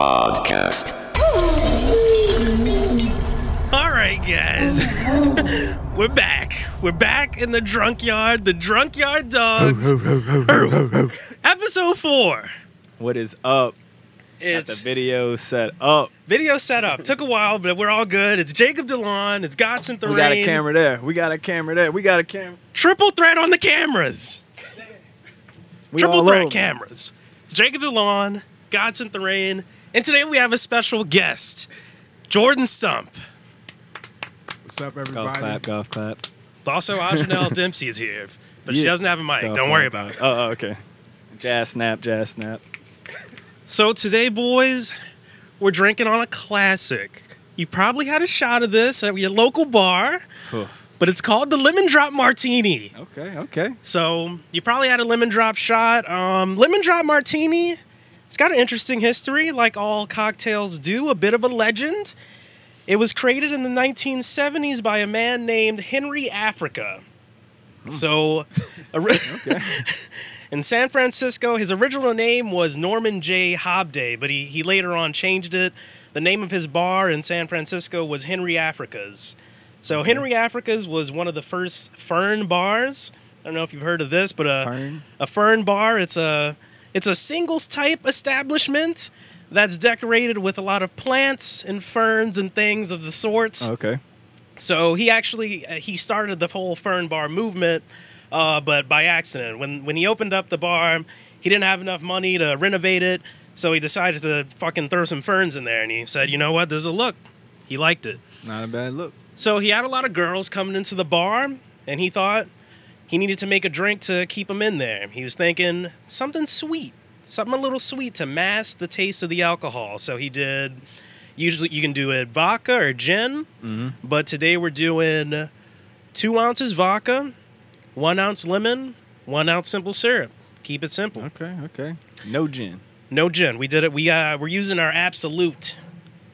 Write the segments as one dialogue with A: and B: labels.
A: podcast.
B: All right, guys. We're back. We're back in the drunk yard, the drunk yard dogs. Episode four.
C: What is up? Got
B: It's
C: the video set up.
B: video setup. Took a while, but we're all good. It's Jacob DeLon. It's Godson Thorane.
C: We got a camera there. We got a camera there. We got a camera.
B: Triple threat on the cameras.
C: We
B: Triple
C: all
B: threat
C: over.
B: cameras. It's Jacob DeLon, Godson Thorane, and today we have a special guest, Jordan Stump.
D: What's up,
C: Golf
D: everybody?
C: clap, golf clap.
B: Also, Ajanelle Dempsey is here, but she
C: Yeah.
B: doesn't have a mic.
C: Golf
B: Don't worry
C: clap.
B: about it.
C: Oh, oh, okay. Jazz snap, jazz snap.
B: So today, boys, we're drinking on a classic. You probably had a shot of this at your local bar,
C: Whew.
B: but it's called the Lemon Drop Martini.
C: Okay, okay.
B: So you probably had a lemon drop shot. Um, lemon drop martini. It's got an interesting history, like all cocktails do. A bit of a legend. It was created in the 1970s by a man named Henry Africa. So, ori- in San Francisco, his original name was Norman J. Hobday, but he, he later on changed it. The name of his bar in San Francisco was Henry Africa's. So Henry Africa's was one of the first fern bars. I don't know if you've heard of this, but uh, a
C: Fern?
B: a fern bar. It's a it's a singles type establishment that's decorated with a lot of plants and ferns and things of the sorts.
C: Okay.
B: So he actually uh, he started the whole fern bar movement, uh, but by accident. When when he opened up the bar, he didn't have enough money to renovate it, so he decided to fucking throw some ferns in there. And he said, you know what, there's a look. He liked it.
C: Not a bad look.
B: So he had a lot of girls coming into the bar, and he thought he needed to make a drink to keep them in there. He was thinking something sweet, something a little sweet to mask the taste of the alcohol. So he did. Usually, you can do it vodka or gin,
C: Mm-hmm.
B: but today we're doing two ounces vodka, one ounce lemon, one ounce simple syrup. Keep it simple.
C: Okay, okay. No gin.
B: No gin. We did it. We uh, we're using our absolute,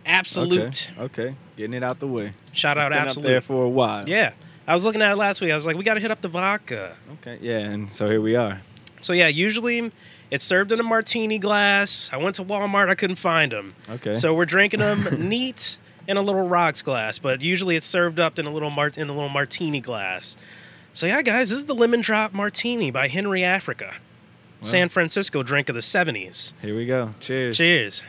B: absolute.
C: Okay, okay. Getting it out the way.
B: Shout
C: It's
B: out
C: been
B: absolute.
C: up there for a while.
B: Yeah. I was looking at it last week. I was like, we got to hit up the vodka.
C: Okay. Yeah, and so here we are.
B: So, yeah, usually it's served in a martini glass. I went to Walmart, I couldn't find them.
C: Okay.
B: So, we're drinking them neat in a little rocks glass, but usually it's served up in a little mart- in a little martini glass. So, yeah, guys, this is the Lemon Drop Martini by Henry Africa, San Francisco drink of the 70s.
C: Here we go. Cheers.
B: Cheers.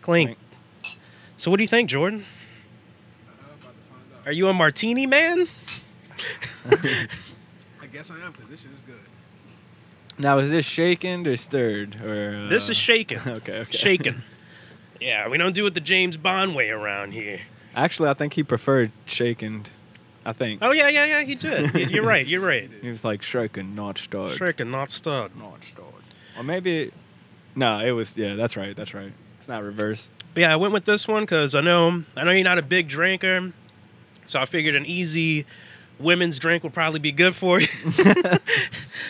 B: Clink.
C: Clink.
B: So, what do you think, Jordan? Are you a martini man?
D: I guess I am because this shit is good.
C: Now is this shaken or stirred or uh,
B: This is shaken.
C: Okay, okay.
B: Shaken. yeah, we don't do it the James Bond way around here.
C: Actually, I think he preferred shaken. I think.
B: Oh yeah, yeah, yeah. He did. Y- you're right. You're right.
C: He was like shaken, not stirred.
B: Shaken, not stirred.
C: Not stirred. Or maybe, no, it was. Yeah, that's right. That's right. It's not reverse.
B: But yeah, I went with this one because I know I know you're not a big drinker, so I figured an easy women's drink would probably be good for you.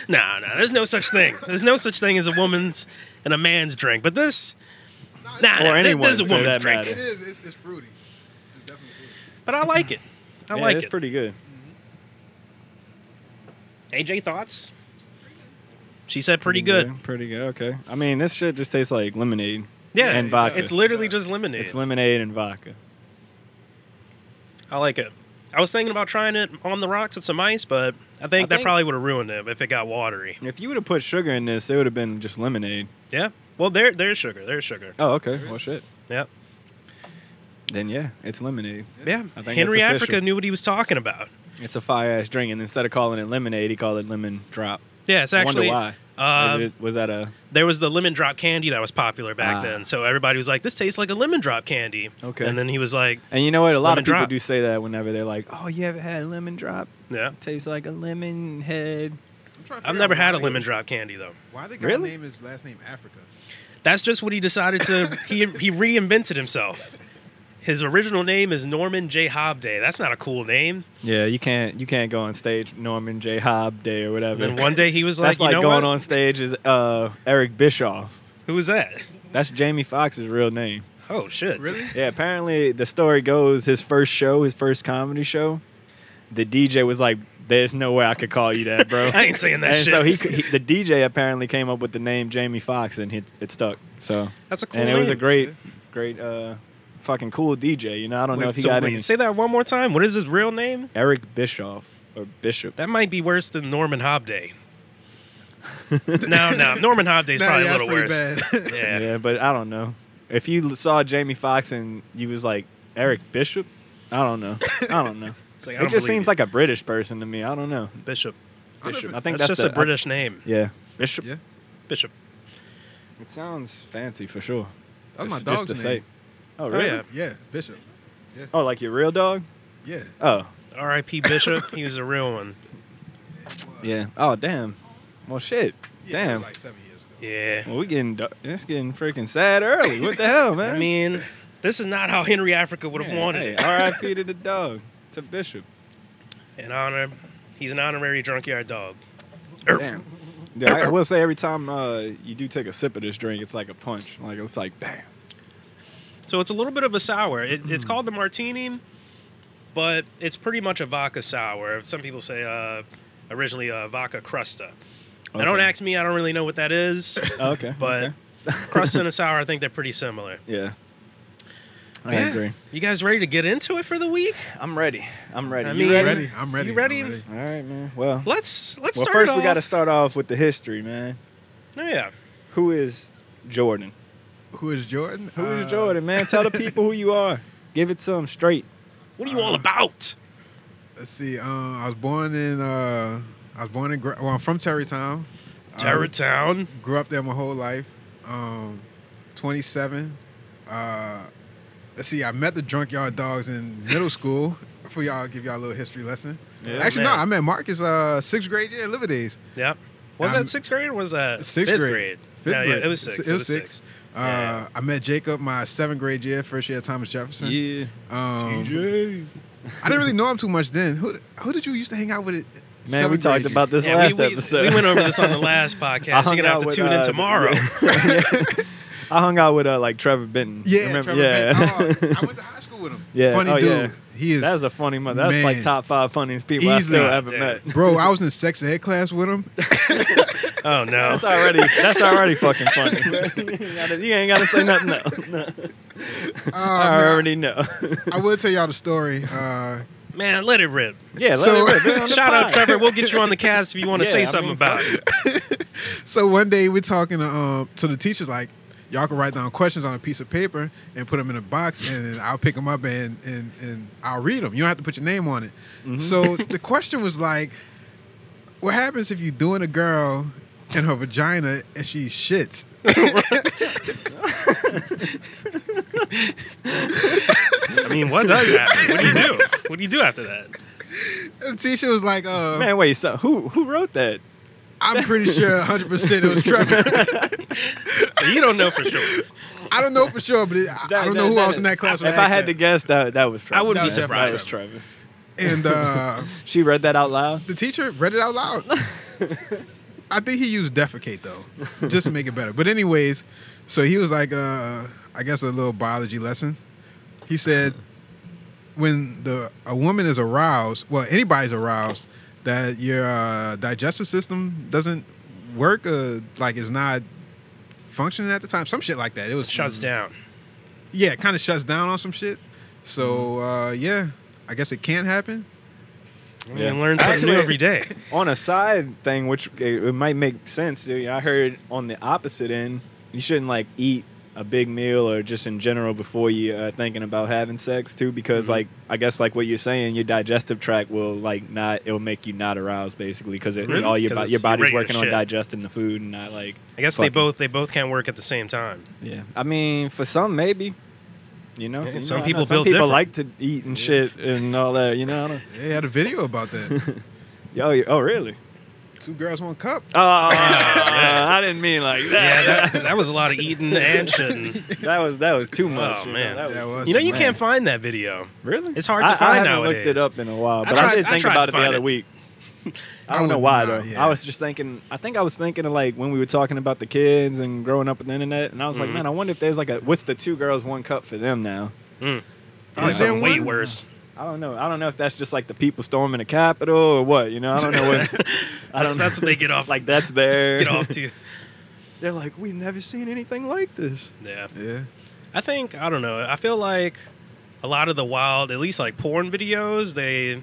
B: nah, nah. There's no such thing. There's no such thing as a woman's and a man's drink. But this,
D: Nah,
B: nah,
D: it's-
B: nah, thi-
C: anyone's,
B: this is a
C: for
B: woman's
C: that
B: drink.
C: matter.
D: It is. It's, it's fruity. It's definitely fruity.
B: But I like it. I
C: yeah,
B: like
C: It's
B: it.
C: pretty good.
B: AJ thoughts? She said pretty good.
C: Pretty good. Okay. I mean, this shit just tastes like lemonade.
B: Yeah,
C: and
D: it
C: vodka.
D: does.
B: It's literally just lemonade.
C: It's lemonade and vodka.
B: I like it. I was thinking about trying it on the rocks with some ice, but I think that
C: I think-
B: probably would have ruined it if it got watery.
C: If you would have put sugar in this, it would have been just lemonade.
B: Yeah. Well, there there's sugar. There's sugar.
C: Oh, okay. Well, shit.
B: Yeah.
C: Then yeah, it's lemonade.
B: Yeah.
C: I think it's
B: Henry
C: official.
B: Africa knew what he was talking about.
C: It's a fire ass drink, and instead of calling it lemonade, he called it lemon drop.
B: Yeah, it's actually.
C: I wonder
B: um,
C: why. was, it, was that a
B: there was the lemon drop candy that was popular back
C: Ah.
B: then, so everybody was like, "This tastes like a lemon drop candy."
C: Okay.
B: And then he was like,
C: And you know what? A lot
B: Lemon
C: of people
B: drop.
C: do say that whenever they're like, "Oh, you haven't had a lemon drop?
B: "Yeah,
C: It tastes like a lemon head."
D: I'm trying to
B: I've
D: figure
B: never
D: out
B: had
D: why
B: a lemon
D: they-
B: drop candy though."
D: Why the guy
C: Really?
D: name his last name Africa?
B: That's just what he decided to. he he reinvented himself. His original name is Norman J. Hobday. That's not a cool name.
C: Yeah, you can't you can't go on stage Norman J. Hobb Day or
B: And
C: whatever.
B: then one day he was like,
C: That's
B: "You
C: like
B: know
C: going
B: what?
C: on stage as uh, Eric Bischoff.
B: Who was that?
C: That's Jamie Foxx's real name.
B: Oh shit!
D: Really?
C: Yeah, apparently the story goes his first show, his first comedy show, the DJ was like, "There's no way I could call you that, bro."
B: I ain't saying that
C: and
B: shit.
C: so he, he, the DJ apparently came up with the name Jamie Foxx, and it, it stuck. So
B: That's a cool
C: and it was a
B: name.
C: great great, uh, fucking cool DJ. You know, I don't know
B: Wait,
C: if he
B: so
C: got
B: wait,
C: any.
B: Say that one more time. What is his real name?
C: Eric Bischoff or Bishop.
B: That might be worse than Norman Hobday. no, no, Norman Hobday's
D: Nah,
B: probably
D: yeah,
B: a little worse.
D: that's pretty bad.
B: Yeah.
C: Yeah. but I don't know. If you l- saw Jamie Foxx and you was like Eric Bishop, I don't know. I don't know.
B: It's like, I
C: it
B: don't
C: just
B: believe
C: seems
B: you.
C: like a British person to me. I don't know.
B: Bishop.
D: I don't know if
C: Bishop.
D: it-
C: I think
B: that's,
C: that's,
B: just
C: the-
B: a British name.
C: I- yeah, Bishop.
D: yeah.
B: Bishop.
C: It sounds fancy for sure.
D: That's
C: just,
D: my dog's
C: just to
D: name.
C: say. Oh
B: Oh,
C: really?
B: yeah.
D: Yeah, Bishop.
C: Oh, like your real dog?
D: Yeah.
C: Oh
B: R.I.P. Bishop. he was a real one.
C: yeah. Oh damn. Well shit.
D: Yeah,
C: damn.
D: Like seven years ago.
B: Yeah.
C: Well, we getting do- it's getting freaking sad early. What the hell, man?
B: I mean, this is not how Henry Africa would have
C: Yeah,
B: wanted
C: hey,
B: it.
C: R.I.P. to the dog, to Bishop.
B: In honor, he's an honorary junkyard dog. Er.
C: Damn. Yeah, I, I will say every time uh, you do take a sip of this drink, it's like a punch. Like it's like bam.
B: So it's a little bit of a sour. It,
C: Hmm.
B: It's called the martini, but it's pretty much a vodka sour. Some people say uh, originally a vodka crusta. Now, don't
C: Okay.
B: ask me. I don't really know what that is.
C: Okay.
B: Oh, But
C: okay.
B: crusta and a sour, I think they're pretty similar.
C: yeah. I
B: Yeah.
C: agree.
B: You guys ready to get into it for the week?
C: I'm ready. I'm ready.
B: I
C: You
B: mean-
C: ready?
D: Ready? I'm ready.
B: You ready?
D: I'm ready.
C: All right, man. Well,
B: Let's let's
C: well
B: start
C: first
B: off.
C: we got to start off with the history, man.
B: Oh, yeah.
C: Who is Jordan?
D: Who is Jordan?
C: Who is
D: Uh,
C: Jordan, man? Tell the people who you are. Give it to them straight.
B: What are you
C: Um,
B: all about?
D: Let's see. Um, I was born in. Uh, I was born in. Gra- Well, I'm from Terrytown.
C: um,
D: Uh,
B: Terratown.
D: grew up there my whole life. Um, 27. Uh, let's see. I met the Drunkyard Dogs in middle school. For y'all, give y'all a little history lesson.
C: Yeah,
D: Actually,
B: Oh, man.
D: no. I met Marcus uh, sixth grade year at Liver Days.
B: Yep. Was
D: I'm-
B: that sixth grade or was that
D: Sixth
B: fifth
D: grade. Fifth
B: No, yeah,
D: grade.
B: it was
D: S-
B: six.
D: It was six. Uh,
B: Yeah.
D: I met Jacob my seventh grade year, first year at Thomas Jefferson.
C: Yeah. E
D: Um,
C: TJ.
D: I didn't really know him too much then. Who who did you used to hang out with? At
C: Man, we
D: seventh
C: talked
D: grade
C: about this
B: Yeah,
C: last
B: we, we,
C: episode.
B: we went over this on the last podcast. You're
C: hung
B: gonna have
C: out
B: to
C: with,
B: tune
C: uh,
B: in tomorrow.
C: I hung out with uh, like Trevor Benton.
D: year? Yeah,
C: Remember-
D: Trevor
C: yeah.
D: Benton. Oh, I went to high school with him.
C: Yeah,
D: funny
C: oh,
D: dude.
C: yeah.
D: He is.
C: That's a funny mother. That's like
D: Man.
C: top five funniest people
D: Easily.
C: I still haven't
B: Damn.
C: met.
D: Bro, I was in sex ed class with him.
B: oh no.
C: That's already that's already fucking funny. you ain't gotta say nothing else.
B: Um,
C: No.
D: Uh,
C: I
D: man,
C: already know.
D: I will tell y'all the story. Uh,
B: Man, let it rip.
C: yeah, let
D: So-
C: it rip. Bring it on the
B: Shout out
C: pod.
B: Trevor. We'll get you on the cast if you want to
C: Yeah,
B: say
C: I
B: something
C: mean,
B: about it.
D: so one day we're talking to, um, to the teachers like, y'all can write down questions on a piece of paper and put them in a box, and then I'll pick them up and and and I'll read them. You don't have to put your name on it.
C: Mm-hmm.
D: So the question was like, what happens if you doing a girl in her vagina and she shits?
B: I mean, what does happen? What do you do? What do you do after that?
D: And the teacher was like, uh,
C: Man, wait, so who who wrote that?
D: I'm pretty sure 100 percent it was Trevor.
B: So you don't know for sure.
D: I don't know for sure, but it, I, I don't know who
C: that-
D: I was in that class.
C: If
D: when
C: I
D: asked
C: had
D: that.
C: to guess that that was Trevor.
B: I wouldn't
D: be
C: That-
D: surprised.
C: That was Trevor.
D: and uh,
C: She read that out loud?
D: the teacher read it out loud. I think he used defecate though, just to make it better. But anyways, so he was like, uh, I guess a little biology lesson. He said, when the a woman is aroused, well, anybody's aroused, that your uh, digestive system doesn't work, uh, like it's not functioning at the time, some shit like that. It was
C: Mm-hmm.
B: Shuts down.
D: yeah, it kind of shuts down on some shit. So
B: Mm-hmm.
D: uh, yeah, I guess it can happen.
C: Yeah.
B: And learn something new
C: Actually-
B: every day.
C: on a side thing, which it it might make sense. To you. I heard on the opposite end, you shouldn't like eat a big meal or just in general before you uh, thinking about having sex too, because like I guess like what you're saying, your digestive tract will like not it'll make you not aroused basically because it
B: Really?
C: all your
B: 'Cause
C: bo-
B: it's-
C: your body's
B: you're ready to
C: working on
B: shit.
C: digesting the food and not like
B: I guess
C: fucking-
B: they both they both can't work at the same time.
C: yeah. I mean, for some maybe. You know,
B: Yeah,
C: you
B: some
C: know, I
B: people
C: know some
B: built
C: people
B: different.
C: like to eat and shit and all that. You know, I don't,
D: They had a video about that.
C: yo, you- oh really?
D: Two girls, one cup.
C: Oh, I didn't mean like that.
B: Yeah, that, that was a lot of eating and shitting.
C: That was that was too much.
B: Oh,
C: you know,
B: man.
C: that
D: That
C: was,
D: was-
B: You know, you
D: Man.
B: can't find that video.
C: really.
B: It's hard to
C: I, I
B: find
C: haven't
B: nowadays.
C: looked it up in a while,
B: I
C: but I,
B: tried-
C: did
B: I
C: think
B: tried
C: about
B: to
C: it the
B: find
C: other
B: it.
C: week. I
D: I
C: don't know
D: would
C: why
D: not,
C: though.
D: yeah.
C: I was just thinking. I think I was thinking of like when we were talking about the kids and growing up with the internet, and I was
B: Mhm.
C: like, man, I wonder if there's like a what's the two girls one cup for them now.
B: Mm.
D: Oh,
B: It's
D: is there
B: way
D: one?
B: worse.
C: I don't know. I don't know if that's just like the people storming the Capitol or what. You know, I don't know what. I
B: That's, that's
C: don't know.
B: what they get off.
C: like that's there.
B: get off to.
C: They're like, we've never seen anything like this.
B: Yeah.
D: Yeah.
B: I think I don't know. I feel like a lot of the wild, at least like porn videos, they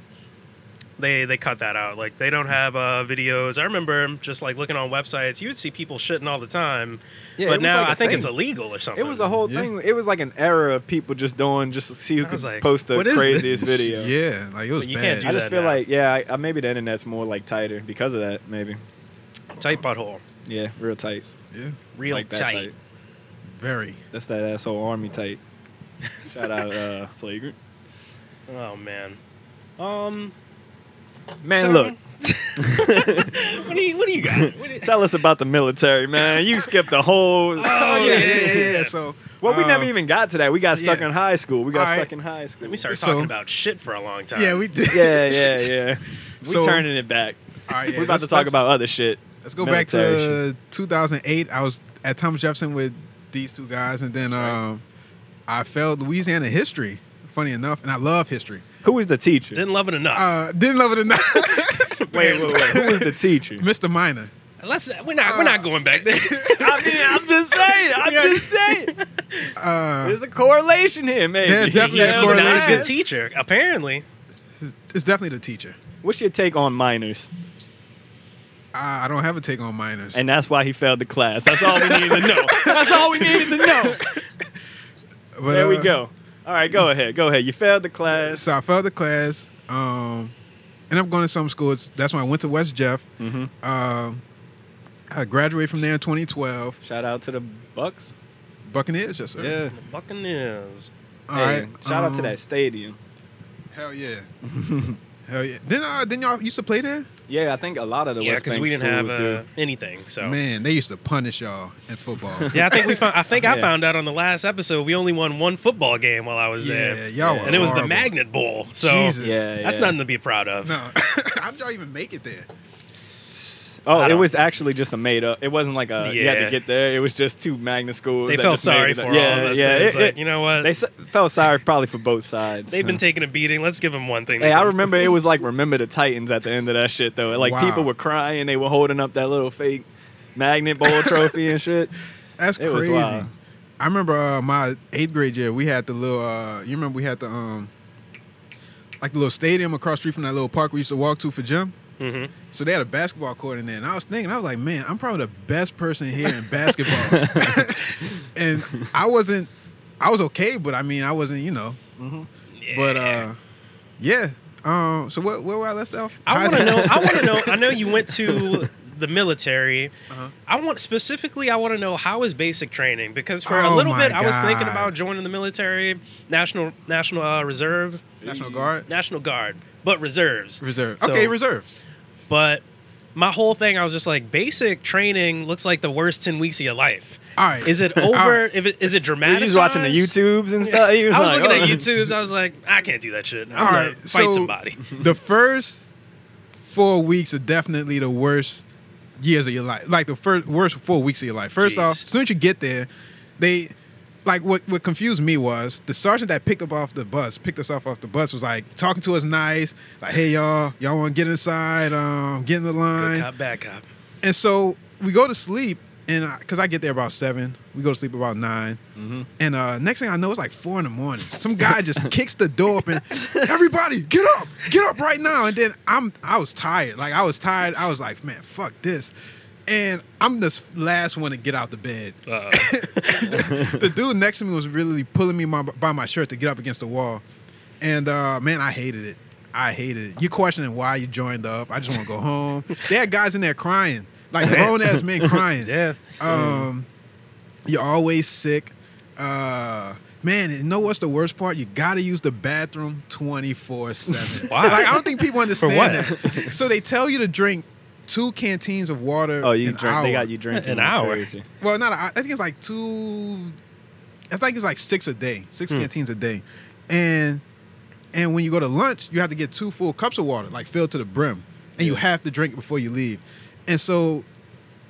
B: they they cut that out. Like they don't have uh, videos. I remember just like looking on websites, you would see people shitting all the time.
C: Yeah, it
B: but
C: was
B: now
C: like a
B: I think
C: thing.
B: it's illegal or something.
C: It was a whole
D: Yeah.
C: thing. It was like an era of people just doing just to see who
B: I
C: could
B: was like,
C: post the
B: what is
C: craziest
B: this?
C: video.
D: Yeah, like it was
B: But you
D: bad.
B: can't do
C: I just
B: that
C: feel
B: now.
C: like yeah, I, I, maybe the internet's more like tighter because of that. Maybe
B: tight butthole,
C: yeah, real tight,
D: Yeah,
B: real
C: like that
B: tight.
C: tight.
D: very.
C: That's that asshole army tight. Shout out uh, flagrant.
B: Oh man. Um,
C: Man, look,
B: what do you what do you got? What do you-
C: tell us about the military, man. You skipped the whole.
B: Oh,
D: yeah,
B: yeah,
D: yeah,
B: yeah,
D: yeah.
B: yeah.
D: So
C: Well, we
D: uh,
C: never even got to that. We got stuck
D: yeah.
C: in high school. We got
D: All right.
C: stuck in high school.
B: Let me start
D: So-
B: talking about shit for a long time.
D: Yeah, we did.
C: Yeah, yeah, yeah. We
D: So-
C: turning it back.
D: All right, yeah,
C: We're about
D: let's-
C: to talk
D: let's-
C: about other shit.
D: Let's go
C: Military shit.
D: back to uh, 2008. I was at Thomas Jefferson with these two guys, and then um, I failed Louisiana history. Funny enough, and I love history.
C: Who was the teacher?
B: didn't love it enough.
D: Uh, didn't love it enough,
C: wait, wait, wait. Who was the teacher?
D: Mr. Minor.
B: Let's we're not we're not going back there.
C: I mean, I'm just saying. I'm
B: Yeah.
C: just saying.
D: Uh,
C: There's a correlation here, maybe.
D: There's definitely
B: he
D: a
C: Yeah,
B: was not a
D: correlation.
B: good teacher, apparently.
D: it's definitely the teacher.
C: What's your take on minors?
D: I, I don't have a take on minors.
C: And that's why he failed the class. That's all we needed to know. That's all we needed to know.
D: But,
C: There we
D: uh,
C: go. All right, go ahead. Go ahead. You failed the class.
D: So I failed the class, um, and I'm going to some schools. That's when I went to West Jeff.
C: Mhm.
D: Um, I graduated from there in 2012.
C: Shout out to the Bucks.
D: Buccaneers, yes sir.
C: Yeah.
B: The Buccaneers.
D: All
C: Hey,
D: right.
C: Shout out to
D: um,
C: that stadium.
D: Hell yeah. Hell yeah. Then uh, then y'all used to play there?
C: Yeah, I think a lot of the
B: Yeah,
C: West
B: because
C: Bank
B: we didn't have
C: schools do.
B: uh, anything. So
D: Man, they used to punish y'all in football.
B: yeah, I think we found. I think I
C: Yeah.
B: found out on the last episode we only won one football game while I was
D: yeah,
B: there,
D: y'all
C: Yeah.
D: were
B: and it was the
D: horrible.
B: Magnet Bowl. So
D: Jesus.
C: Yeah,
B: that's
C: yeah.
B: nothing to be proud of.
D: No. How'd y'all even make it there?
C: Oh,
B: I
C: it
B: don't-
C: was actually just a made up. It wasn't like a you had
B: Yeah.
C: to get there. It was just two magna schools.
B: They
C: that
B: felt
C: just made
B: sorry
C: it up.
B: for all of us.
C: Yeah,
B: They're just
C: it-
B: like,
C: it-
B: you know what?
C: They s- felt sorry probably for both sides.
B: They've been taking a beating. Let's give them one thing.
C: Hey,
B: they
C: I
B: can-
C: remember it was like remember the Titans at the end of that shit though. Like
D: Wow.
C: people were crying, they were holding up that little fake magnet bowl trophy and shit.
D: That's
C: It was
D: crazy.
C: wild.
D: I remember uh, my eighth grade year, we had the little uh, you remember we had the um like the little stadium across the street from that little park we used to walk to for gym.
B: Mhm.
D: So they had a basketball court in there, and I was thinking, I was like, man, I'm probably the best person here in basketball. and I wasn't, I was okay, but I mean, I wasn't, you know. But uh, yeah. Um, so what, where were I left off?
B: I
D: High
B: want to
D: school.
B: know. I want to know. I know you went to the military.
D: Uh-huh.
B: I want specifically. I want to know how is basic training because for a
D: Oh
B: little
D: my
B: bit I was thinking
D: God.
B: about joining the military, national national uh, reserve,
D: National Guard
B: national guard, but reserves.
D: Reserve.
B: So-
D: okay, reserves.
B: But my whole thing, I was just like, basic training looks like the worst ten weeks of your life.
D: All right.
B: Is it
D: All
B: over?
D: right.
B: If it, is it
C: He
B: dramatic?
C: was watching the YouTubes and stuff. He was
B: I was
C: like,
B: looking
C: oh.
B: at YouTube's. I was like, I can't do that shit. I'm
D: All
B: gonna
D: right,
B: fight
D: so-
B: somebody.
D: the first four weeks are definitely the worst years of your life. Like the first worst four weeks of your life. First
B: Jeez.
D: off, as soon as you get there, they like what what confused me was the sergeant that picked up off the bus, picked us off off the bus, was like talking to us nice, like, hey y'all, y'all wanna get inside, um, get in the
B: Good
D: line.
B: cop, bad cop.
D: And so we go to sleep, and because I, get there about seven, we go to sleep about 9
B: Mm-hmm.
D: And uh, next thing I know, it's like four in the morning. Some guy just kicks the door open. Everybody, get up, get up right now! And then I'm, I was tired. Like I was tired. I was like, man, fuck this. And I'm the last one to get out the bed.
B: Uh,
D: the dude next to me was really pulling me my, by my shirt to get up against the wall, and uh, man, I hated it. I hated it. You questioning why you joined up? I just want to go home. they had guys in there crying, like grown ass men crying.
B: yeah.
C: Mm.
D: Um, you're always sick. Uh, man, and know what's the worst part? You gotta use the bathroom 24 seven.
B: Why?
D: Like I don't think people understand
B: what?
D: that. So they tell you to drink two canteens of water.
C: Oh, you
D: an
C: drink. They
D: hour.
C: got you drinking
B: An
C: like
B: hour.
C: Crazy.
D: Well, not. A, I think it's like two. I think it's like six a day, six canteens a day, and and when you go to lunch, you have to get two full cups of water, like filled to the brim, and you have to drink it before you leave, and so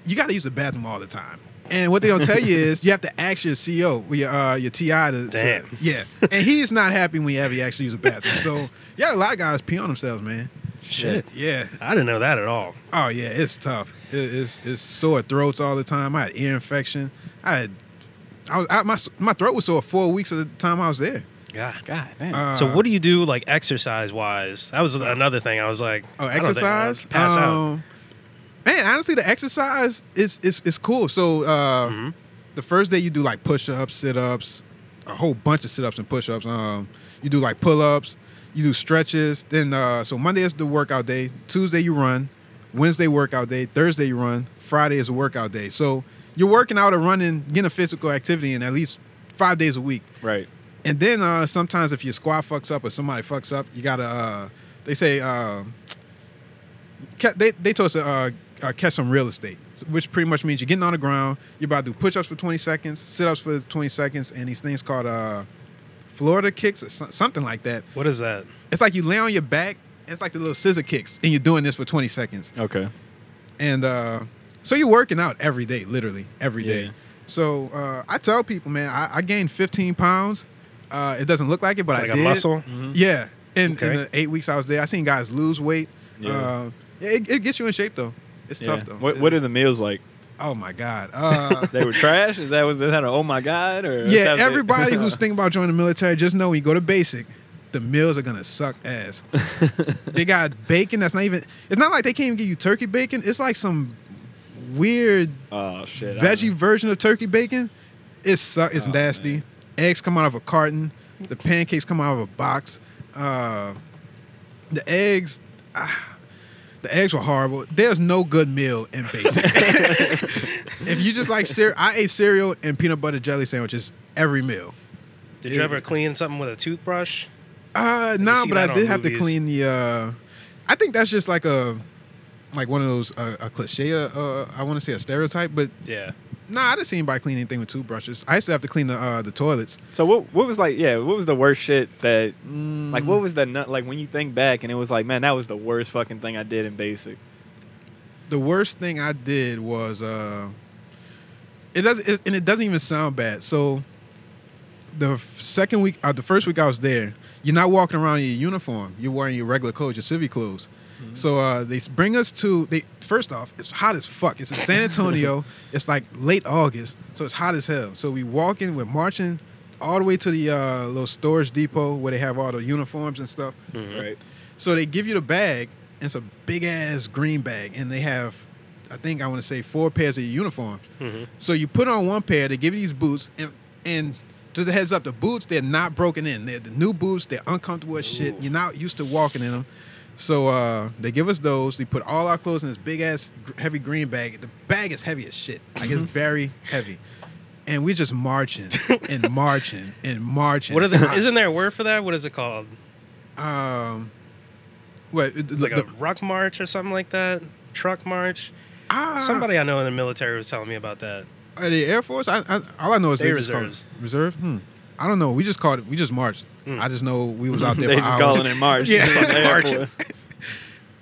D: you got to use the bathroom all the time. And what they don't tell you is you have to ask your CEO, or your uh, your TI to, to-
B: Damn.
D: yeah, and he's not happy whenever you actually use the bathroom. So yeah, a lot of guys pee on themselves, man.
C: Shit.
D: Yeah,
B: I didn't know that at all.
D: Oh yeah, it's tough. It, it's it's sore throats all the time. I had ear infection. I had I was I, my my throat was sore four weeks of the time I was there.
B: God.
C: God damn.
D: Uh,
B: So what do you do like exercise wise? That was another thing. I was like,
D: Oh,
B: I don't think I
D: exercise.
B: could pass out.
D: Um, Man, honestly, the exercise is is is cool. So uh,
B: Mm-hmm.
D: the first day you do like push ups, sit ups, a whole bunch of sit ups and push ups. Um, you do like pull ups, you do stretches. Then uh, so Monday is the workout day. Tuesday you run. Wednesday workout day. Thursday you run. Friday is a workout day. So you're working out or running, getting a physical activity in at least five days a week.
C: Right.
D: And then uh, sometimes if your squad fucks up or somebody fucks up, you gotta. Uh, they say uh, ca- they they told us to uh, uh, catch some real estate, which pretty much means you're getting on the ground. You're about to do push ups for 20 seconds, sit ups for 20 seconds, and these things called uh, Florida kicks or so- something like that.
B: What is that?
D: It's like you lay on your back. and It's like the little scissor kicks, and you're doing this for 20 seconds
C: Okay.
D: and uh, so you're working out every day, literally every day.
C: Yeah.
D: So uh, I tell people, man, I, I gained 15 pounds. Uh, it doesn't look like it, but
B: like
D: I
B: a
D: did.
B: muscle?
C: Mm-hmm.
D: Yeah, in,
B: Okay.
D: in the eight weeks I was there, I seen guys lose weight.
C: Yeah.
D: Uh, yeah, it, it gets you in shape though. It's
C: Yeah.
D: tough though.
C: What What are the meals like?
D: oh my god. Uh,
C: They were trash. Is that was that an oh my god or
D: yeah,
C: that was it?
D: everybody who's thinking about joining the military, just know when you go to basic, the meals are gonna suck ass. they got bacon that's not even. It's not like they can't even give you turkey bacon. It's like some weird
C: oh shit I
D: veggie
C: don't
D: version of turkey bacon. It's su- it's
C: Oh,
D: nasty.
C: man.
D: Eggs come out of a carton. The pancakes come out of a box. Uh, the eggs, ah, the eggs were horrible. There's no good meal in basic. if you just like cereal, I ate cereal and peanut butter jelly sandwiches every meal.
B: Did you
D: Yeah.
B: ever clean something with a toothbrush?
D: Uh, nah,
B: see
D: but
B: that
D: I
B: on
D: did have to
B: movies.
D: clean the. Uh, I think that's just like a, like one of those uh, a cliche. Uh, uh, I want to say a stereotype, but
B: Yeah.
D: Nah, I didn't see anybody clean anything with toothbrushes. I used to have to clean the uh, the toilets.
C: So what what was like yeah what was the worst shit that
D: Mm.
C: like what was the nut like when you think back and it was like man that was the worst fucking thing I did in basic
D: The worst thing I did was uh, it does it, and it doesn't even sound bad. So the f- second week, uh, the first week I was there, you're not walking around in your uniform. You're wearing your regular clothes, your civvy clothes. So uh, they s- bring us to they first off, it's hot as fuck. It's in San Antonio. it's like late August, so it's hot as hell. So we walk in, we're marching all the way to the uh, little storage depot where they have all the uniforms and stuff.
C: right
D: So they give you the bag, and it's a big ass green bag, and they have, I think I want to say four pairs of uniforms.
B: Mm-hmm.
D: So you put on one pair, they give you these boots, and and just a heads up, the boots they're not broken in. They're the new boots. They're uncomfortable as shit. You're not used to walking in them. So uh, they give us those. We put all our clothes in this big ass gr- heavy green bag. The bag is heavy as shit. Like
B: Mm-hmm.
D: it's very heavy. And we're just marching and marching and marching.
B: What is it?
D: It's hot.
B: Isn't there a word for that? What is it called?
D: um, what the-
B: Like
D: the-
B: a ruck march or something like that? Truck march?
D: Ah,
B: Somebody I know in the military was telling me about that.
D: are they Air Force? I, I all I know is
B: They
D: they, just call it-
B: reserves. Hmm.
D: Reserve? Hmm. I don't know. We just called it. We just marched. I just know we was out there.
C: they
D: for
C: just
D: hours.
C: calling in March
D: Yeah.
C: March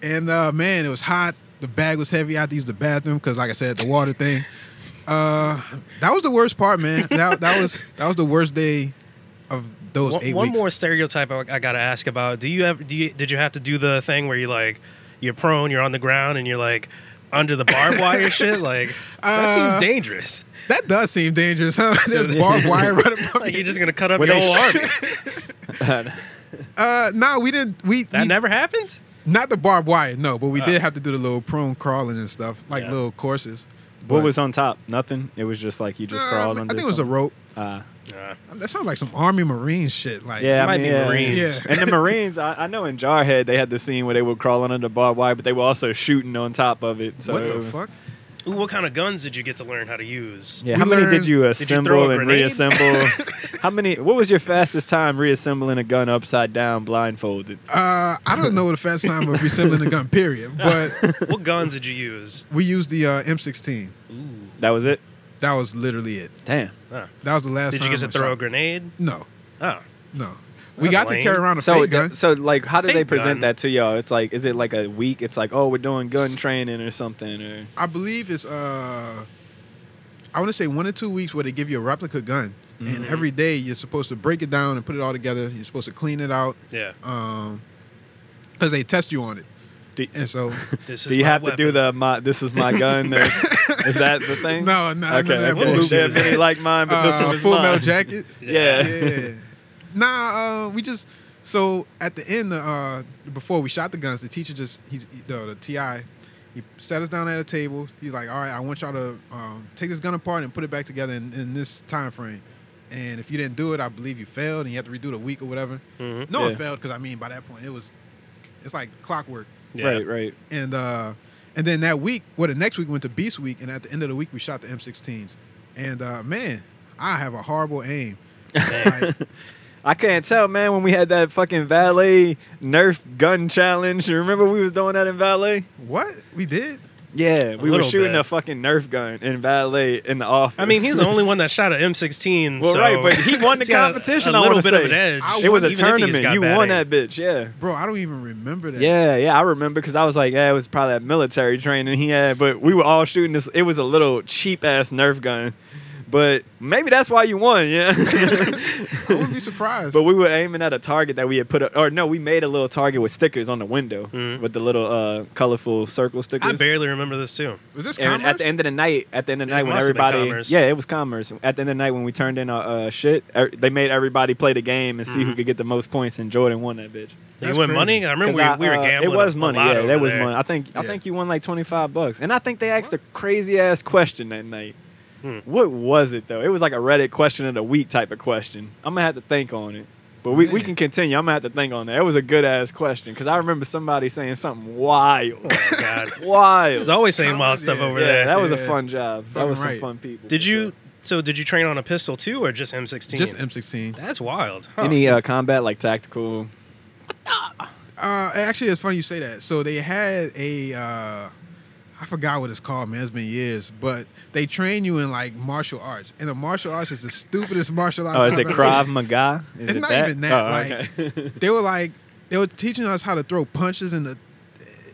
D: And uh, man, it was hot. The bag was heavy. I had to use the bathroom because, like I said, the water thing. Uh, that was the worst part, man. That that was that was the worst day of those
B: One,
D: eight
B: one
D: weeks.
B: more stereotype I, I gotta ask about. Do you have? Do you? Did you have to do the thing where you like, you're prone, you're on the ground, and you're like under the barbed wire shit? Like that
D: Uh,
B: seems dangerous.
D: That does seem dangerous, huh? There's barbed wire right above
B: Like
D: you.
B: you're just gonna cut up
C: Were
B: your
C: they
B: whole army.
D: Uh, nah, we didn't. We
B: That
D: we,
B: never happened.
D: not the barbed wire, no. But we
B: Oh.
D: did have to do the little prone crawling and stuff, like
B: Yeah.
D: little courses.
C: what
D: But-
C: was on top nothing it was just like you just
D: Uh,
C: crawled
D: I
C: under
D: think it was a rope.
C: a uh,
B: Uh,
D: That sounds like some Army Marine shit. Like,
C: yeah, I
B: might
C: mean,
B: be
C: yeah.
B: Marines.
D: Yeah.
C: And the Marines, I, I know in Jarhead they had the scene where they were crawling under barbed wire, but they were also shooting on top of it. So
D: what
C: it
D: the
C: was-
D: fuck?
B: ooh, what kind of guns did you get to learn how to use?
C: Yeah,
D: We
C: how many did
D: learned-
C: you
B: you
C: assemble
B: throw a
C: and
B: grenade?
C: reassemble? how many? What was your fastest time reassembling a gun upside down, blindfolded?
D: Uh, I don't know the fast time of reassembling the gun. Period. But
B: What guns did you use?
D: we used the uh, M16.
C: That was it.
D: That was literally it.
C: Damn.
B: Huh.
D: That was the last.
B: Did you
D: time
B: get to
D: I
B: throw
D: shot.
B: a grenade?
D: No,
B: Oh,
D: no. We
B: That's
D: got
B: lame.
D: to carry around a
C: So,
D: fake gun.
C: so like, how do they
B: Fake
C: present
B: gun.
C: that to y'all? It's like, is it like a week? It's like, oh, we're doing gun training or something, or
D: I believe it's uh, I want to say one or two weeks where they give you a replica gun, and
C: Mm-hmm.
D: every day you're supposed to break it down and put it all together. You're supposed to clean it out,
B: yeah.
D: um, because they test you on it.
C: Do,
D: And so,
B: This
C: do you
B: my
C: have to do
B: weapon.
C: the my, this is my gun? there- is that the thing?
D: No, no, I
C: Okay,
D: remember that
C: okay.
B: bullshit.
C: There are many like mine, but this
D: uh,
C: one is
D: Full
C: mine.
D: Metal Jacket.
C: Yeah.
D: yeah. Nah, uh, we just so at the end, uh, before we shot the guns, the teacher just he's the, the Ti, he sat us down at a table. He's like, "All right, I want y'all to um, take this gun apart and put it back together in, in this time frame. And if you didn't do it, I believe you failed, and you have to redo it a week or whatever."
B: Mhm.
D: No,
C: Mm-hmm. Yeah.
D: it failed because I mean, by that point, it was it's like clockwork.
B: Yeah.
C: Right, right.
D: And uh, and then that week, well, the next week we went to Beast Week, and at the end of the week, we shot the M16s. And uh, man, I have a horrible aim. Like,
C: I can't tell, man. When we had that fucking valet Nerf gun challenge, you remember we was doing that in valet?
D: What we did?
C: Yeah, we were
B: little
C: shooting
B: bit.
C: a fucking Nerf gun in valet in the office.
B: I mean, he's the only one that shot an M16.
C: well,
B: so
C: right, but he won the
B: he's got
C: competition.
B: A,
C: I
B: a little
C: want to
B: bit
C: say
B: of an edge.
D: I
C: it was
D: won,
C: a
B: even if he's
C: tournament.
B: got
C: You
B: bad
C: won
B: aim.
C: that bitch, yeah.
D: Bro, I don't even remember that.
C: Yeah, yeah, I remember because I was like, yeah, it was probably that military training he had, but we were all shooting this. It was a little cheap ass Nerf gun, but maybe that's why you won, yeah.
D: I would be surprised.
C: But we were aiming at a target that we had put, up, or no, we made a little target with stickers on the window
B: Mhm.
C: with the little uh, colorful circle stickers.
B: I barely remember this too.
D: was this
C: and
D: commerce?
C: at the end of the night, at the end of the
B: It
C: night when
B: must have been
C: everybody,
B: Commerce.
C: yeah, it was commerce. At the end of the night when we turned in our uh, shit, er, they made everybody play the game and see who
B: Mhm.
C: could get the most points, and Jordan won that bitch.
B: They
D: That's
B: won
D: crazy.
B: money. I remember
C: 'Cause
B: we,
C: I,
B: we were
C: uh,
B: gambling.
C: It was
B: a
C: money.
B: lot
C: Yeah,
B: over
C: that was
B: there.
C: money. I think I
D: Yeah.
C: think you won like twenty five bucks, and I think they asked a crazy ass question that night.
B: Hmm.
C: What was it though? It was like a Reddit question of the week type of question. I'm gonna have to think on it, but we, we
D: Man.
C: can continue. I'm gonna have to think on that. It was a good ass question because I remember somebody saying something wild,
B: Oh, God,
C: wild.
B: there's always saying wild
D: Yeah,
B: stuff over
C: yeah,
B: there.
C: that was a
D: Yeah.
C: fun job. That
D: Fucking
C: was some
D: right.
C: fun people.
B: did
C: for
B: you?
C: sure.
B: So did you train on a pistol too, or just M16?
D: just M16.
B: That's wild. Huh.
C: any uh, combat like tactical?
D: Uh, actually, it's funny you say that. So they had a, uh, I forgot what it's called, man. It's been years, but they train you in like martial arts, and the martial arts is the stupidest martial arts.
C: Oh, is
D: I've
C: it
D: ever seen.
C: Krav Maga? Is
D: It's
C: it
D: not
C: that?
D: even that,
C: Oh,
D: like-
C: okay.
D: They were like, they were teaching us how to throw punches, and the,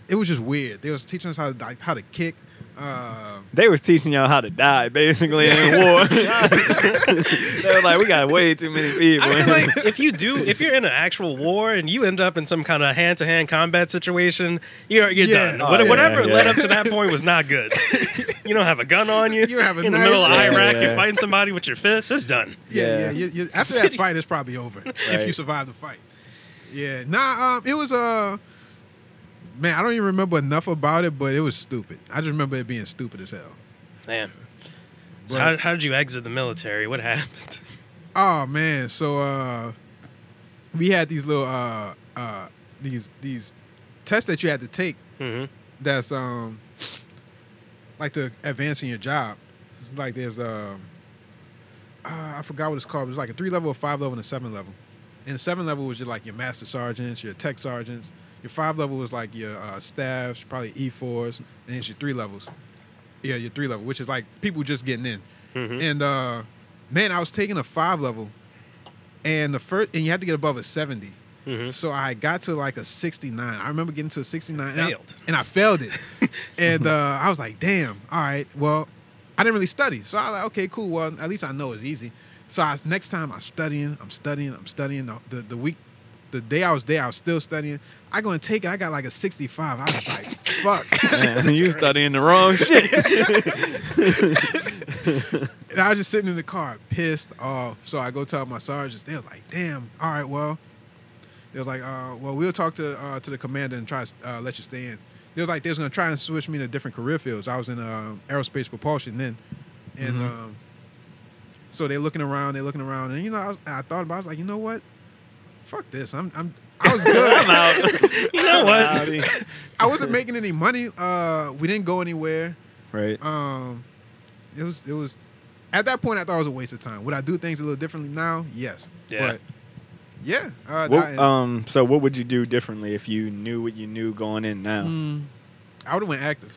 D: it was just weird. They was teaching us how to like, how to kick. Uh,
C: They was teaching y'all how to die basically in war. they were like, we got way too many people.
B: I feel like if you do, if you're in an actual war and you end up in some kind of hand-to-hand combat situation, you're you're
D: Yeah.
B: done.
D: Oh,
B: What-
D: yeah,
B: Whatever
C: yeah.
B: led up to that point was not good. you don't have a gun on you.
D: You have a
B: in the
D: knife.
B: middle of
D: Yeah,
B: Iraq.
C: yeah.
B: You're fighting somebody with your fists. It's done.
D: Yeah,
C: Yeah.
D: yeah. you- you- after that fight, it's probably over if you
C: Right.
D: survive the fight. Yeah. Nah. Um. It was uh. Man, I don't even remember enough about it, but it was stupid. I just remember it being stupid as hell.
B: Man, so
D: But-
B: how, how did you exit the military? What happened?
D: Oh man. So uh, we had these little uh uh these these tests that you had to take
B: hmm
D: that's um like to advance in your job. Like there's um uh, I forgot what it's called. But it's like a three level, a five level, and a seven level. And the seven level was your like your master sergeants, your tech sergeants. Your five level was like your uh, staffs, probably E fours, and it's your three levels. Yeah, your three level, which is like people just getting in.
B: Mhm.
D: And uh, man, I was taking a five level, and the first, and you had to get above a seventy.
B: Mhm.
D: So I got to like a 69. I remember getting to a 69 and I-
B: Failed.
D: and I, failed it. and uh, I was like, damn, all right, well, I didn't really study. So I was like, okay, cool. Well, at least I know it's easy. So I, next time I'm studying, I'm studying, I'm studying. The, the, the week, the day I was there, I was still studying. I go and take it. I got like a 65. I was like, fuck.
C: Man, you studying the wrong shit.
D: And I was just sitting in the car, pissed off. So I go tell my sergeants. They was like, "Damn, all right, well." They was like, uh, "Well, we'll talk to uh, to the commander and try to uh, let you stay in." They was like, "They was gonna try and switch me to different career fields." I was in um, aerospace propulsion then, and um, so they're looking around, they're looking around, and you know, I, was, I thought about, it, I was like, "You know what? Fuck this. I'm I'm I was good.
C: I'm out.
B: You know what?
C: Howdy.
D: I wasn't making any money. Uh, we didn't go anywhere."
C: Right.
D: um it was it was at that point I thought it was a waste of time. Would I do things a little differently now? Yes.
B: Yeah.
D: But yeah. Uh,
C: What,
D: I,
C: um, so what would you do differently if you knew what you knew going in now?
B: Mm.
D: would have mm, went active.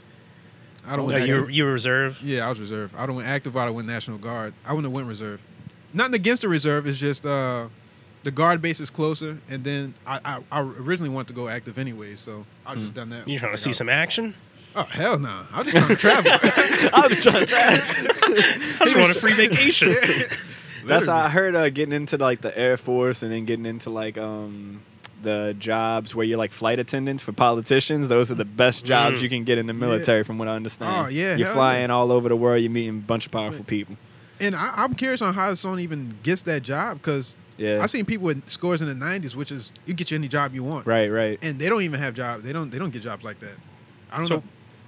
D: I
C: Oh,
D: don't.
B: Like,
D: went
B: you
D: active.
B: you were reserve.
D: Yeah, I was reserve. I would have went active. I would have went National Guard. I wouldn't have went reserve. Nothing against the reserve. It's just uh, the guard base is closer, and then I I, I originally wanted to go active anyway, so I would just done that.
B: Mm. You trying to
D: Like,
B: see
D: I-
B: some action?
D: Oh hell no! I'm just trying to travel.
C: I was trying
B: I just want a free vacation.
C: That's how I heard uh, getting into like the Air Force and then getting into like um the jobs where you're like flight attendants for politicians. Those are the best jobs you can get in the military, from what I understand.
D: Mm. Oh, yeah, hell
C: you're
D: yeah.
C: flying all over the world. You're meeting a bunch of powerful people.
D: And I, I'm curious on how someone even gets that job because
C: Yeah.
D: I've seen people with scores in the 90s, which is you get you any job you want,
C: Right, right.
D: And they don't even have jobs. They don't. They don't get jobs like that. I don't
B: So,
D: know.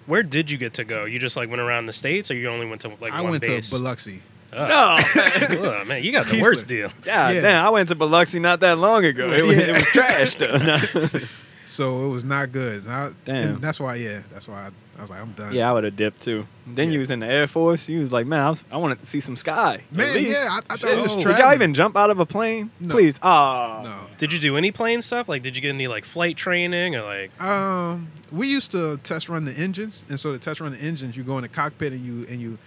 B: where did you get to go? You just like went around the states, or you only went to like
D: I
B: one
D: went
B: base?
D: to Biloxi.
B: Oh, Ugh, man, you got the
D: He's
B: worst
D: like-
B: deal.
C: Yeah,
D: Yeah.
C: damn, I went to Biloxi not that long ago. It was, it
D: Yeah.
C: was trash though. No.
D: So it was not good. And I-
C: Damn.
D: and that's why, yeah, that's why I, I was like, I'm done.
C: yeah, I would have dipped too. Then you
D: Yeah.
C: was in the Air Force. You was like, man, I, was, I wanted to see some sky. at
D: Man,
C: least."
D: yeah, I, I thought it was
B: Shit.
C: Did y'all
D: traveling.
C: even jump out of a plane?
D: No.
C: Please. Oh.
D: No.
B: Did you do any plane stuff? Like, did you get any like flight training or like?
D: Um, we used to test run the engines, and so to test run the engines, you go in the cockpit and you and you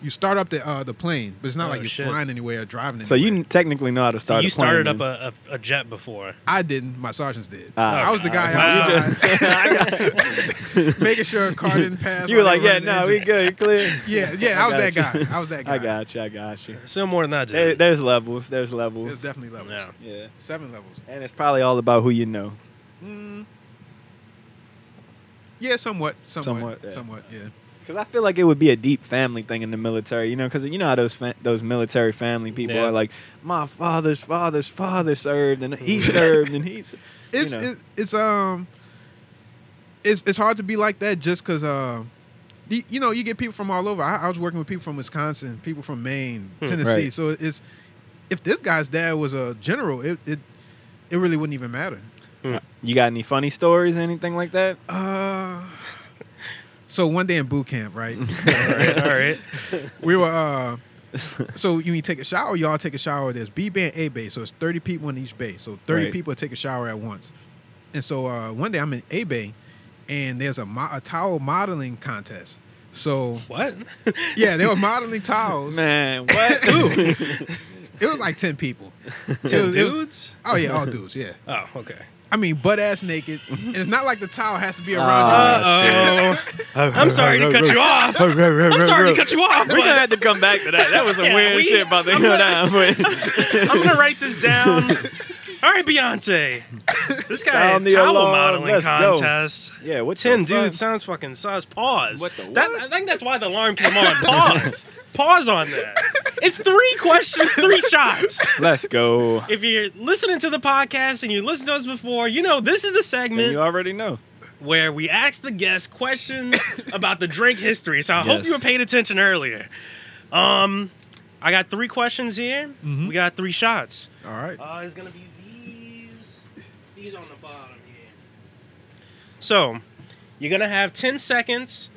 D: you start up the uh, the plane, but it's not
B: Oh,
D: like you're
B: shit.
D: flying anywhere or driving. Anywhere.
C: So you technically know how to start
B: you
C: a plane.
B: started up
C: then.
B: a, a, a jet before.
D: I didn't. My sergeants did.
C: Ah.
D: I was the guy
B: Wow.
D: outside, making sure a car didn't pass.
C: You were
D: while
C: like,
D: they
C: yeah,
D: running the
C: no, we
D: engine."
C: good, you clear.
D: Yeah, yeah, I, was that
C: got you.
D: guy. I was that guy.
C: I got you. I got you.
B: Still more than I did.
C: There, there's levels. There's
D: There's
C: levels.
D: definitely levels.
B: Yeah.
C: Yeah.
D: Seven levels.
C: And it's probably all about who you know.
D: Mm. Yeah, somewhat, somewhat,
C: Somewhat, yeah.
D: somewhat. Yeah.
C: Because I feel like it would be a deep family thing in the military, you know, because you know how those fa- those military family people
B: Yeah.
C: are like, my father's father's father served and he served and he's.
D: it's
C: you know.
D: it, it's um it's it's hard to be like that just because uh the, you know you get people from all over I, I was working with people from wisconsin people from maine
B: Hmm.
D: tennessee
C: Right.
D: so it's if this guy's dad was a general it it, it really wouldn't even matter
C: You got any funny stories, or anything like that?
D: uh so one day in boot camp right
B: all right, all right.
D: we were uh so you mean take a shower y'all take a shower there's b bay and a bay so it's 30 people in each bay so 30
C: Right.
D: people take a shower at once and so uh one day i'm in a bay and there's a, mo- a towel modeling contest so
B: What?
D: yeah they were modeling towels
C: Man, what? Ooh.
D: it was like 10 people It was- it was-
B: Dudes?
D: oh yeah all dudes yeah
B: Oh, okay.
D: i mean butt ass naked and it's not like the towel has to be around
C: Ah,
B: Uh oh. I'm sorry to cut you off. I'm sorry to cut you off.
C: We're gonna
B: But
C: have to come back to that. That was some
B: Yeah,
C: weird
B: we-
C: shit about to
B: I'm
C: go
B: gonna-
C: down. But
B: I'm gonna write this down. All right, Beyonce. This guy had
C: Sound the
B: towel
C: alarm.
B: modeling
C: Let's go.
B: contest.
C: yeah, what
B: Ten
C: the fuck?
B: dude sounds fucking sus. Pause.
C: What the what?
B: That, I think that's why the alarm came on. Pause. Pause on that. It's three questions, three shots.
C: Let's go.
B: If you're listening to the podcast and you listened to us before, you know this is the
C: And
B: segment
C: you already know.
B: where we ask the guests questions about the drink history. So I hope
C: Yes.
B: you were paying attention earlier. Um, I got three questions here.
C: Mm-hmm.
B: We got three shots.
D: all right
B: Uh, it's gonna be these, these on the bottom here. So, you're gonna have 10 seconds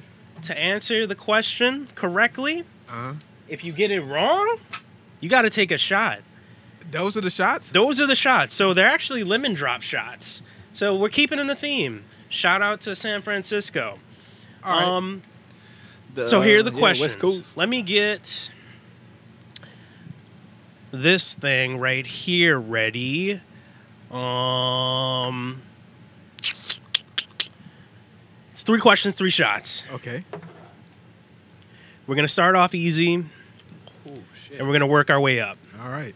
B: to answer the question correctly.
D: uh-huh.
B: If you get it wrong, you got to take a shot.
D: those are the shots
B: Those are the shots. So they're actually lemon drop shots. So we're keeping in the theme. Shout out to San Francisco.
D: all right
B: Um, so here are the
C: uh, Um, yeah,
B: questions.
C: West Coast.
B: Let me get this thing right here ready. Um, it's three questions, three shots.
D: okay
B: We're gonna start off easy, and we're gonna work our way up.
D: all right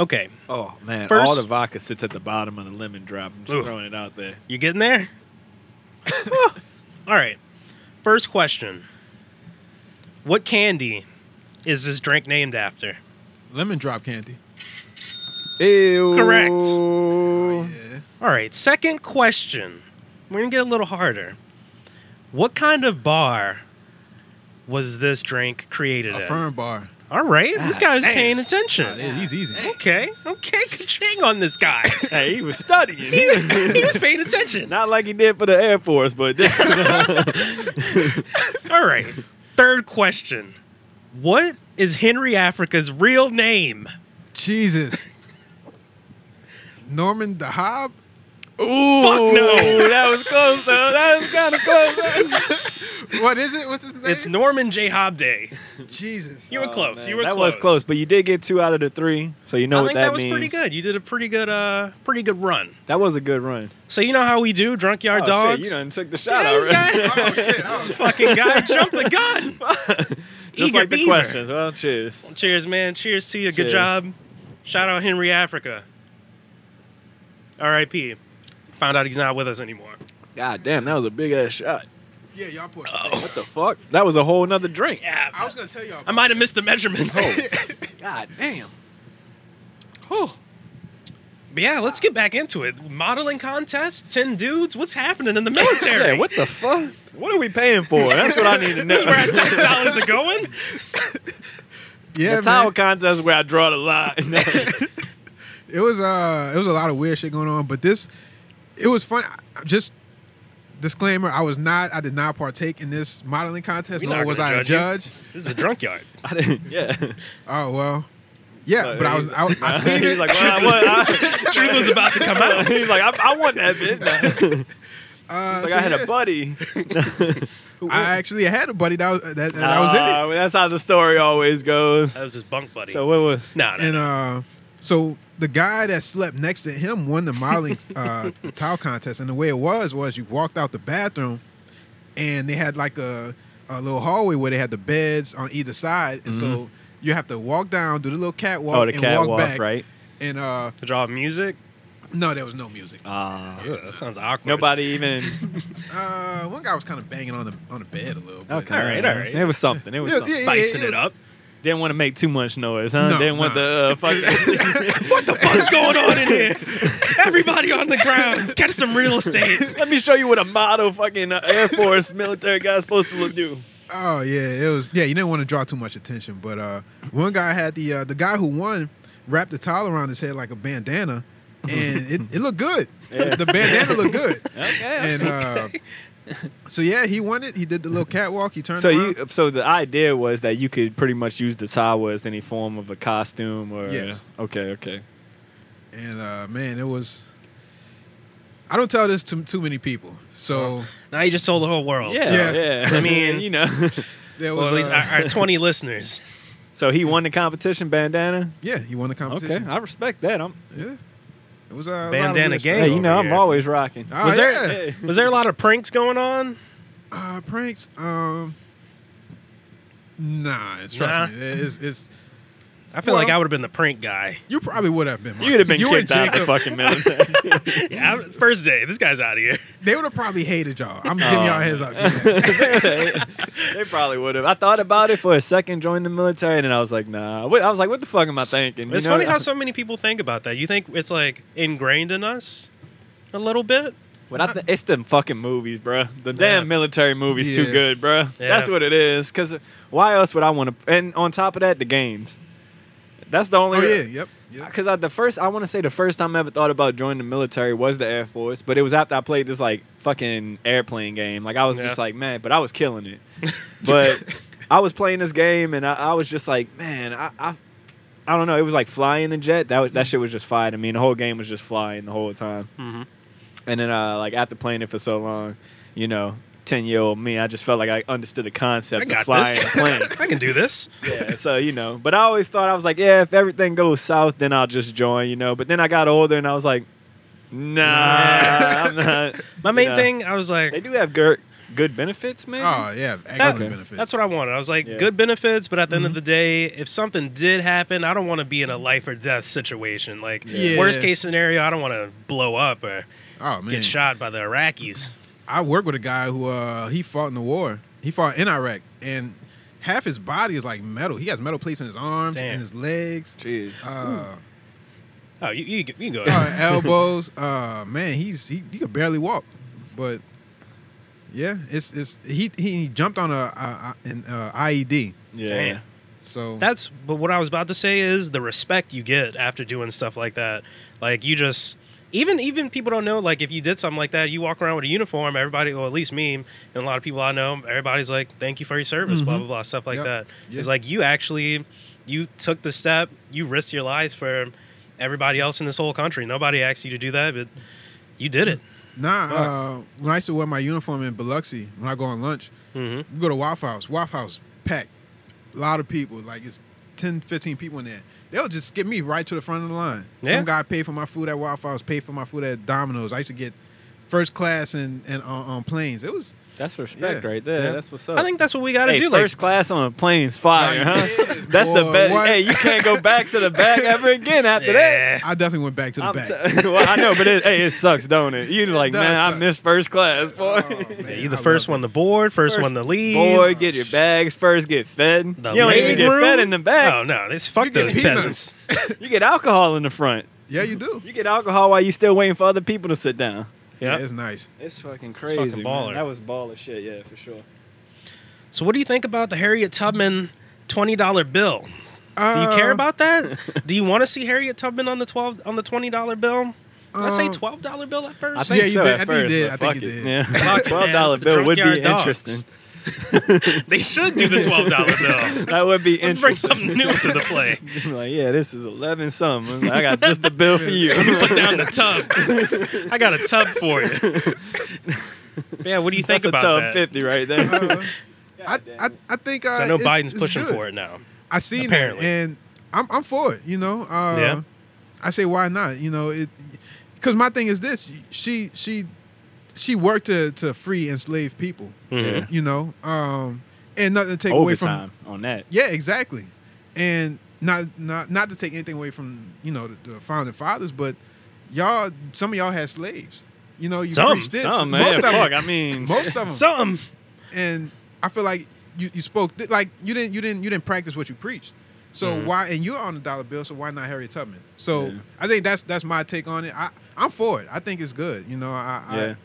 B: Okay,
C: Oh man,
B: First-
C: all the vodka sits at the bottom of the lemon drop. I'm just
B: Ooh.
C: throwing it out there.
B: you getting there? All right. First question: What candy is this drink named after?
D: lemon drop candy
C: Ew.
B: Correct.
D: yeah
B: All right, second question. We're going to get a little harder. What kind of bar was this drink created
D: a
B: at?
D: firm bar
B: All right, this
C: Ah,
B: guy's
C: damn.
B: paying attention.
D: yeah, he's easy
B: Okay, okay, ka-ching on this guy.
C: Hey, he was studying. He was-
B: he was paying attention.
C: Not like he did for the Air Force, but this
B: All right, third question. What is Henry Africa's real name?
D: Jesus. Norman the Hob?
C: Ooh,
B: no.
C: that was close though. That was kind of close.
D: What is it? What's his name?
B: It's Norman J. Hobday.
D: Jesus.
B: You were close.
C: Oh, Man,
B: you were
C: that
B: close.
C: was close, but you did get two out of the three, so you know
B: I
C: what
B: think
C: that,
B: that was
C: means.
B: pretty good. You did a pretty good, uh, pretty good run.
C: That was a good run.
B: So you know how we do, drunk yard
C: oh,
B: dogs.
C: Shit, you done took the shot
B: Yeah, this guy,
C: already.
D: Oh shit! I was-
B: fucking guy, jumped the gun.
C: Just
B: Eager
C: like the
B: beaver.
C: questions. Well, cheers.
B: Cheers, man. Cheers to you. Good
C: Cheers.
B: job. Shout out Henry Africa. R.I.P. Found out he's not with us anymore.
C: God damn, that was a big ass shot.
D: Yeah, y'all pushed.
B: Oh.
C: What the fuck? That was a whole nother drink.
B: Yeah,
D: I was gonna tell y'all.
B: I might have missed the measurements.
D: Oh.
C: God damn.
B: Whew. But yeah, let's get back into it. Modeling contest, ten dudes. What's happening in the military?
C: Yeah, what the fuck? What are we paying for? That's what I need to know.
B: That's where our tax dollars are going.
D: yeah,
C: the
D: man.
C: towel contest is where I draw the line.
D: it was uh it was a lot of weird shit going on but this it was fun I- just disclaimer i was not i did not partake in this modeling contest
B: We're
D: nor
B: not
D: was
B: gonna
D: i a
B: judge
D: judge
B: This is a drunk yard.
C: I didn't. Yeah.
D: oh well yeah
C: Uh,
D: but i
C: he's-
D: was i, I seen
C: he's
D: it
C: like, well, I, want-
B: Truth was about to come
C: I,
B: out.
C: he's like, I, I want that bit.
D: uh,
C: Like
D: so
C: I had
D: yeah,
C: a buddy.
D: I actually had a buddy that was that, that, that was in it
C: Uh, That's how the story always goes.
B: That was his bunk buddy.
C: So what was?
B: nah, nah.
D: and uh so the guy that slept next to him won the modeling uh towel contest and the way it was was you walked out the bathroom and they had like a, a little hallway where they had the beds on either side and so you have to walk down do the little catwalk
C: Mm-hmm. Oh, the
D: and
C: catwalk,
D: walk back
C: right?
D: and uh
B: to draw music.
D: no there was no music
C: Uh,
B: Ugh, that sounds awkward.
C: nobody even.
D: uh one guy was kind of banging on the on the bed a little bit
C: Okay,
B: All right, all right.
C: It was something. It was
D: Yeah,
C: something.
D: yeah,
B: spicing
D: it
B: it
D: was-
B: up.
C: Didn't want to make too much noise, huh?
D: No,
C: Didn't want
D: nah.
C: the uh, fucking.
B: What the fuck's going on in here? Everybody on the ground. Catch some real estate.
C: Let me show you what a model fucking uh, Air Force military guy's supposed to look do.
D: Oh yeah, it was. Yeah, you didn't want to draw too much attention, but uh, one guy had the uh, the guy who won wrapped the towel around his head like a bandana, and it, it looked good. The bandana looked good,
C: Okay.
D: and uh, so yeah, he won it. He did the little catwalk. He turned
C: so
D: around.
C: you, so the idea was that you could pretty much use the towel as any form of a costume or.
D: Yes.
C: Okay. Okay.
D: and uh, man, it was. I don't tell this to too many people, so
B: Now you just told the whole world.
C: Yeah.
D: Yeah.
C: Yeah. I mean, you know.
D: there was.
B: Well, at least
D: uh,
B: our, our 20 listeners.
C: So he won the competition bandana.
D: yeah, he won the
C: Okay,
D: competition.
C: I respect that. I'm.
D: Yeah, it was uh, a lot of
B: Bandana
D: weird
B: gang.
D: stuff.
C: Hey, you know,
B: over
C: I'm
B: here.
C: always rocking.
D: Oh,
B: Was there-
D: yeah.
C: Hey.
B: Was there a lot of pranks going on?
D: Uh, pranks. Um, nah, it's- trust
B: Nah.
D: me, it's, it's
B: I feel like
D: Well-
B: I would have been the prank guy.
D: you probably would have been.
C: You would have been
D: Marcus.
C: kicked
D: and
C: out of the
D: Jacob,
C: fucking military.
B: Yeah, I- first day. This guy's out of here.
D: They would have probably hated y'all. I'm giving y'all a heads up. Yeah.
C: they probably would have. I thought about it for a second, joined the military, and then I was like, nah. What- I was like, what the fuck am I thinking? You
B: It's
C: know,
B: funny how so many people think about that. You think it's like ingrained in us a little bit?
C: When I th- it's them fucking movies, bruh. The damn military movies too
D: Yeah.
C: good, bruh.
B: Yeah.
C: That's what it is. Cause why else would I want to? And on top of that, the games. That's the only.
D: oh yeah, yep. yep.
C: Because I, the first, I want to say the first time I ever thought about joining the military was the Air Force, but it was after I played this like fucking airplane game. Like I was just
B: Yeah.
C: like, man, but I was killing it. but I was playing this game and I, I was just like, man, I, I, I don't know. It was like flying a jet. That was,
B: Mm-hmm.
C: that shit was just fine. I mean, the whole game was just flying the whole time.
B: Mhm.
C: And then uh, like after playing it for so long, you know, ten year old me, I just felt like I understood
B: I
C: the concept of
B: got
C: flying
B: this.
C: a plane.
B: I can do this.
C: Yeah, so you know, but I always thought I was like, yeah, if everything goes south, then I'll just join, you know. But then I got older and I was like, nah, I'm not.
B: My main
C: Yeah.
B: thing, I was like,
C: They do have good good benefits, man.
D: Oh yeah,
B: That-
D: excellent benefits.
B: that's what I wanted. I was like,
C: Yeah.
B: good benefits, but at the end of the day, if something did happen, I don't want to be in a life or death situation. Like,
D: Yeah.
B: worst case scenario, I don't want to blow up or
D: oh man,
B: get shot by the Iraqis.
D: I work with a guy who uh he fought in the war. He fought in Iraq, and half his body is like metal. He has metal plates in his arms
B: Damn.
D: and his legs.
C: Jeez.
D: Uh,
B: Oh, you, you, you can go ahead.
D: uh, elbows. Uh, man, he's he, he could barely walk, but yeah, it's it's he he jumped on a, a, a- an uh, IED.
C: Yeah.
B: Damn.
D: So
B: That's but what I was about to say is the respect you get after doing stuff like that. Like you just even even people don't know like if you did something like that, you walk around with a uniform, everybody or at least me and a lot of people I know, everybody's like, Thank you for your service, blah blah blah, stuff like
D: Mm-hmm. Yep.
B: that.
D: Yeah.
B: It's like you actually you took the step, you risked your lives for everybody else in this whole country. Nobody asked you to do that, but you did it.
D: nah. Uh, when I used to wear my uniform in Biloxi, when I go on lunch,
B: Mhm.
C: Mm-hmm.
D: we go to Waffle House. Waffle House packed, a lot of people. Like it's 10, 15 people in there. They'll just get me right to the front of the line.
B: Yeah.
D: Some guy paid for my food at Waffle House, paid for my food at Domino's. I used to get first class and and on, on planes. It was
C: That's respect
D: Yeah.
C: right there.
B: Yeah.
C: That's what's up.
B: I think that's what we got to
C: hey,
B: do.
C: first class on a plane's fire,
D: Nah,
C: huh?
D: yeah,
C: That's the
D: boy,
C: best.
D: what?
C: Hey, you can't go back to the back ever again
B: like,
C: after that.
D: I definitely went back to the
C: I'm
D: back.
C: t- well, I know, but it, hey, it sucks, don't it? You like,
D: does
C: man, I
D: suck. Oh,
C: miss first class,
B: Oh,
C: boy.
B: Yeah,
D: man,
B: you the
D: I
B: first
D: love
B: one to board, first,
C: First
B: one to leave.
C: Boy, get your bags first, get fed.
B: The
C: you don't even
B: leg
C: get
B: room?
C: fed in the back.
B: Oh no, this fuck
D: You get
B: those
D: peanuts.
B: peasants.
C: You get alcohol in the front.
D: Yeah, you do.
C: You get alcohol while you still waiting for other people to sit down.
D: Yeah,
B: Yep.
D: it's nice.
C: It's fucking
B: fucking
C: crazy. man.
B: baller.
C: That was baller shit, yeah, for sure.
B: So, what do you think about the Harriet Tubman twenty dollar bill? Do you care
D: Uh,
B: about that? do you want to see Harriet Tubman on the twelve on the twenty dollar bill? Did I say
D: Um,
B: twelve dollar bill at first?
C: I think
D: Yeah, you
C: so
D: did.
C: at
D: I think you
C: first,
D: did.
C: but
D: I
C: fuck
D: think you
C: it.
D: did.
C: Yeah,
B: Fuck it, man.
C: twelve dollar
B: It's the
C: bill would be
B: drunk-yard dogs.
C: interesting.
B: they should do the twelve dollar bill.
C: That would be
B: Let's bring
C: interesting.
B: something new to the play.
C: like, yeah, this is eleven something. I, was like, I got just the bill for you.
B: You put down the tub. I got a tub for you. Yeah, what do you think
C: That's a
B: about
C: tub
B: that?
C: fifty right there.
D: Uh, I,
C: Goddamn.
D: I I think uh,
B: So I know
D: it's-
B: Biden's
D: it's
B: pushing
D: good.
B: for it now.
D: I seen
B: Apparently.
D: that, and I'm I'm for it. You know, uh,
B: Yeah.
D: I say why not? You know, it because my thing is this: she she she worked to to free enslaved people.
B: Mhm.
D: You know, um, and nothing to take away from
C: Overtime on that.
D: Yeah, exactly. And not not not to take anything away from you know the, the founding fathers, but y'all, some of y'all had slaves. You know, you
B: Some,
D: preached this.
C: Some
D: most
C: man,
D: of
C: fuck. I
D: them,
C: mean,
D: most of them,
B: Something.
D: and I feel like you you spoke th- like you didn't you didn't you didn't practice what you preached. So why and you're on the dollar bill, so why not Harriet Tubman? So
C: Yeah.
D: I think that's that's my take on it. I I'm for it. I think it's good. You know, I,
C: yeah.
D: I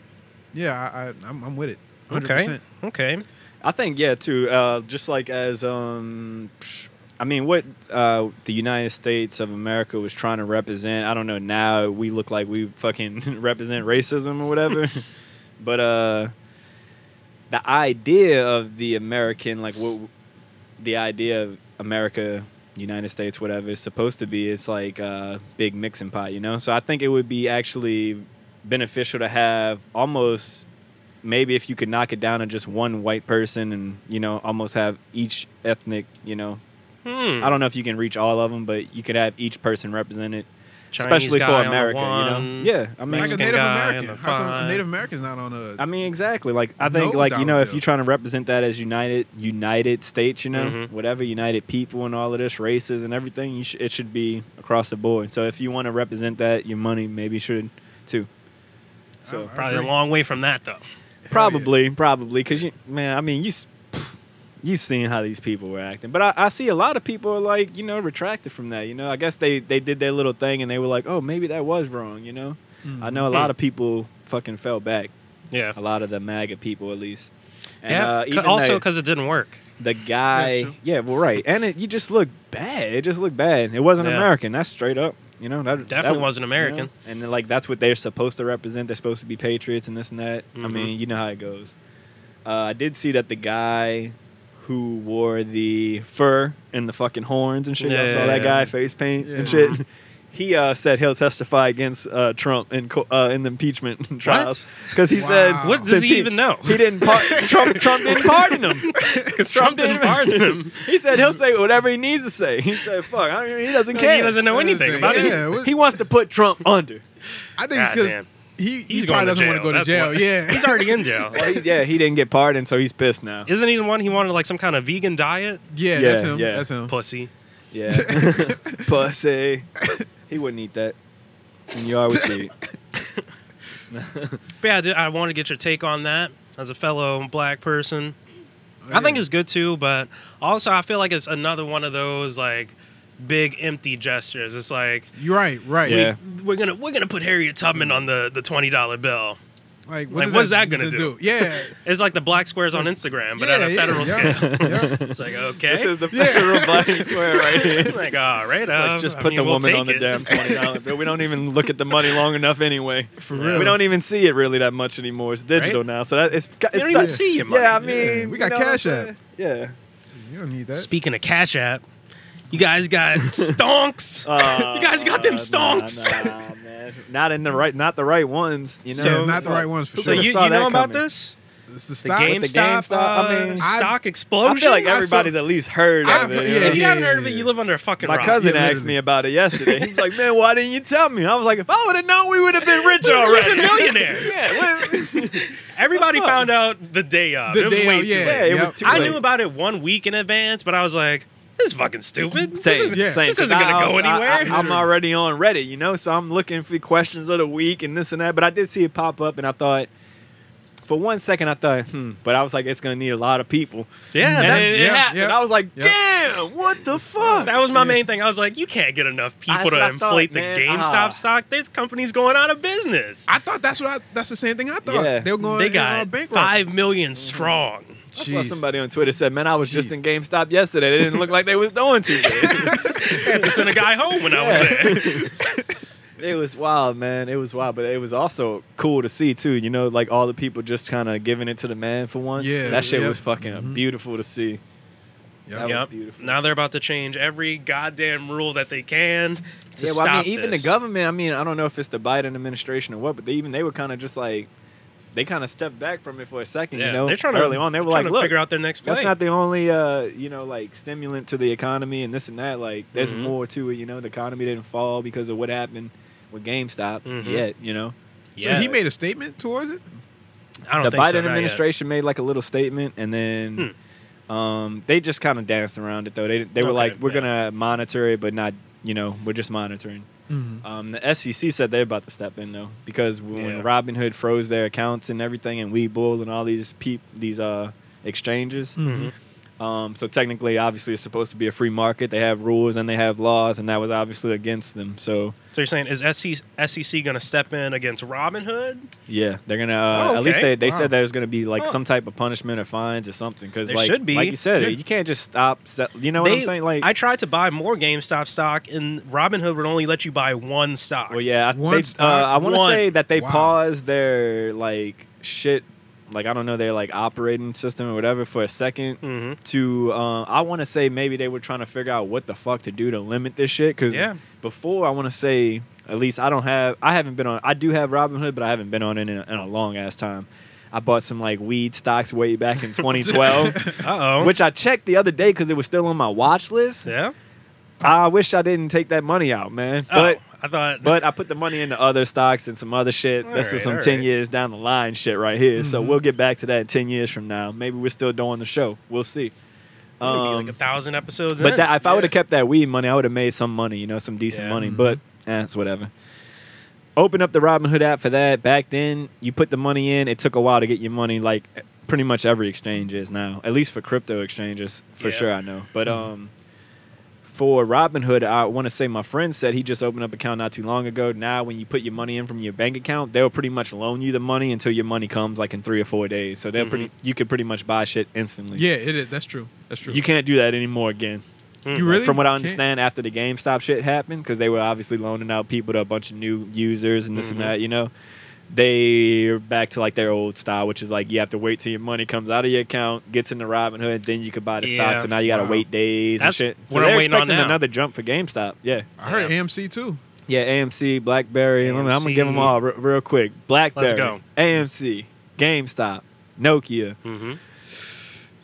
D: yeah, I, I I'm, I'm with it. 100%.
B: Okay. Okay.
C: I think yeah too. Uh, just like as um, psh, I mean, what uh, the United States of America was trying to represent. I don't know. Now we look like we fucking represent racism or whatever. but uh, the idea of the American, like what the idea of America, United States, whatever is supposed to be, it's like a big mixing pot, you know. So I think it would be actually beneficial to have almost maybe if you could knock it down to just one white person and you know almost have each ethnic you know
B: Hmm.
C: i don't know if you can reach all of them but you could have each person represented
B: Chinese
C: especially
B: guy on
C: for
B: the
C: america you know
B: one.
C: yeah i mean
D: Like a
B: Mexican
D: Native
B: guy
D: American.
B: and the
D: How come a
B: fine.
D: Native American's not on a
C: i mean exactly like i think
D: No
C: like you know
D: dollar
C: if
D: bill.
C: you're trying to represent that as united united states you know
B: Mhm.
C: whatever united people and all of this races and everything you sh- it should be across the board so if you want to represent that your money maybe should too so
D: I
B: Probably a
D: agree.
B: long way from that though.
C: Probably, probably, because you, man, I mean, you, s- pff, you've seen how these people were acting, but I, I see a lot of people are like, you know, retracted from that. You know, I guess they they did their little thing and they were like, oh, maybe that was wrong. You know, I know a lot of people fucking fell back.
B: Yeah.
C: A lot of the MAGA people, at least. And,
B: yeah.
C: uh,
B: c-
C: even
B: also
C: the-
B: because it didn't work.
C: the guy,
D: That's true.
C: yeah, well, right, and it, you just looked bad. It just looked bad. It wasn't
B: Yeah.
C: American. That's straight up. You know, that
B: Definitely
C: that-
B: wasn't
C: you
B: American.
C: know? And then, like that's what they're supposed to represent. They're supposed to be patriots and this and that. I
B: Mhm.
C: mean, you know how it goes. Uh, I did see that the guy who wore the fur and the fucking horns and shit.
B: Yeah,
C: I saw
B: yeah,
C: that
B: yeah.
C: guy face paint
D: Yeah.
C: and shit. He uh, said he'll testify against uh, Trump in co- uh, in the impeachment trials because he
D: Wow.
C: said
B: What does
C: since
B: he, even know?
C: he didn't par- Trump. Trump didn't pardon him because
B: Trump didn't pardon him.
C: He said he'll say whatever he needs to say. He said, "Fuck, I don't, he doesn't care.
B: He doesn't know
D: Yeah,
B: anything about
D: yeah.
B: it.
D: what-
C: He wants to put Trump under."
D: I think it's
B: Goddamn.
D: because he, he probably doesn't want to go to
B: that's
D: jail.
B: why.
D: Yeah,
B: He's already in jail.
C: Well, he- yeah, he didn't get pardoned, so he's pissed now.
B: Isn't he the one he wanted like some kind of vegan diet?
D: yeah,
C: Yeah,
D: that's him.
C: yeah.
D: That's him.
B: Pussy.
C: Yeah, pussy. He wouldn't eat that. And you always eat.
B: But yeah, I, did, I want to get your take on that as a fellow black person. I think
D: Yeah.
B: it's good too, but also I feel like it's another one of those like big empty gestures. It's like
D: you're right. Right.
C: Yeah.
B: we're gonna we're gonna put Harriet Tubman on the the twenty dollar bill.
D: Like,
B: Like,
D: what is
B: what's that gonna do?
D: Yeah.
B: It's like the black squares on Instagram, but
D: yeah,
B: at a federal
D: yeah,
B: scale.
D: yeah.
B: It's like okay,
C: This is the federal black square right here.
B: like all right, uh,
C: Like, just
B: I
C: put
B: mean,
C: the
B: we'll
C: woman
B: take
C: on the
B: it.
C: damn twenty dollar bill. We don't even look at the money long enough anyway. For
D: real.
C: we don't even see it really that much anymore. It's digital
B: Right?
C: now, so that it's. it's
B: You don't
C: not-
B: even see your money.
C: Yeah, I mean,
D: we got
C: you know what I'm
D: Cash App.
C: saying? Yeah.
D: You don't need that.
B: Speaking of Cash App, you guys got stonks. you guys got them
C: Uh,
B: stonks.
C: Nah, nah, man. Not in the right, not the right ones. You know,
D: yeah, not the right ones for
C: It's
B: So
D: sure.
C: like-
B: you,
C: saw
B: you
C: that
B: know about
C: coming.
B: this?
D: It's the
B: The
D: stock.
B: GameStop,
C: With the GameStop,
B: uh,
C: I mean-
D: I-
B: stock
C: I
B: explosion.
C: feel like
D: Oh, I saw-
C: everybody's at least heard
D: I've-
C: of it.
D: yeah,
B: if you
D: yeah,
B: haven't heard of
D: yeah,
B: it,
D: yeah.
B: you live under a fucking
C: My
B: rock.
C: cousin
D: Yeah,
C: asked
D: literally.
C: me about it yesterday. He was like, "Man, why didn't you tell me?" I was like, "If I would have known, we would have been rich already."
B: millionaires.
C: yeah, what-
B: Everybody
C: Fuck.
B: found out the day of.
D: The
B: it was
D: day
B: way
D: of,
B: too
D: yeah.
B: late.
C: yeah, it was
D: Yep.
C: too
B: I
C: late.
B: knew about it one week in advance, but I was like, this is fucking stupid. This
C: Same.
B: isn't,
D: Yeah.
B: this isn't
C: I
B: gonna go
C: also-
B: anywhere.
C: I, am already on Reddit, you know, so I'm looking for questions of the week and this and that. But I did see it pop up, and I thought, for one second, I thought, hmm. But I was like, it's gonna need a lot of people.
B: yeah,
C: and
B: that,
C: then it
D: yeah,
C: happened.
D: yeah.
C: I was like,
D: Yeah.
C: damn, what the fuck?
B: that was my main thing. I was like, you can't get enough people
C: That's what
B: to
C: I
B: inflate
C: thought,
B: the
C: man.
B: GameStop
C: Ah.
B: stock. There's companies going out of business.
D: I thought that's what I, that's the same thing I thought.
C: Yeah.
D: They were going
B: they
D: uh,
B: got
D: bankrupt.
B: five million strong.
C: I saw
D: Jeez.
C: somebody on Twitter said, "Man, I was
D: Jeez.
C: just in GameStop yesterday. They didn't look like they was doing too good.
B: I had to send a guy home when I was
C: Yeah.
B: there.
C: it was wild, man. It was wild, but it was also cool to see too. You know, like all the people just kind of giving it to the man for once.
D: Yeah,
C: that shit
D: yep.
C: was fucking
B: Mm-hmm.
C: beautiful to see.
D: Yep.
C: That was
B: Yep.
C: beautiful.
B: Now they're about to change every goddamn rule that they can to
C: yeah, well,
B: stop
C: I mean, even
B: this.
C: the government. I mean, I don't know if it's the Biden administration or what, but they even they were kind of just like they kind of stepped back from it for a second.
B: Yeah,
C: you know,
B: they're trying to
C: early on they
B: they're
C: were like,
B: trying to
C: "Look,
B: figure out their next play.
C: that's not the only uh, you know like stimulant to the economy and this and that. Like, there's
B: Mhm.
C: more to it. You know, the economy didn't fall because of what happened with GameStop
B: Mhm.
C: yet. You know,
B: yeah,
D: So he made a statement towards it.
B: I don't
C: the
B: think
C: Biden
B: so, not yet. Hmm.
C: administration made like a little statement, and then um, they just kind of danced around it though. They they were
B: Okay,
C: like, we're
B: yeah.
C: gonna monitor it, but not you know, we're just monitoring. Um, the SEC said they're about to step in though, because when
B: Yeah.
C: Robinhood froze their accounts and everything, and Webull and all these peop- these uh, exchanges. Um, so technically, obviously, it's supposed to be a free market. They have rules and they have laws, and that was obviously against them. So
B: So you're saying is SEC, SEC going to E step in against Robin Hood?
C: yeah, they're gonna. Uh,
B: Oh,
C: At least
B: okay.
C: they, they
D: Wow.
C: said there's gonna be like
B: Huh.
C: some type of punishment or fines or something. Because
B: There
C: like
B: should be.
C: like you said,
D: Yeah.
C: you can't just stop. se- You know what I'm saying? Like
B: I tried to buy more GameStop stock, and Robinhood would only let you buy one stock.
C: Well, yeah, I-
D: One
C: they, uh,
D: stock-
C: I want to
B: one.
C: say that they
D: Wow.
C: paused their like shit, like I don't know, their like operating system or whatever for a 2nd
B: Mhm.
C: To uh, I want to say maybe they were trying to figure out what the fuck to do to limit this shit because
B: Yeah.
C: before I want to say at least I don't have I haven't been on I do have Robinhood but I haven't been on it in a, in a long ass time. I bought some like weed stocks way back in 2012,
B: Uh oh.
C: which I checked the other day because it was still on my watch list.
B: yeah.
C: I wish I didn't take that money out, man. But
B: oh, I thought.
C: but I put the money into other stocks and some other shit.
B: All
C: this
B: right,
C: is some
B: all
C: 10
B: right.
C: years down the line shit right here. So
D: Mhm.
C: we'll get back to that 10 years from now. Maybe we're still doing the show. We'll see.
B: It'll be like
C: Um,
B: a thousand episodes.
C: but
B: in.
C: that, if I
D: yeah.
C: would have kept that weed money, I would have made some money, you know, some decent
B: Yeah.
C: money.
D: Mhm.
C: But eh, it's whatever. Open up the Robinhood app for that. Back then, you put the money in. It took a while to get your money, like eh, pretty much every exchange is now, at least for crypto exchanges, for
B: Yeah.
C: sure. I know. But um, for Robinhood, I want to say my friend said he just opened up an account not too long ago. Now, when you put your money in from your bank account, they'll pretty much loan you the money until your money comes, like in three or four days. So they'll
B: Mhm.
C: pretty you could pretty much buy shit instantly.
D: Mm-hmm. Yeah, it is. That's true. That's true.
C: you can't do that anymore again.
D: You really?
C: uh, From what I
D: can't?
C: understand, after the GameStop shit happened, because they were obviously loaning out people to a bunch of new users and this
B: Mhm.
C: and that, you know, they're back to like their old style, which is like you have to wait till your money comes out of your account, gets into Robinhood, then you can buy the
B: Yeah.
C: stock. So now you got to
D: Wow.
C: wait days
B: That's
C: and shit. So
B: what I'm
C: they're
B: waiting on
C: expecting
B: now.
C: another jump for GameStop. Yeah,
D: I heard AMC too.
C: yeah. AMC, BlackBerry. Let me- I'm gonna give them
B: AMC.
C: all re- real quick. BlackBerry,
B: go.
C: AMC, GameStop, Nokia.
B: hmm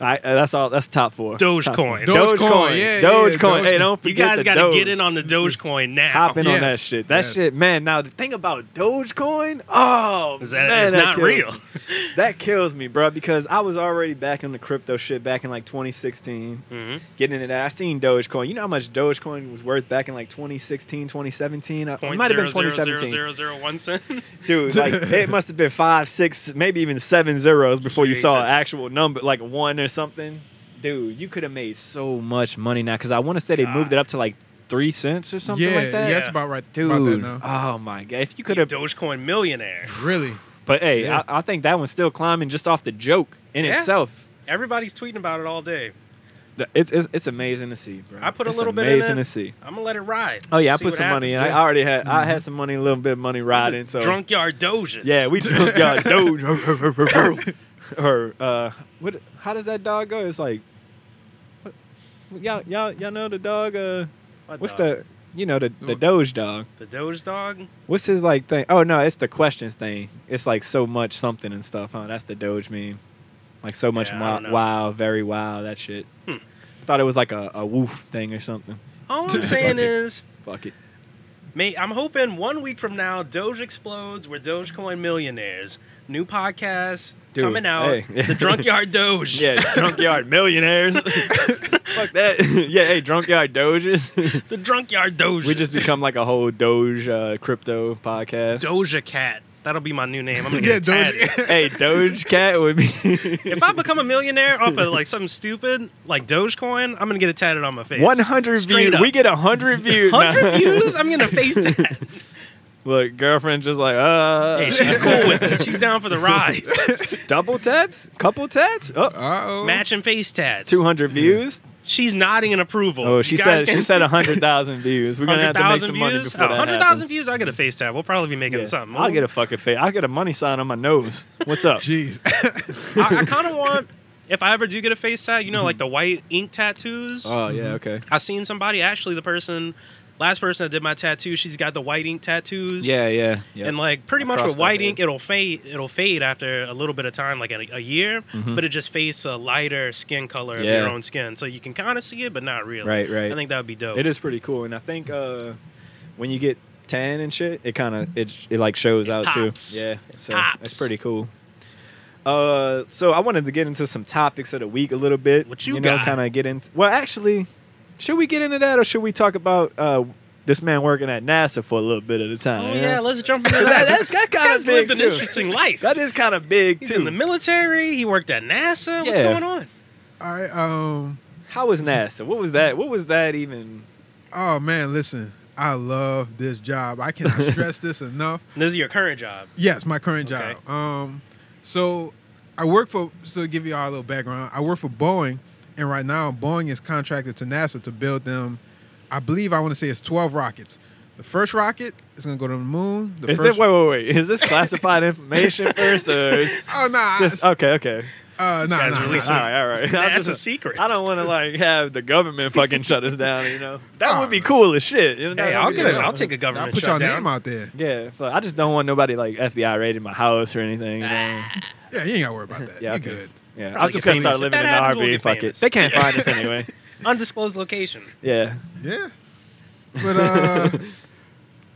C: I, uh, that's all. That's top four.
B: Dogecoin.
D: Doge- Dogecoin, yeah, yeah,
C: Dogecoin.
D: Dogecoin.
C: Hey, don't
B: you
C: forget
B: guys
C: the
B: got to
C: Doge.
B: get in on the Dogecoin now.
C: Hop in on
D: Yes,
C: that shit. That
D: yes.
C: shit, man. Now the thing about Dogecoin, oh,
B: Is that,
C: man,
B: it's
C: that
B: not
C: kills-
B: real.
C: That kills me, bro. Because I was already back in the crypto shit back in like 2016,
B: hmm
C: getting into that. I seen Dogecoin. You know how much Dogecoin was worth back in like 2016, 2017. I- Uh, It might have been 2017,
B: cent.
C: dude. Like it must have been five, six, maybe even seven zeros before you saw an
B: Jesus.
C: actual number, like one or something. Dude, you could have made so much money now. Because I want to say they
B: God.
C: moved it up to like three cents or something
D: yeah,
C: like that.
D: yeah, that's
B: Yeah.
D: about right. About that
C: Dude,
D: now.
C: oh my god! If you could have,
B: Dogecoin millionaire.
D: Really?
C: but hey,
D: Yeah.
C: I, I think that one's still climbing just off the joke in
B: Yeah.
C: itself.
B: Everybody's tweeting about it all day.
C: The- It's, it's it's amazing to see, bro.
B: I put a
C: It's
B: little bit in
C: amazing
B: it.
C: to see.
B: I'm gonna let it ride.
C: Oh yeah, I
B: See
C: put
B: what
C: some money. in.
B: happens. Mm-hmm.
C: I already had I had some money, a little bit of money riding. So
B: Drunk yard doges.
C: yeah, we drunk y'all doge. or uh, what? How does that dog go? It's like, what, y'all y'all y'all know the dog. Uh,
B: What
C: what's
B: dog?
C: the you know, the, the Doge Dog.
B: The Doge Dog.
C: What's his like thing? Oh no, it's the questions thing. It's like so much something and stuff. Huh? That's the Doge meme. Like so much
B: Yeah, I
C: wow,
B: don't know. Hmm.
C: wow, very wow, that shit. I thought it was like a, a woof thing or something.
B: All I'm saying
D: Okay.
B: is,
C: Fuck it.
B: Mate, I'm hoping one week from now, Doge explodes. We're Dogecoin millionaires. New podcast
C: Dude,
B: coming out.
C: hey.
B: The Drunk Yard Doge.
C: Yeah, drunk yard millionaires. Fuck that. yeah, hey, drunk yard doges.
B: The Drunk Yard Doge.
C: we just become like a whole doge uh, crypto podcast.
B: Doja Cat. That'll be my new name. I'm gonna
D: Yeah,
B: get yeah,
D: Doja-
C: Hey, Doge Cat would be.
B: If I become a millionaire off of like something stupid like Dogecoin, I'm gonna get it tatted on my face.
C: 100 views. We get 100 views.
B: 100 views. I'm gonna face that.
C: Look, girlfriend just like, uh.
B: Hey, she's cool with it. She's down for the ride.
C: Double tats? Couple tats? Oh,
D: Uh oh.
B: Matching face tats.
C: 200 views?
B: She's nodding in approval.
C: Oh, she
B: You guys
C: said she
B: can
C: said
B: see-
C: 100,000 views. We're going to have to make
B: 100,000
C: some money
B: views?
C: before that
B: 100,000
C: happens.
B: views, I'll get a face tab. We'll probably be making
C: Yeah.
B: something.
C: I'll get a fucking face. I'll get a money sign on my nose. What's up?
D: Jeez.
B: I, I kind of want, if I ever do get a face tat,
C: Mm-hmm.
B: you know, like the white ink tattoos.
C: Oh, yeah, okay.
B: I seen somebody, actually, the person, last person that did my tattoo, she's got the white ink tattoos.
C: Yeah, yeah. yeah.
B: And like pretty much
C: Across
B: with
C: the
B: white
C: head.
B: ink, it'll fade. It'll fade after a little bit of time, like a, a year. But it just fades a lighter skin color of
C: Mm-hmm. Yeah.
B: your own skin, so you can kind of see it, but not really.
C: Right, right.
B: I think that would be dope.
C: It is pretty cool, and I think uh, when you get tan and shit, it kind of it it like shows out
B: pops.
C: too. Yeah, so
B: pops.
C: it's pretty cool. Uh, so I wanted to get into some topics of the week a little bit.
B: What you
C: know,
B: got?
C: kind of get into. Well, actually, should we get into that, or should we talk about uh, this man working at NASA for a little bit at a time?
B: Oh
C: you
B: yeah,
C: know?
B: let's jump into that.
C: That-
B: This-
C: that's- that
B: this
C: kinda
B: guy's lived
C: big,
B: an
C: too.
B: interesting life.
C: that is kind of big
B: He's
C: too.
B: in the military. He worked at NASA. What's
C: Yeah.
B: going on?
D: All right. Um.
C: How was NASA? What was that? What was that even?
D: Oh man, listen. I love this job. I cannot stress this enough.
B: And this is your current job.
D: Yes, my current
B: Okay.
D: job. Um, so I work for. So to give you all a little background. I work for Boeing, and right now Boeing is contracted to NASA to build them. I believe I want to say it's twelve rockets. The first rocket is gonna go to the moon. The
C: Is
D: first.
C: it? Wait, wait, wait. Is this classified information first, or
D: oh nah,
C: just okay, okay?
D: uh, nah,
B: guy's
D: nah, nah,
B: releasing-
D: nah.
C: all right, all right. I'm
B: That's
C: just- uh,
B: a secret.
C: I don't want to like have the government fucking shut us down. You know, that
D: Oh,
C: would be
D: no.
C: cool as shit. You know,
B: Hey,
C: that
B: I'll
C: would be
B: get it.
C: dope.
B: I'll take a
D: I'll
B: government
D: put y'all
B: shutdown.
D: name out there.
C: Yeah, fuck, I just don't want nobody like FBI raiding my house or anything. You know?
D: Yeah, you ain't gotta worry about that.
C: Yeah,
D: you
C: okay.
D: good.
C: Yeah, I
B: Probably
C: was just
B: get
C: gonna start
B: famous. If
C: living in
B: that
C: an
B: happens, we'll
C: RV.
B: get
C: Fuck it,
B: famous.
C: they can't find us anyway.
B: Undisclosed location.
C: Yeah,
D: Yeah. But uh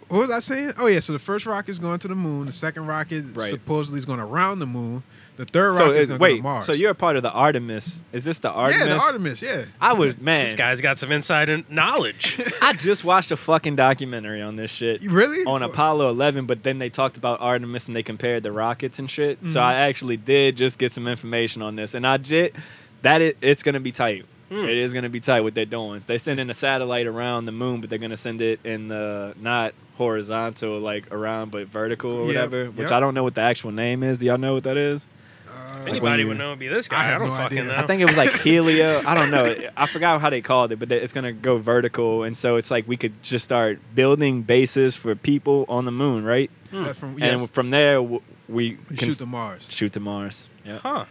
D: what was I saying? Oh yeah, so the first rocket's going to the moon, the second rocket
C: Right.
D: supposedly is going to round the moon, the third
C: so
D: rocket's
C: it-
D: going to go
C: wait,
D: to Mars.
C: so you're a part of the Artemis? Is this the Artemis?
D: Yeah, the Artemis, yeah.
C: I was man.
B: This guy's got some inside in- knowledge.
C: I just watched a fucking documentary on this shit.
D: You Really?
C: on Apollo 11, but then they talked about Artemis and they compared the rockets and shit.
D: Mm-hmm.
C: So I actually did just get some information on this, and I did that it, it's gonna be tight.
D: Hmm.
C: It is gonna be tight what they're doing. They're sending a satellite around the moon, but they're gonna send it in the not horizontal like around, but vertical or
D: Yep,
C: whatever. Which
D: yep.
C: I don't know what the actual name is. Do y'all know what that is?
D: Uh,
C: Like
B: Anybody
C: when
B: would
C: you-
B: know it'd be this
D: I
B: guy. I,
D: have
B: don't
D: no
B: fucking
D: idea.
B: know.
D: I
C: I think it was like helio. I don't know. I forgot how they called it, but it's gonna go vertical, and so it's like we could just start building bases for people on the moon, right?
D: that from, yes,
C: Hmm. And from there, w- we
D: we
C: can
D: shoot to Mars.
C: shoot to Mars. Yeah.
B: Huh.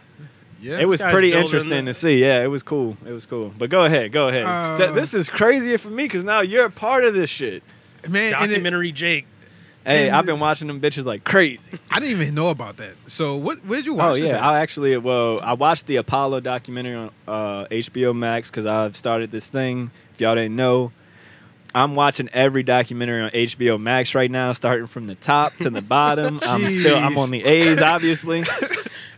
D: Yeah.
C: It was
B: guy's
C: pretty
B: building
C: interesting
B: the-
C: to see. Yeah, it was cool. It was cool. But go ahead, go ahead.
D: Uh,
C: So this is crazier for me because now you're a part of this shit.
D: man, and it-
B: Documentary Jake.
C: Hey,
D: and
C: I've been
D: this-
C: watching them bitches like crazy.
D: I didn't even know about that. So what where'd you watch
C: Oh
D: this
C: yeah,
D: at?
C: I actually well, I watched the Apollo documentary on uh, HBO Max because I've started this thing. If y'all didn't know, I'm watching every documentary on HBO Max right now, starting from the top to the bottom. I'm still I'm
D: Jeez.
C: on the A's, obviously.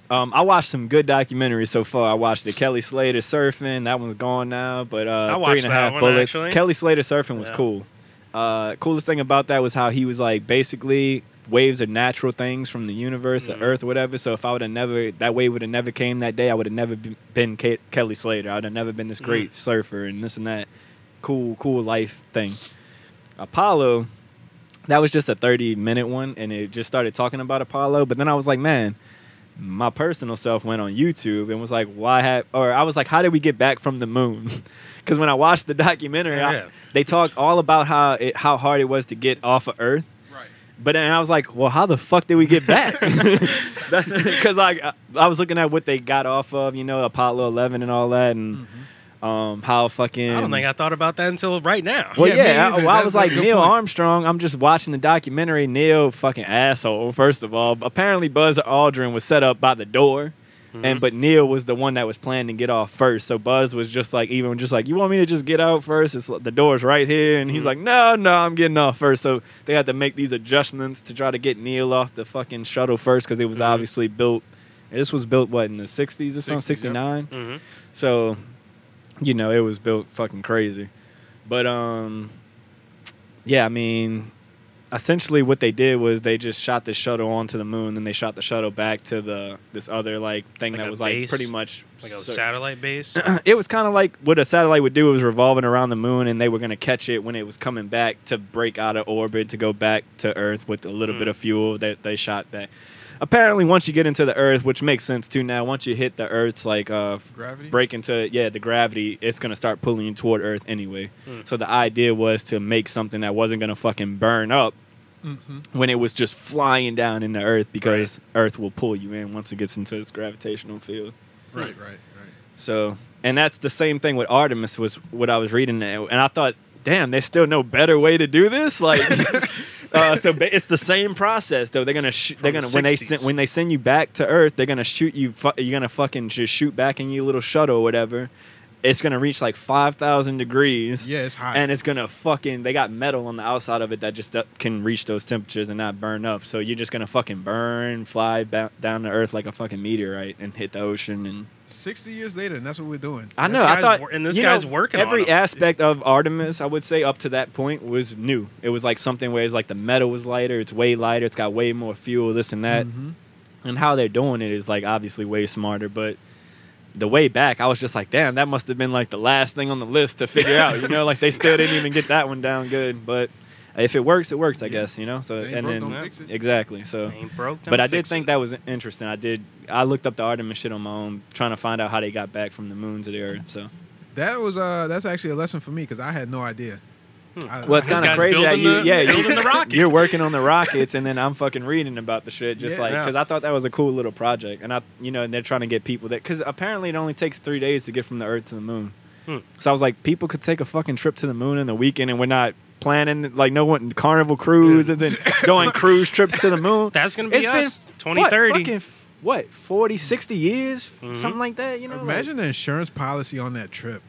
C: Um, I watched some good documentaries so far. I watched the Kelly Slater surfing. That one's gone now, but uh, three
B: watched
C: and a
B: that
C: half
B: one,
C: bullets.
B: actually.
C: Kelly Slater surfing was
B: Yeah.
C: cool. Uh, coolest thing about that was how he was like basically waves are natural things from the universe, the earth, whatever. So if I would have never that wave would have never came that day, I would have never be- been Ke- Kelly Slater. I would have never been this great surfer and this and that. Cool, cool life thing. Apollo, that was just a 30 minute one and it just started talking about Apollo. But then I was like, man, my personal self went on YouTube and was like, why have, or I was like, how did we get back from the moon? Because when I watched the documentary, I-
B: Yeah.
C: they talked all about how it, how hard it was to get off of Earth.
D: Right.
C: But then I was like, well, how the fuck did we get back? Because like I, I was looking at what they got off of, you know, Apollo 11 and all that, and um, how fucking.
B: Mm-hmm. I don't think I thought about that until right now.
C: Well,
D: Yeah, me
C: yeah, I,
D: either.
C: well, I
D: That's
C: was
D: a
C: like
D: good
C: Neil
D: point.
C: Armstrong. I'm just watching the documentary. Neil, fucking asshole. First of all, apparently Buzz Aldrin was set up by the door,
D: Mm-hmm.
C: and but Neil was the one that was planning to get off first. So Buzz was just like, even just like, you want me to just get out first? It's like, the door's right here, and he's
D: Mm-hmm.
C: like, no, no, I'm getting off first. So they had to make these adjustments to try to get Neil off the fucking shuttle first because it
D: Mm-hmm.
C: was obviously built. This was built what in the 60s or something,
D: 60s, yep.
C: 69.
B: Mhm.
C: So, you know, it was built fucking crazy. But um yeah, I mean, essentially what they did was they just shot the shuttle onto the moon, then they shot the shuttle back to the this other like thing
B: Like
C: that
B: a
C: was like
B: base?
C: pretty much
B: Like a
C: cir-
B: satellite base.
C: it was kind of like what a satellite would do. It was revolving around the moon, and they were going to catch it when it was coming back to break out of orbit to go back to Earth with a little
B: Hmm.
C: bit of fuel that they shot back. Apparently, once you get into the Earth, which makes sense too now, once you hit the Earth's like uh,
D: Gravity?
C: break into yeah the gravity, it's going to start pulling you toward Earth anyway. So the idea was to make something that wasn't going to fucking burn up when it was just flying down in the Earth because Earth will pull you in once it gets into its gravitational field.
D: Right, right, right.
C: So, and that's the same thing with Artemis was what I was reading, and and I thought, damn, there's still no better way to do this. Like, uh, so ba- it's the same process though. They're gonna sh- they're
B: From
C: gonna
B: the
C: when they
B: 60s.
C: send when they send you back to Earth, they're gonna shoot you. Fu- you're gonna fucking just shoot back in your little shuttle or whatever. It's gonna reach like five thousand degrees.
D: Yeah, it's hot.
C: And it's gonna fucking. They got metal on the outside of it that just uh, can reach those temperatures and not burn up. So you're just gonna fucking burn, fly ba- down to Earth like a fucking meteorite and hit the ocean and
D: 60 years later, and that's what we're doing.
C: I
B: This
C: know. I
B: guy's
C: thought,
B: wor- and this
C: you know,
B: guy's working on
C: Every
B: 'em.
C: aspect of Artemis, I would say, up to that point was new. It was like something where it's like the metal was lighter, it's way lighter, it's got way more fuel, this and that,
B: Mm-hmm.
C: and how they're doing it is like obviously way smarter. But the way back, I was just like, damn, that must have been like the last thing on the list to figure out. You know, like they still didn't even get that one down good. But if it works, it works, I guess. You know. So
D: If it ain't
C: and
D: broke,
C: then
D: don't fix it.
C: exactly. So
B: Ain't broke. don't
C: but I did
B: fix
C: think
B: it.
C: that was interesting. I did. I looked up the Artemis shit on my own, trying to find out how they got back from the moon to the Earth. So,
D: That was uh, that's actually a lesson for me because I had no idea. I,
C: Hmm. well, it's
D: I-
B: This
C: kind of
B: guy's
C: crazy that
B: building
C: you,
B: the-
C: yeah, you,
B: building the rocket.
C: you're working on the rockets, and then I'm fucking reading about the shit, just
D: Yeah.
C: like
B: Yeah.
C: because I thought that was a cool little project, and I, you know, and they're trying to get people that because apparently it only takes three days to get from the Earth to the moon.
B: Hmm.
C: So I was like, people could take a fucking trip to the moon in the weekend, and we're not planning like no one carnival cruise and then going cruise trips to the moon.
B: That's gonna be us. Twenty
C: What,
B: thirty. Mm-hmm.
C: fucking, what 40, 60 years, something like that. You know, like-
D: imagine the insurance policy on that trip.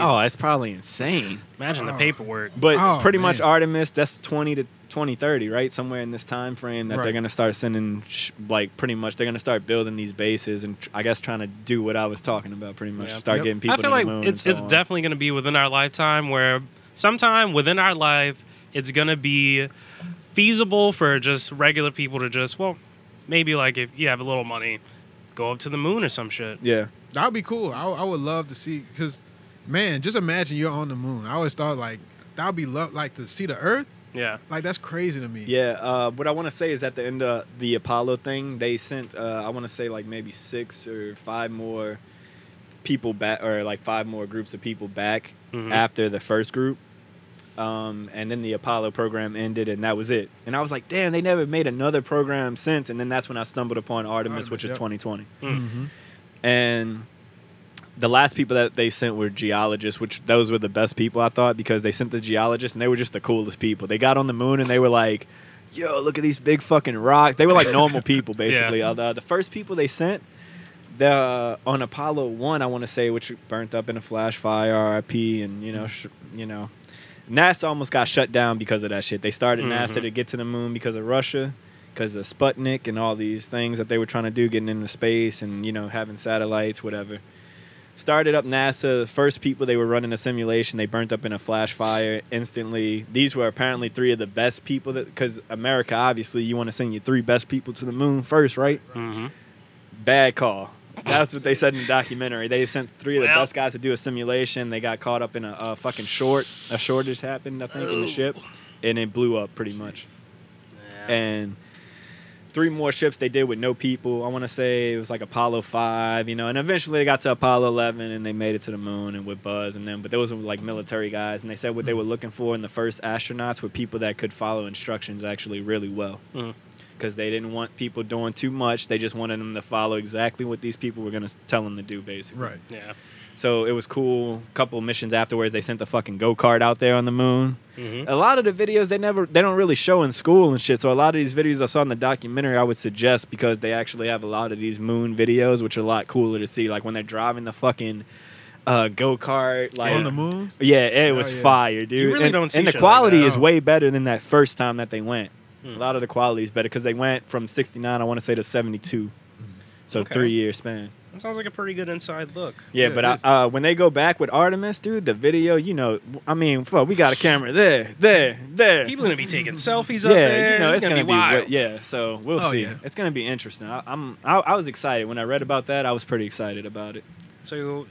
C: oh, that's probably insane.
B: imagine the
D: oh.
B: paperwork.
C: But
D: Oh,
C: pretty much
D: man.
C: Artemis, that's twenty to twenty thirty, right? Somewhere in this time frame that
D: Right.
C: they're gonna start sending, sh- like pretty much they're gonna start building these bases and tr- I guess trying to do what I was talking about, pretty much
B: Yeah.
C: start
D: Yep.
C: getting people.
B: I feel
C: to
B: like
C: the moon and
B: it's
C: so
B: it's
C: on.
B: definitely going to be within our lifetime where sometime within our life it's going to be feasible for just regular people to just well maybe like if you have a little money go up to the moon or some shit.
C: yeah.
D: That would be cool. I, I would love to see because, man, just imagine you're on the moon. I always thought like that would be love like to see the Earth.
B: Yeah.
D: Like that's crazy to me.
C: Yeah, uh, what I want to say is at the end of the Apollo thing, they sent uh, I want to say like maybe six or five more people back, or like five more groups of people back
B: Mhm.
C: after the first group, um, and then the Apollo program ended, and that was it. And I was like, damn, they never made another program since. And then that's when I stumbled upon Artemis,
D: Artemis,
C: which is
D: yep.
C: 2020,
D: Mm-hmm.
C: and the last people that they sent were geologists, which those were the best people I thought because they sent the geologists and they were just the coolest people. They got on the moon and they were like, "Yo, look at these big fucking rocks." They were like normal people basically. Uh, The, the first people they sent the uh, on Apollo One, I want to say, which burnt up in a flash fire, RIP, and you know, sh- you know, NASA almost got shut down because of that shit. They started NASA to get to the moon because of Russia, because of Sputnik and all these things that they were trying to do, getting into space and you know having satellites, whatever. Started up NASA. The first people they were running a simulation, they burnt up in a flash fire instantly. These were apparently three of the best people that, because America, obviously, you want to send your three best people to the moon first, right?
B: Mhm.
C: Bad call. That's what they said in the documentary. They sent three of the
B: Well-
C: best guys to do a simulation. They got caught up in a, a fucking short. A shortage happened, I think, in the ship, and it blew up pretty much. And three more ships they did with no people. I want to say it was like Apollo five, you know. And eventually they got to Apollo eleven, and they made it to the moon and with Buzz and them. But those were like military guys, and they said what they were looking for in the first astronauts were people that could follow instructions actually really well because they didn't want people doing too much. They just wanted them to follow exactly what these people were going to tell them to do, basically.
D: Right.
B: Yeah.
C: So it was cool. couple missions afterwards, they sent the fucking go kart out there on the moon.
B: Mm-hmm.
C: A lot of the videos they never they don't really show in school and shit. So a lot of these videos I saw in the documentary, I would suggest because they actually have a lot of these moon videos, which are a lot cooler to see. Like when they're driving the fucking uh, go kart, like
D: on the moon. Oh,
C: yeah, it was
D: yeah.
C: fire, dude.
B: really
C: and,
B: don't see
C: and the
B: shit like
C: quality
D: that.
C: is way better than that first time that they went.
B: Hmm.
C: A lot of the quality is better because they went from '69, I want to say, to '72, so
B: Okay.
C: three year span.
B: That sounds like a pretty good inside look.
C: Yeah,
D: Yeah,
C: but
D: it
C: I,
D: is.
C: uh, when they go back with Artemis, dude, the video, you know, I mean, fuck, we got a camera there, there, there.
B: People are gonna be taking selfies
C: yeah,
B: up there.
C: you know,
B: it's,
C: it's,
B: gonna, be,
C: wa-
B: wild.
C: yeah, so we'll
D: Oh,
C: see.
D: yeah.
C: It's gonna be interesting. I, I'm, I, I was excited when I read about that. I was pretty excited about it.
B: So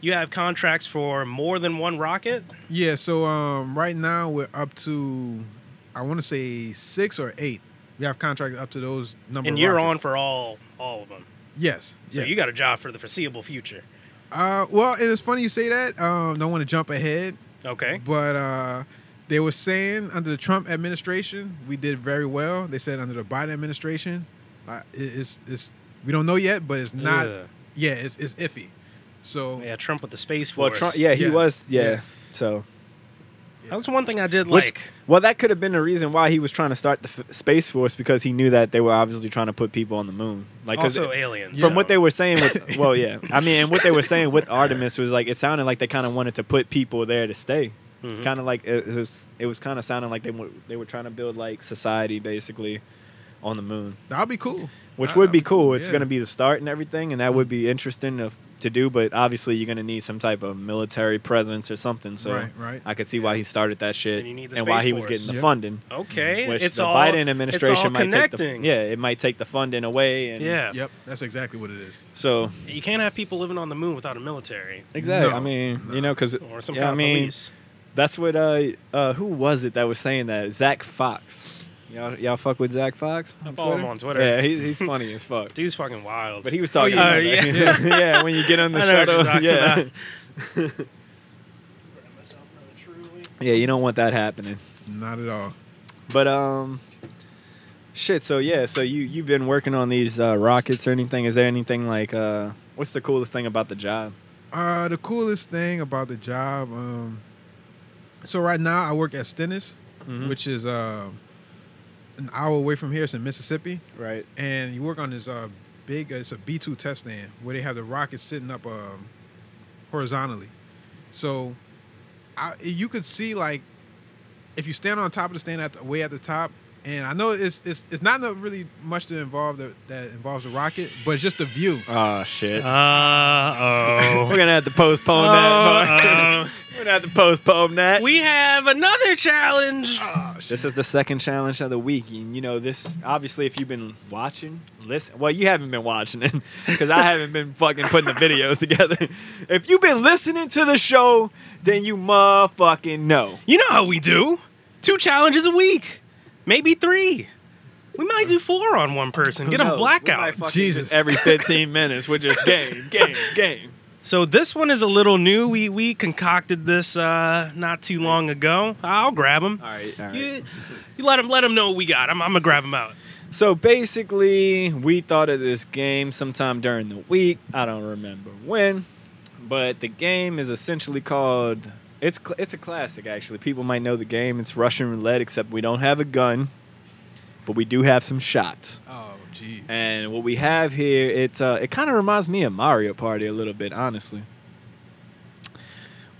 B: you have contracts for more than one rocket.
D: Yeah, so um, right now we're up to, I want to say six or eight. We have contracts up to those number.
B: and
D: of
B: you're
D: rockets.
B: on for all all of them.
D: Yes.
B: So
D: yes.
B: you got a job for the foreseeable future.
D: Uh, well, and it's funny you say that. Um, don't want to jump ahead,
B: Okay.
D: but uh, they were saying under the Trump administration we did very well. They said under the Biden administration, uh, it- it's it's we don't know yet, but it's not.
B: Ugh.
D: Yeah, it's it's iffy. So
B: Yeah, Trump with the space
C: Well,
B: force.
C: Trump, yeah, he
D: Yes,
C: was, yeah.
D: yes.
C: So
B: That was one thing I did
C: Which-
B: like.
C: Well, that could have been the reason why he was trying to start the f- space force because he knew that they were obviously trying to put people on the moon. Like 'cause
B: also
C: it-
B: aliens.
C: from
B: so-
C: what they were saying with well, yeah, I mean, and what they were saying with Artemis was like it sounded like they kind of wanted to put people there to stay.
B: Mhm.
C: Kind of like it, it was. It was kind of sounding like they were they were trying to build like society basically on the moon,
D: that'll be cool.
C: which
D: I-
C: would be cool. It's
D: Uh, yeah.
C: going to be the start and everything, and that would be interesting to, to do. But obviously, you're going to need some type of military presence or something. So
D: right, right.
C: I could see why he started that shit
B: And you need the
C: why
B: Space
C: he was
B: Force.
C: getting the
D: Yeah.
C: funding.
B: Okay,
C: Which
B: it's
C: the
B: all
C: Biden administration
B: it's all
C: might take
B: connecting.
C: the, yeah, it might take the funding away and
B: yeah,
D: Yep, that's exactly what it is.
C: So
B: You can't have people living on the moon without a military
C: exactly,
D: No,
C: I mean,
D: no.
C: you know, because
B: or some
C: yeah,
B: kind
C: I
B: of
C: mean,
B: police.
C: that's what uh, uh, who was it that was saying that? Zach Fox. Y'all, y'all fuck with Zach Fox?
B: I follow him on Twitter.
C: Yeah, he, he's funny as fuck.
B: Dude's fucking wild.
C: But he was talking.
D: yeah.
C: about
B: Oh,
C: that. yeah, when you get on the
B: I know what you're
C: shuttle,
B: talking
C: yeah,
B: about.
C: yeah, you don't want that happening.
D: Not at all.
C: But um, shit. So yeah, so you you've been working on these uh, rockets or anything? Is there anything like uh, what's the coolest thing about the job?
D: Uh, the coolest thing about the job. Um, so right now I work at Stennis,
C: Mhm.
D: which is uh, an hour away from here. It's in Mississippi,
C: Right.
D: and you work on this uh, big. It's a B two test stand where they have the rockets sitting up um, horizontally. So, I, you could see like if you stand on top of the stand at the, way at the top. And I know it's it's, it's not no- really much to involve that, that involves the rocket, but it's just the view.
C: Oh shit. We're
B: Uh oh.
C: gonna have to postpone that. We're gonna have to postpone that.
B: we have another challenge.
D: Ah, shit.
C: this is the second challenge of the week, and you know this. Obviously, if you've been watching, listen. Well, you haven't been watching it because I haven't been fucking putting the videos together. If you've been listening to the show, then you motherfucking know.
B: You know how we do. Two challenges a week, maybe three. We might do four on one person. Get a
C: knows? We might
B: blackout.
C: fucking just
D: Jesus.
C: every 15 minutes, we're just game, game, game.
B: So this one is a little new. We we concocted this uh, not too long ago. I'll grab him.
C: All right, all right.
B: You, you let him let him know what we got. I'm, I'm gonna grab him out.
C: So basically, we thought of this game sometime during the week. I don't remember when, but the game is essentially called. It's cl- it's a classic actually. People might know the game. It's Russian roulette, except we don't have a gun, but we do have some shots.
D: Oh, jeez.
C: And what we have here, it's uh, it kind of reminds me of Mario Party a little bit, honestly.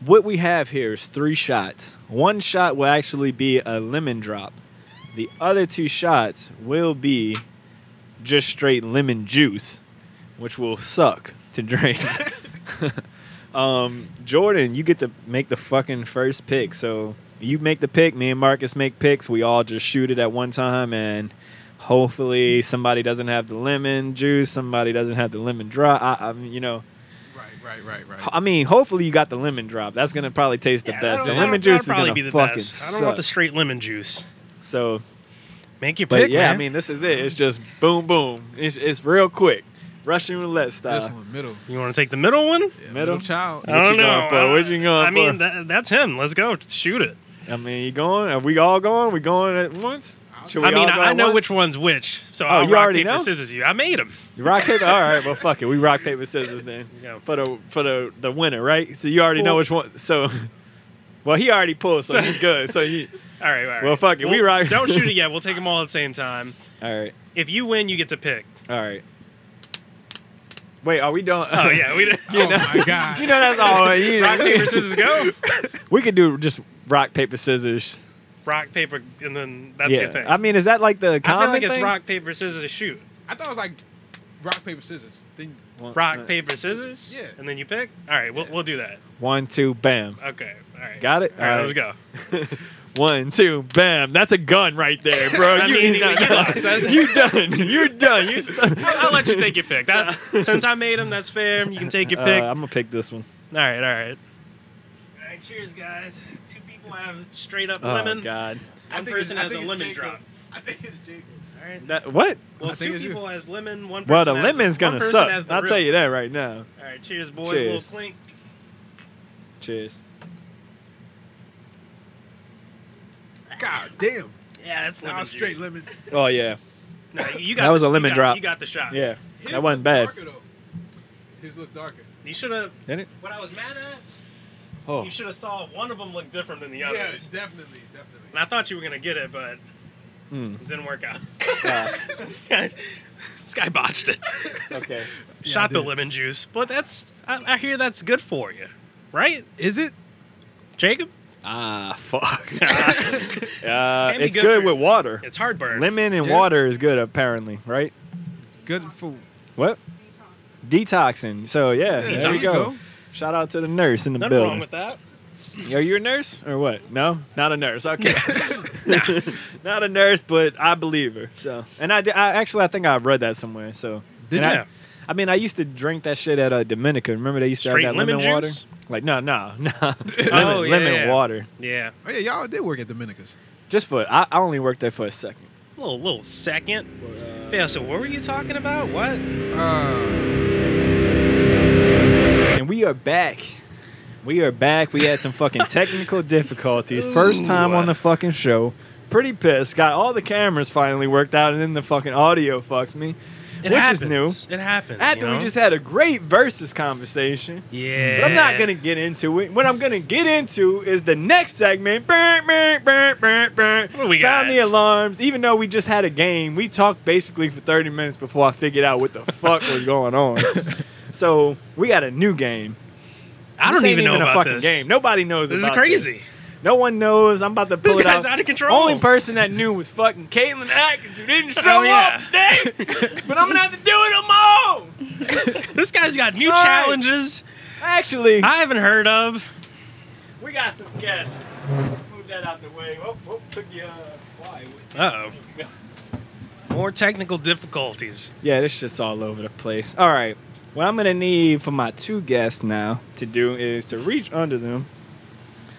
C: What we have here is three shots. One shot will actually be a lemon drop. The other two shots will be just straight lemon juice, which will suck to drink. um, Jordan, you get to make the fucking first pick. So you make the pick. Me and Marcus make picks. We all just shoot it at one time, and hopefully somebody doesn't have the lemon juice. Somebody doesn't have the lemon drop. I, I mean, you know,
D: Right, right, right, right.
C: I mean, hopefully you got the lemon drop. That's gonna probably taste the
B: Yeah,
C: best.
B: that'll-
C: The
B: that'll-
C: lemon juice is
B: that'll probably
C: gonna
B: be the
C: fucking
B: best. I
C: suck.
B: don't want the straight lemon juice.
C: so,
B: Make your
C: but
B: pick,
C: yeah,
B: man.
C: I mean, this is it. It's just boom, boom. It's, it's real quick, Russian roulette style.
D: this one, middle.
B: you want to take the middle one?
D: Yeah,
C: Middle?
D: uh, middle child.
C: Uh, What you going for? What you going
B: I mean,
C: for?
B: that, that's him. Let's go. Shoot it.
C: I mean, you going? Are we all going? We going at once?
D: I
C: Should we
B: I mean,
C: all go
B: I, I
C: at
B: know
C: once?
B: which one's which, so
C: Oh,
B: I'll
C: you
B: rock
C: already
B: paper
C: know?
B: scissors you. I made them.
C: Rock paper. All right. Well, fuck it. We rock paper scissors then
B: Yeah.
C: for the for the the winner, right? So you already know
B: Well-
C: which one. So, well, he already pulled, so he's good. So you.
B: All right, all right.
C: Well, fuck it, we rock-
B: Don't shoot it yet. We'll take them all at the same time.
C: All right.
B: If you win, you get to pick.
C: All right. Wait, are we done?
B: Oh yeah, we.
D: oh my god.
C: you know that's all. You
B: rock paper scissors go.
C: We could do just rock paper scissors.
B: Rock paper, and then that's
C: yeah.
B: your thing.
C: I mean, is that like the
B: I
C: common
B: feel like
C: thing?
B: it's rock paper scissors shoot.
D: I thought it was like rock paper scissors. Then
C: One- uh,
B: Rock paper scissors.
D: Yeah.
B: And then you pick. All right, we'll we'll do that.
C: One, two, bam.
B: Okay. All right.
C: Got it?
B: All right,
C: All right.
B: let's go.
C: One, two, bam. That's a gun right there, bro.
B: I
C: you,
B: mean, you- you lost.
C: you done. You're done. You
B: I'll, I'll let you take your pick. That, since I made them, that's fair. You can take your
C: Uh,
B: pick.
C: I'm gonna pick this one.
B: All right, all right. All right, cheers, guys. Two people have straight up
C: Oh
B: lemon.
C: God.
D: I
B: One
D: think
B: person
D: it's-
B: has
D: I
B: a
D: think it's
B: lemon
D: Jacob.
B: drop.
D: I think it's Jacob.
B: All right.
C: That what?
B: well,
D: I think
B: two
D: it's you.
B: people has lemon. One person.
C: Well, the
B: has-
C: lemon's
B: one
C: gonna
B: person
C: suck.
B: has the
C: I'll
B: real.
C: tell you that right now.
B: All right, cheers, boys. Little
C: Cheers.
B: clink.
C: Cheers.
D: God damn.
B: Yeah, that's lemon
D: Nah,
B: juice.
D: straight lemon.
C: Oh yeah,
B: Nah, you got
C: That was a
B: you
C: lemon
B: got-
C: drop.
B: You got the shot.
C: yeah.
D: His
C: That wasn't
D: look
C: bad.
D: Darker, though. His look darker.
B: You should have.
C: Didn't it?
B: What I was mad at,
C: Oh.
B: you should have saw one of them look different than the
D: Yeah,
B: others.
D: definitely, definitely.
B: And I thought you were gonna get it, but
C: Mm.
B: it didn't work out.
C: Ah,
B: this, guy, this guy botched it.
C: okay.
D: Yeah, I
B: Shot the
D: did.
B: lemon juice, but that's. I, I hear that's good for you, right,
D: Is it?
B: Jacob?
C: Ah fuck. uh,
B: be
C: it's
B: good
C: good,
B: for-
C: with water.
B: It's heartburn.
C: Lemon and
D: Yeah.
C: water is good apparently, right?
D: Good food.
C: What?
A: Detox.
C: Detoxing. So yeah,
D: Yeah,
C: there we
D: you
C: go.
D: go.
C: Shout out to the nurse in the
B: Nothing
C: building.
B: wrong with that.
C: Are you a nurse or what? No, not a nurse. Okay, not a nurse, but I believe her. So, and I, did- I actually I think I read that somewhere. So,
D: Did
C: And
D: you?
C: I, I mean, I used to drink that shit at uh, Dominica. Remember they used to
B: Straight
C: have that
B: lemon
C: lemon, water?
B: juice?
C: Like no, no, no. lemon,
B: Oh, yeah,
C: lemon
B: yeah.
C: water.
B: Yeah,
D: Oh yeah, y'all did work at Dominica's.
C: Just for I, I only worked there for a second.
B: a little little second. yeah. So what were you talking about? What?
D: Uh,
C: And we are back. We are back. We had some fucking technical difficulties. First time on the fucking show. Pretty pissed. Got all the cameras finally worked out, and then the fucking audio fucks me, which is new.
B: It happens.
C: After we just had a great versus conversation,
B: Yeah.
C: but I'm not gonna get into it. What I'm gonna get into is the next segment. Burr, burr, burr, burr, burr.
B: What we
C: Sound
B: got?
C: the alarms. Even though we just had a game, we talked basically for 30 minutes before I figured out what the fuck was going on. So we got a new game.
B: I
C: This
B: don't
C: ain't
B: even know
C: a
B: about
C: fucking
B: this.
C: game. Nobody knows.
B: This is
C: about
B: crazy.
C: No one knows. I'm about to pull
B: This
C: it
B: guy's
C: out.
B: out of control.
C: Only person that knew was fucking Caitlin Atkins, who didn't show
B: Oh, yeah.
C: up today. but I'm gonna have to do it on my own.
B: This guy's got new
C: All right.
B: challenges
C: Actually,
B: I haven't heard of.
C: we got some guests. Move that out the way. Oh, oh took you. Uh, why?
B: Uh oh. More technical difficulties.
C: Yeah, this shit's all over the place. All right. What I'm gonna need for my two guests now to do is to reach under them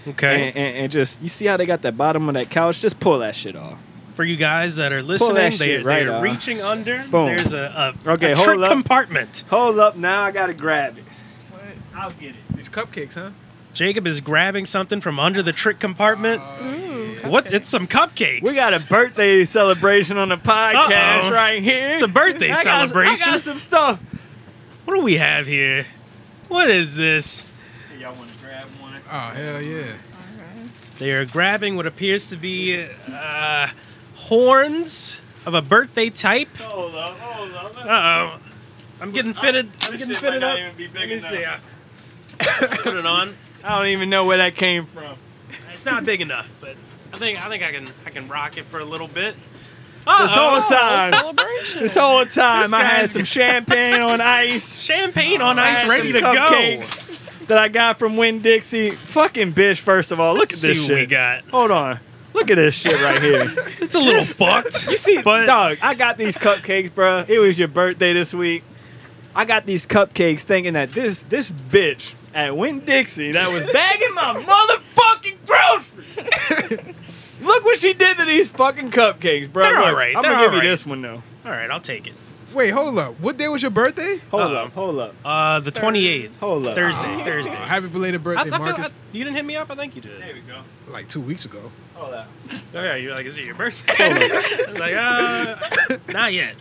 B: Okay.
C: and, and, and just you see how they got that bottom of that couch? Just pull that shit off.
B: For you guys that are listening,
C: that
B: they,
C: shit right
B: they're
C: off.
B: reaching under.
C: Boom.
B: There's a, a,
C: Okay,
B: a
C: hold
B: trick
C: up.
B: compartment.
C: Hold up, now I gotta grab it.
D: what?
C: I'll get it.
D: These cupcakes, huh?
B: Jacob is grabbing something from under the trick compartment. what? It's some cupcakes.
C: We got a birthday celebration on the podcast
B: Uh-oh.
C: right here.
B: It's a birthday
C: I got-
B: celebration.
C: I got some stuff.
B: What do we have here? What is this?
C: Y'all want to grab one?
D: Oh hell yeah.
B: They are grabbing what appears to be uh, horns of a birthday type.
C: Hold up, hold up.
B: Uh oh. I'm getting fitted. I'm
C: This
B: getting
C: shit
B: fitted
C: might
B: up.
C: not even be big
B: Let me
C: enough.
B: see. uh, Put it on.
C: I don't even know where that came from.
B: It's not big enough, but I think I think I can I can rock it for a little bit.
C: This
B: Uh-oh. Oh,
C: whole time,
A: Celebration.
C: this whole time,
B: This
C: I had
B: guy's-
C: some champagne on ice.
B: Champagne on
C: I
B: ice,
C: had
B: ready to
C: some
B: go.
C: cupcakes That I got from Win Dixie. Fucking bitch. First of all, look
B: Let's
C: at this
B: see
C: shit.
B: what we got.
C: Hold on. Look at this shit right here.
B: It's a little fucked.
C: You see,
B: But-
C: dog, I got these cupcakes, bruh. It was your birthday this week. I got these cupcakes thinking that this this bitch at Win Dixie that was bagging my motherfucking groceries. Look what she did to these fucking cupcakes, bro.
B: They're all right.
C: I'm
B: They're
C: gonna give
B: all right.
C: you this one though.
B: All right, I'll take it.
D: Wait, hold up. What day was your birthday?
C: Hold
B: Uh-oh.
C: up, hold up.
B: Uh, the twenty eighth.
C: Hold up.
B: Thursday.
D: Oh,
B: Thursday.
D: Happy belated
B: I, I
D: birthday,
B: feel-
D: Marcus.
B: I- you didn't hit me up. I think you did.
C: we go.
D: like two weeks ago.
C: Hold up.
B: Oh yeah, you're like, is it your birthday? I was like, uh, not yet.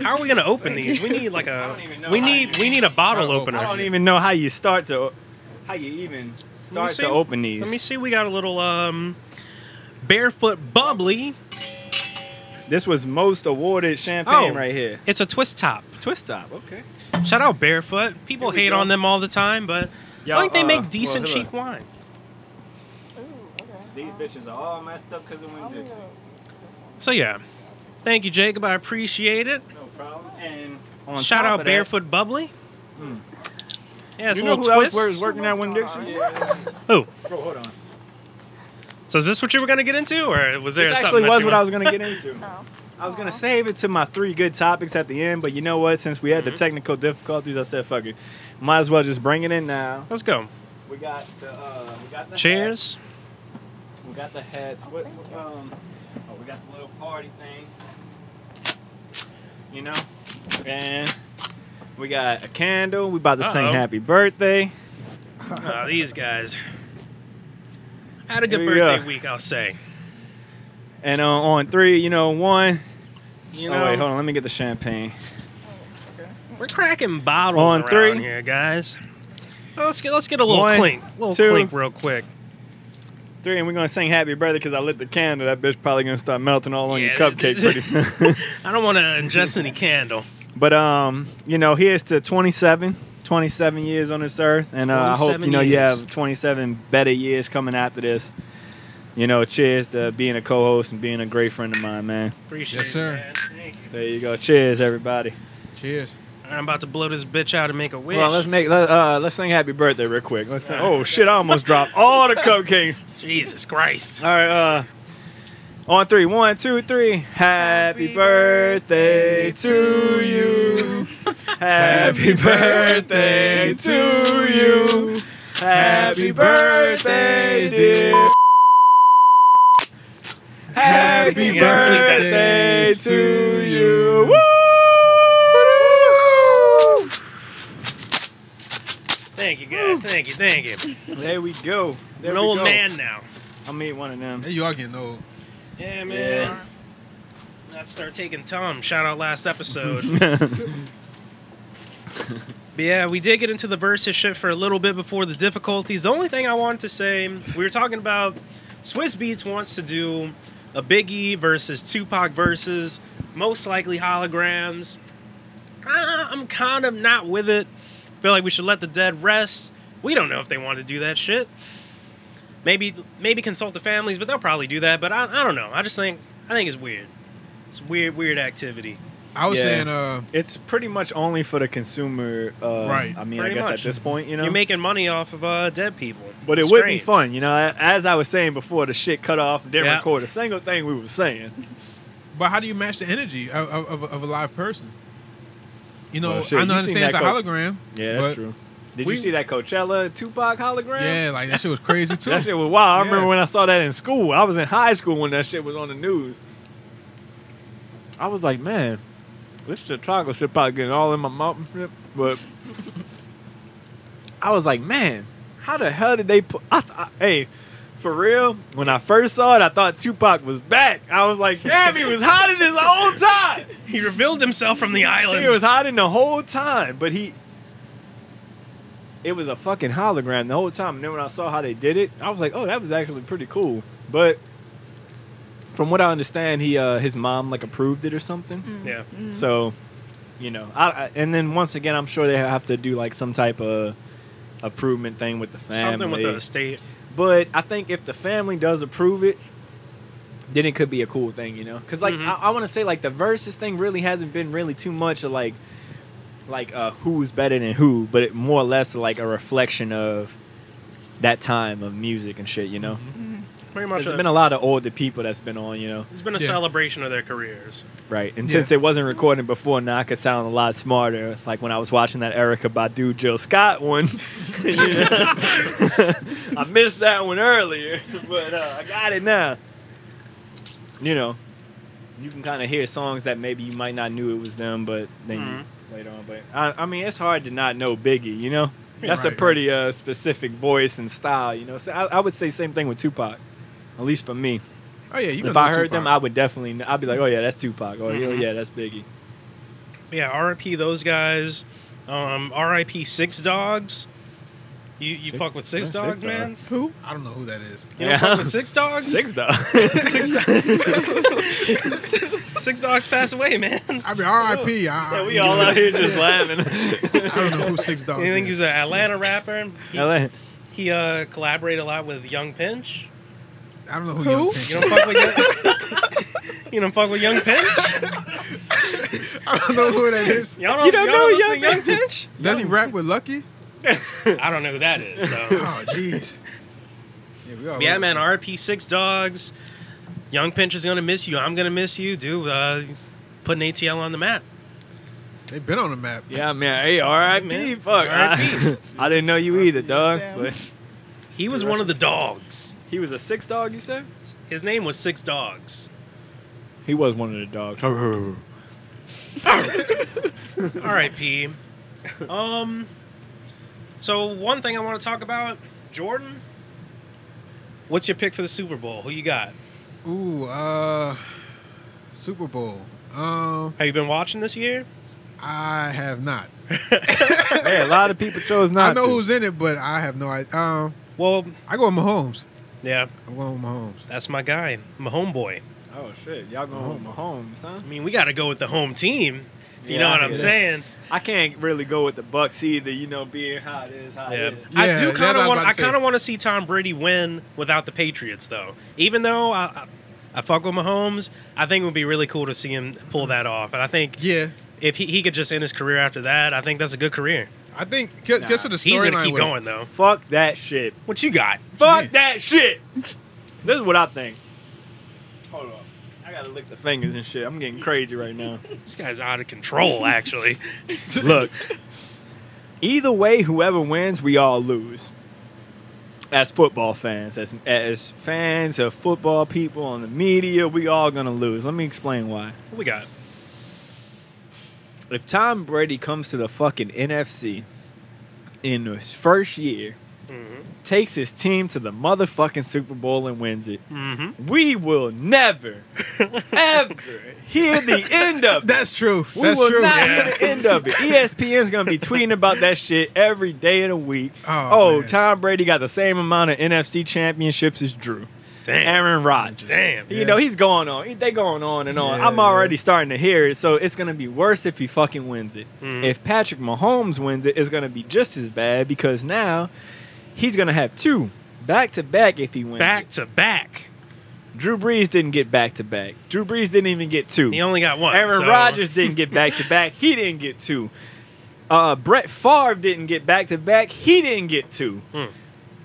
B: How are we gonna open these? We need like a
C: don't even know
B: we
C: how
B: need
C: you-
B: we need a bottle
D: I don't-
B: opener.
C: I don't
B: here.
C: even know how you start to, how you even
B: Let me
C: start
B: see.
C: to open these.
B: Let me see. We got a little um, barefoot bubbly.
C: This was most awarded champagne right here.
B: It's a Oh. twist top.
C: Twist top. Okay.
B: Shout out barefoot. People
C: Here we
B: hate
C: go.
B: on them all the time, but
C: Yo,
B: I think they
C: uh,
B: make decent
C: well, hello.
B: cheap wine.
C: These bitches are all messed up because of Winn Dixie.
B: So yeah, thank you, Jacob. I appreciate it.
C: No problem. And on
B: Shout
C: top
B: out
C: of that, Hmm.
B: barefoot bubbly. Yeah, it's
C: You
B: a
C: know
B: little
C: who else
B: twist.
C: was working at Winn Dixie?
B: Oh,
C: Bro, hold on.
B: so is this what you were gonna get into, or was there
C: This
B: something
C: actually
B: that
C: was
B: you
C: what
B: were-
C: I was gonna get into. I was gonna save it to my three good topics at the end, but you know what? Since we had
B: Mm-hmm.
C: the technical difficulties, I said fuck it. Might as well just bring it in now.
B: Let's go.
C: We got the uh, we got the
B: Cheers.
C: hats. We got the hats. What um? Oh, we got the little party thing. You know, and we got a candle. We about to
B: Uh-oh.
C: sing happy birthday.
B: Ah, these guys had a good
C: Uh-huh. Here we go.
B: birthday week, I'll say.
C: And uh, on three, you know, one.
B: You
C: oh
B: know,
C: wait, hold on. Let me get the champagne.
B: we're cracking bottles
C: On
B: around
C: three.
B: here, guys. Well, let's get let's get a little
C: One,
B: clink, little
C: two.
B: clink, real quick.
C: Three, and we're gonna sing happy birthday because I lit the candle. That bitch probably gonna start melting all on
B: Yeah,
C: your cupcake pretty soon.
B: I don't want to ingest any candle.
C: But um, you know, here's to 27, 27 years on this earth, and uh, I hope
B: 27
C: you know you
B: years.
C: have 27 better years coming after this. You know, cheers to being a co-host and being a great friend of mine, man.
B: Appreciate
D: Yes,
B: it,
D: sir.
B: man. Thank you.
C: There you go. Cheers, everybody.
D: Cheers.
B: I'm about to blow this bitch out and make a wish.
C: Hold on, let's make let, uh, let's sing happy birthday real quick. Let's sing, oh shit, I almost dropped all the cupcakes.
B: Jesus Christ.
C: All right, uh, on three, one, two, three. Happy birthday to you. Happy birthday to you. Happy birthday, dear. Happy
B: Yeah, I believe that.
C: birthday to you. Woo!
B: Thank you guys. Thank you. Thank you.
C: There we go. There
B: I'm an
C: we
B: old
C: go.
B: man now.
C: I'll meet one of them.
D: Hey, you all getting old.
B: Yeah,
C: man.
B: man. I have to start taking Tom. Shout out last episode. But yeah, we did get into the versus shit for a little bit before the difficulties. The only thing I wanted to say, we were talking about Swiss Beats wants to do a Biggie versus Tupac versus most likely holograms. Ah, I'm kind of not with it. Feel like we should let the dead rest. We don't know if they want to do that shit. Maybe maybe consult the families, but they'll probably do that. But I, I don't know. I just think I think it's weird. It's weird weird activity.
D: I was
C: Yeah.
D: saying, uh,
C: It's pretty much only for the consumer. Uh,
D: Right.
C: I mean,
B: Pretty
C: I guess
B: much.
C: at this point, you know.
B: You're making money off of uh, dead people.
C: but it
B: It's
C: would be
B: strange.
C: fun, you know. As I was saying before, the shit cut off, didn't
B: Yeah.
C: record a single thing we were saying.
D: but how do you match the energy of, of, of, of a live person? You know,
C: Well, shit,
D: I know
C: you seen
D: understand it's a
C: that co-
D: hologram.
C: Yeah, that's
D: but-
C: true. Did
D: we-
C: you see that Coachella Tupac hologram?
D: Yeah, like that shit was crazy too.
C: That shit was wild. I remember
D: Yeah.
C: when I saw that in school. I was in high school when that shit was on the news. I was like, man, this shit chocolate shit probably getting all in my mouth and shit. But I was like, man, how the hell did they put? I, I, hey, for real, when I first saw it, I thought Tupac was back. I was like, damn, he was hiding this whole time.
B: He revealed himself from the island.
C: He was hiding the whole time, but he. It was a fucking hologram the whole time. And then when I saw how they did it, I was like, "Oh, that was actually pretty cool." But from what I understand, he uh, his mom like approved it or something.
B: yeah.
C: So, you know, I, I and then once again, I'm sure they have to do like some type of approvement thing with the family.
B: Something with the estate.
C: But I think if the family does approve it, then it could be a cool thing, you know? Because like
B: Mhm.
C: I, I want to say like the versus thing really hasn't been really too much of like like uh, who's better than who, but it more or less like a reflection of that time of music and shit, you know.
B: Pretty much.
C: There's
B: A,
C: been a lot of older people that's been on, you know,
B: it's been a
D: Yeah.
B: celebration of their careers.
C: right? And
D: Yeah.
C: since it wasn't recorded before, now I could sound a lot smarter. It's like when I was watching that Erica Badu Jill Scott one. you know? I missed that one earlier, but uh, I got it now. You know, you can kind of hear songs that maybe you might not knew it was them, but then
D: Mm-hmm.
C: you later on. But I, I mean, it's hard to not know Biggie. You know, that's a
D: Right.
C: pretty uh, specific voice and style. You know, so I, I would say same thing with Tupac, at least for me.
D: Oh yeah, you.
C: if
D: gonna
C: I
D: know
C: heard them,
D: Tupac.
C: I would definitely. kn- I'd be like, oh yeah, that's Tupac. Or oh
B: Mhm.
C: yeah, that's Biggie.
B: yeah, R.I.P. those guys. Um, R.I.P. Six Dogs. You you
C: Six-
B: fuck with Six
C: yeah, Six
B: Dogs,
C: Dog.
B: man.
D: Who? I don't know who that is.
B: You don't
C: Yeah.
B: fuck with Six Dogs.
C: Six Dog.
B: Six Dogs passed away, man.
D: I mean, R.I.P. I,
C: yeah, we all out here just laughing.
D: I don't know who Six Dogs.
C: Oh,
B: You think
D: is.
B: he's an Atlanta rapper? He,
C: LA.
B: he uh, collaborated a lot with Young Pinch.
D: I don't know who.
A: Who?
D: Young
B: You
D: Pinch
B: don't fuck with Young, you don't fuck with Young Pinch.
D: is. I don't know who that is.
B: Y'all don't,
C: You don't
B: y'all don't
C: know
B: listen to
C: Young
B: Young Pinch?
D: Does he rap with Lucky?
B: I don't know who that is. So.
D: Oh jeez. Yeah, we all
B: Yeah,
D: love-
B: man. RP Six Dogs. Young Pinch is gonna miss you. I'm gonna miss you, dude. Uh, putting ATL on the map.
D: They've been on the map.
C: Yeah, man. Hey, R.I.P. Fuck. I,
B: R.I.P..
C: I didn't know you either, dog.
A: Damn.
C: But
B: He was one of the dogs.
C: he was a six dog. You said
B: His name was Six Dogs.
C: he was one of the dogs.
B: R.I.P. Um. So one thing I want to talk about, Jordan. What's your pick for the Super Bowl? Who you got?
D: Ooh, uh, Super Bowl. Um,
B: Have you been watching this year?
D: I have not.
C: hey, a lot of people chose not.
D: I know
C: to.
D: who's in it, but I have no idea. Um,
B: Well,
D: I go with Mahomes.
B: yeah,
D: I'm going with Mahomes.
B: that's my guy, my homeboy.
C: Oh shit, y'all going home to homes, huh?
B: I mean, we got to go with the home team. You
C: Yeah,
B: know
C: I
B: what
C: hear
B: I'm
C: that.
B: saying?
C: I can't really go with the Bucks either. You know, being how it is, how
B: Yeah.
C: it is.
B: I
D: Yeah,
B: do kind
D: that's what I
B: of
D: was
B: want.
D: about to
B: I
D: say.
B: kind of want to see Tom Brady win without the Patriots, though. Even though I, I, I fuck with Mahomes, I think it would be really cool to see him pull that off. And I think
D: Yeah,
B: if he, he could just end his career after that, I think that's a good career.
D: I think. Guess, guess what the
B: He's gonna
D: storyline
B: keep
D: with-
B: going though.
C: Fuck that shit.
B: What you got?
C: Fuck that shit. This is what I think. Hold on. I gotta lick the fingers and shit. I'm getting crazy right now.
B: This guy's out of control, actually.
C: Look, either way, whoever wins, we all lose. As football fans, as as fans of football, people on the media, we all gonna lose. Let me explain why.
B: what we got?
C: If Tom Brady comes to the fucking NFC in his first year, takes his team to the motherfucking Super Bowl and wins it,
B: Mm-hmm.
C: we will never, ever hear the end of it.
D: That's true.
C: We
D: That's
C: will
D: true.
C: not
B: Yeah.
C: hear the end of it. E ESPN's gonna be tweeting about that shit every day of the week.
D: Oh, man.
C: Tom Brady got the same amount of NFC championships as Drew.
B: Damn.
C: Aaron Rodgers.
B: Damn.
C: You
D: Yeah.
C: know, he's going on. He- They going on and on.
D: Yeah,
C: I'm already starting to hear it, so it's gonna be worse if he fucking wins it.
B: Mhm.
C: If Patrick Mahomes wins it, it's gonna be just as bad because now he's gonna have two back to back if he wins. it.
B: Back to back.
C: Drew Brees didn't get back to back. Drew Brees didn't even get two.
B: He only got one.
C: Aaron
B: so-
C: Rodgers didn't get back to back. He didn't get two. Uh, Brett Favre didn't get back to back. He didn't get two.
B: Hmm.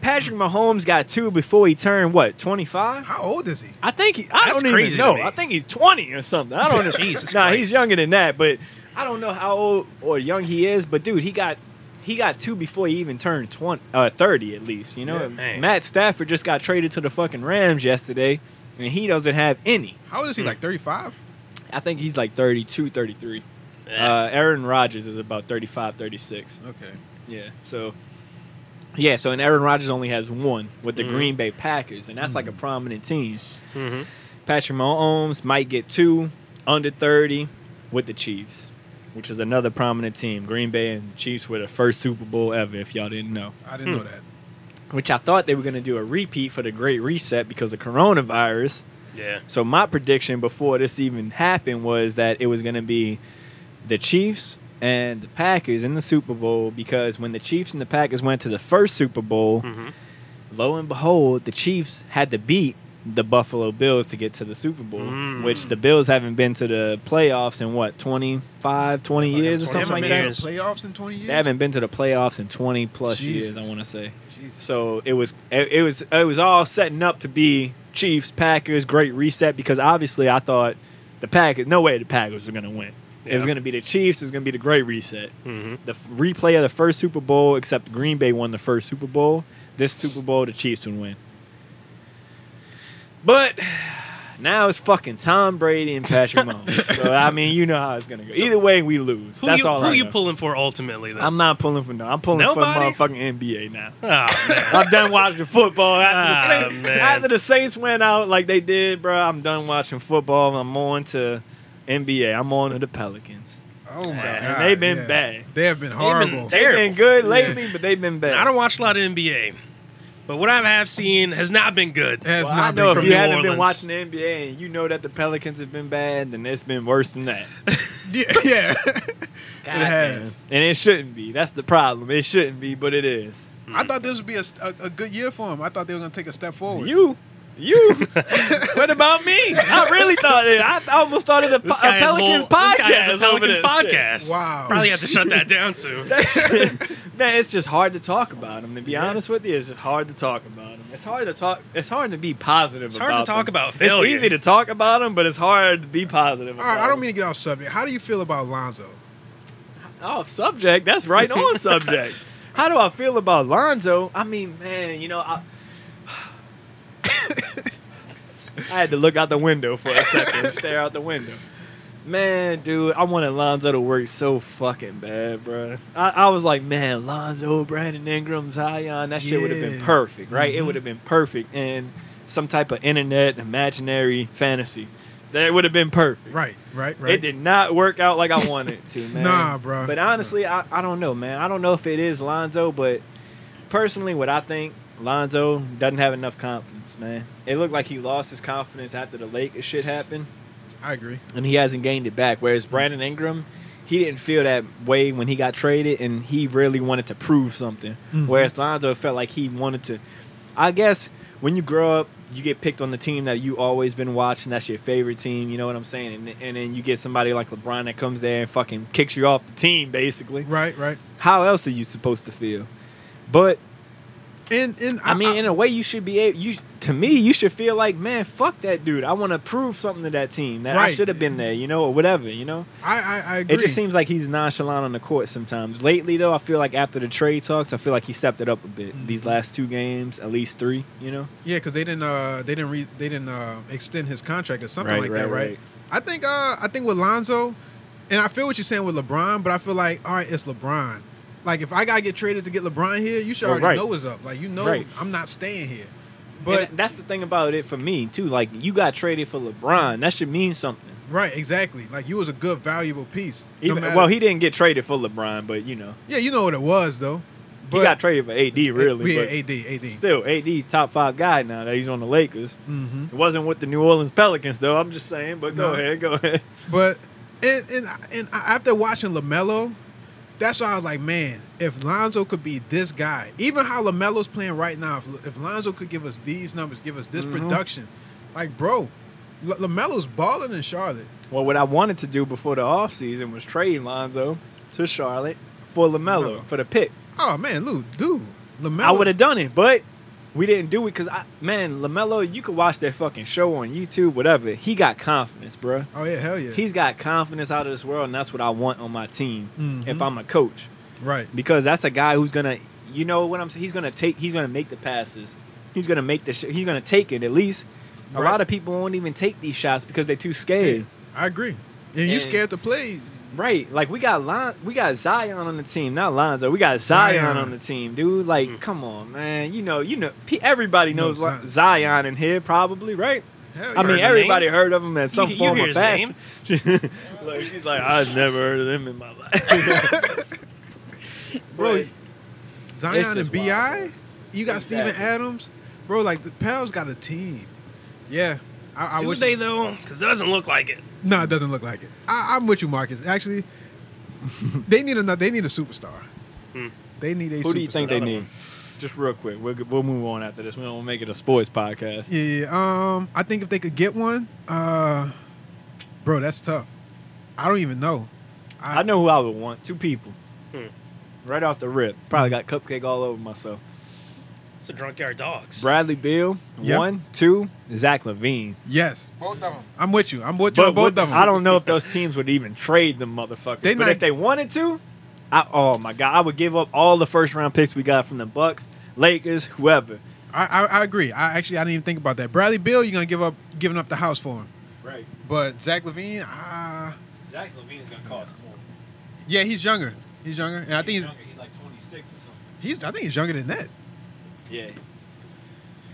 C: Patrick Mahomes got two before he turned what twenty five.
D: How old is he?
C: I think he,
B: That's
C: I don't even
B: crazy to
C: know.
B: me.
C: I think he's twenty or something. I don't know.
B: Jesus
C: Nah,
B: Christ.
C: he's younger than that, but I don't know how old or young he is. But dude, he got he got two before he even turned 20, uh, thirty at least. You know,
D: Yeah,
B: man.
C: Matt Stafford just got traded to the fucking Rams yesterday, and he doesn't have any.
D: How old is
B: Hmm.
D: he? Like 35?
C: I think he's like 32, 33.
B: Yeah.
C: Uh, Aaron Rodgers is about 35, 36.
D: Okay.
C: Yeah. So, yeah. So, and Aaron Rodgers only has one with the
B: Mhm.
C: Green Bay Packers, and that's like a prominent team. Mm-hmm.
B: Mhm.
C: Patrick Mahomes might get two under 30 with the Chiefs, which is another prominent team. Green Bay and Chiefs were the first Super Bowl ever, if y'all didn't know.
D: I didn't
B: Hmm.
D: know that.
C: Which I thought they were going to do a repeat for the Great Reset because of coronavirus.
B: Yeah.
C: So my prediction before this even happened was that it was going to be the Chiefs and the Packers in the Super Bowl because when the Chiefs and the Packers went to the first Super Bowl,
B: Mhm.
C: lo and behold, the Chiefs had to beat the Buffalo Bills to get to the Super Bowl,
B: Mm.
C: which the Bills haven't been to the playoffs in what 25, 20 years or
D: They
C: something
D: haven't
C: like
D: been
C: that.
D: to the playoffs in 20 years?
C: They haven't been to the playoffs in 20 plus years,
D: Jesus.
C: I want to say.
D: Jesus.
C: So it was it, it was it was all setting up to be Chiefs Packers great reset because obviously I thought the Packers no way the Packers were going to win. It was
B: Yeah.
C: going to be the Chiefs. It was going to be the great reset.
B: Mhm.
C: The f- replay of the first Super Bowl, except Green Bay won the first Super Bowl. This Super Bowl, the Chiefs would win. But Now it's fucking Tom Brady and Patrick Mahomes. so I mean, you know how it's gonna go. Either way, we lose.
B: Who
C: That's
B: you,
C: all.
B: who
C: I
B: you
C: know.
B: pulling for ultimately? Then?
C: I'm not pulling for no. I'm pulling
B: Nobody?
C: for motherfucking NBA now.
B: Oh, man.
C: I'm done watching football. After,
B: Ah,
C: the Saints,
B: man.
C: after the Saints went out like they did, bro, I'm done watching football. I'm on to NBA. I'm on to the Pelicans.
D: Oh my
B: And
D: god,
C: they've been
D: yeah.
C: bad.
D: They have been
B: been
D: horrible.
B: ter-
C: They've been
B: Terrible.
C: good lately, but they've been bad.
B: I don't watch a lot of NBA, but what I have seen has not been good.
D: It has
C: Well,
D: not
C: I know
D: been
C: if
D: from
C: you
B: New
D: yeah.
C: haven't been
B: Orleans.
C: watching the NBA and you know that the Pelicans have been bad, then it's been worse than that.
D: yeah, yeah.
C: God
D: has.
C: damn. And it shouldn't be. That's the problem. It shouldn't be, but it is.
D: I thought this would be a, st- a, a good year for them. I thought they were going to take a step forward.
C: You. You. what about me? I really thought it. I almost started a, po-
B: This
C: a
B: guy has a
C: Pelicans
B: whole-
C: podcast.
B: This guy has a
C: over
B: Pelicans
C: this shit.
B: podcast.
D: Wow.
B: Probably have to shut that down soon.
C: Man, it's just hard to talk about them. To be honest with you, it's just hard to talk about them. It's hard to talk. It's hard to be positive.
B: It's hard to
C: about
B: talk
C: them.
B: about
C: It's
B: failure.
C: easy to talk about them, but it's hard to be positive.
D: All right,
C: about
D: I don't
C: 'em.
D: mean to get off subject. How do you feel about Lonzo?
C: Oh, subject. That's right on subject. How do I feel about Lonzo? I mean, man, you know, I, I had to look out the window for a second, stare out the window. Man, dude, I wanted Lonzo to work so fucking bad, bro. I, I was like, man, Lonzo, Brandon Ingram, Zion, that shit would have been
D: Yeah.
C: perfect, right? It would have been perfect in some type of internet imaginary fantasy. That would have been perfect.
D: Right, right, right.
C: It did not work out like I wanted it to, man.
D: Nah, bruh.
C: But honestly, I, I don't know, man. I don't know if it is Lonzo, but personally, what I think, Lonzo doesn't have enough confidence, man. It looked like he lost his confidence after the Lakers shit happened,
D: I agree.
C: and he hasn't gained it back. Whereas Brandon Ingram, he didn't feel that way when he got traded, and he really wanted to prove something. Whereas Lonzo felt like he wanted to. I guess when you grow up, you get picked on the team that you always been watching. That's your favorite team. You know what I'm saying? And, and then you get somebody like LeBron that comes there and fucking kicks you off the team, basically.
D: Right, right.
C: How else are you supposed to feel? But
D: And and
C: I mean, in a way, you should be able. You to me, you should feel like, man, fuck that dude. I want to prove something to that team that I
D: Right.
C: should have been there, you know, or whatever, you know.
D: I, I I agree.
C: It just seems like he's nonchalant on the court sometimes. Lately, though, I feel like after the trade talks, I feel like he stepped it up a bit.
D: Mm-hmm.
C: These last two games, at least three, you know.
D: yeah, because they didn't uh they didn't re- they didn't uh, extend his contract or something
C: Right,
D: like
C: right,
D: that, right?
C: right.
D: I think uh I think with Lonzo, and I feel what you're saying with LeBron, but I feel like all right, it's LeBron. Like if I gotta get traded to get LeBron here, you should
C: Well,
D: already
C: right.
D: know what's up. Like you know,
C: Right.
D: I'm not staying here. But
C: And that's the thing about it for me too. Like you got traded for LeBron, that should mean something.
D: right, exactly. Like you was a good, valuable piece. No
C: Even,
D: matter-
C: well, he didn't get traded for LeBron, but you know
D: yeah, you know what it was though. But
C: he got traded for AD. Really,
D: yeah,
C: but
D: AD, AD.
C: still AD top five guy now that he's on the Lakers.
D: mm-hmm.
C: It wasn't with the New Orleans Pelicans though. I'm just saying, but go
D: No.
C: ahead, go ahead.
D: But and and and after watching Lamelo, that's why I was like, man, if Lonzo could be this guy, even how Lamelo's playing right now, if, if Lonzo could give us these numbers, give us this
C: Mhm.
D: production, like, bro, L- Lamelo's balling in Charlotte.
C: Well, what I wanted to do before the offseason was trade Lonzo to Charlotte for Lamelo
D: LaMelo.
C: for the pick.
D: Oh man, Lou, dude, Lamelo.
C: I would have done it, but we didn't do it because, man, LaMelo, you could watch that fucking show on YouTube, whatever. He got confidence, bruh.
D: Oh yeah, hell yeah.
C: He's got confidence out of this world, and that's what I want on my team
D: Mhm.
C: if I'm a coach.
D: right.
C: Because that's a guy who's going to, you know what I'm saying? He's going to take, he's going to make the passes. He's going to make the, sh- he's going to take it at least. A
D: Right.
C: lot of people won't even take these shots because they're too scared.
D: Yeah, I agree. And you
C: And-
D: scared to play?
C: Right, like we got Lon- we got Zion on the team, not Lonzo. We got Zion,
D: Zion.
C: on the team, dude. Like,
B: Hmm.
C: come on, man. You know, you know, pe- everybody
D: No,
C: knows Lo-
D: Zion.
C: Zion in here, probably, right?
D: Hell yeah.
C: I mean,
B: heard the
C: everybody
B: name?
C: heard of him at some
B: you
C: form
B: hear
C: or
B: his
C: fashion. like, she's like, I've never heard of him in my life.
D: bro,
C: Right. It's
D: Zion
C: just
D: and
C: wild,
D: Bi,
C: bro.
D: you got Steven
C: Exactly.
D: Adams, bro. Like the Pels got a team. Yeah, I, I
B: Do
D: wish
B: they though? Because it doesn't look like it.
D: No, it doesn't look like it. I, I'm with you, Marcus. Actually, they need another. They need a superstar.
B: Hmm.
D: They need a.
C: Who do you
D: superstar.
C: think they
B: Another
C: need? Just real quick, we'll, we'll move on after this. We don't make it a sports podcast.
D: Yeah, yeah. Um, I think if they could get one, uh, bro, that's tough. I don't even know.
C: I know who I would want. Two people,
B: Hmm.
C: right off the rip. Probably got cupcake all over myself.
B: It's a drunk yard dogs.
C: Bradley Beal,
D: Yep.
C: one, two. Zach Levine.
D: Yes, both of them. I'm with you. I'm with you.
C: But
D: on both
C: what-
D: of them.
C: I don't know if those teams would even trade them motherfuckers.
D: They
C: but
D: not-
C: if they wanted to, I, oh my god, I would give up all the first round picks we got from the Bucks, Lakers, whoever.
D: I, I, I agree. I actually I didn't even think about that. Bradley Bill, you're gonna give up giving up the house for him.
C: Right.
D: But Zach Levine, ah,
C: Zach Levine's gonna cost more.
D: yeah, he's younger. He's younger, and I think he's,
C: he's like 26 or something.
D: he's I think he's younger than that.
C: Yeah.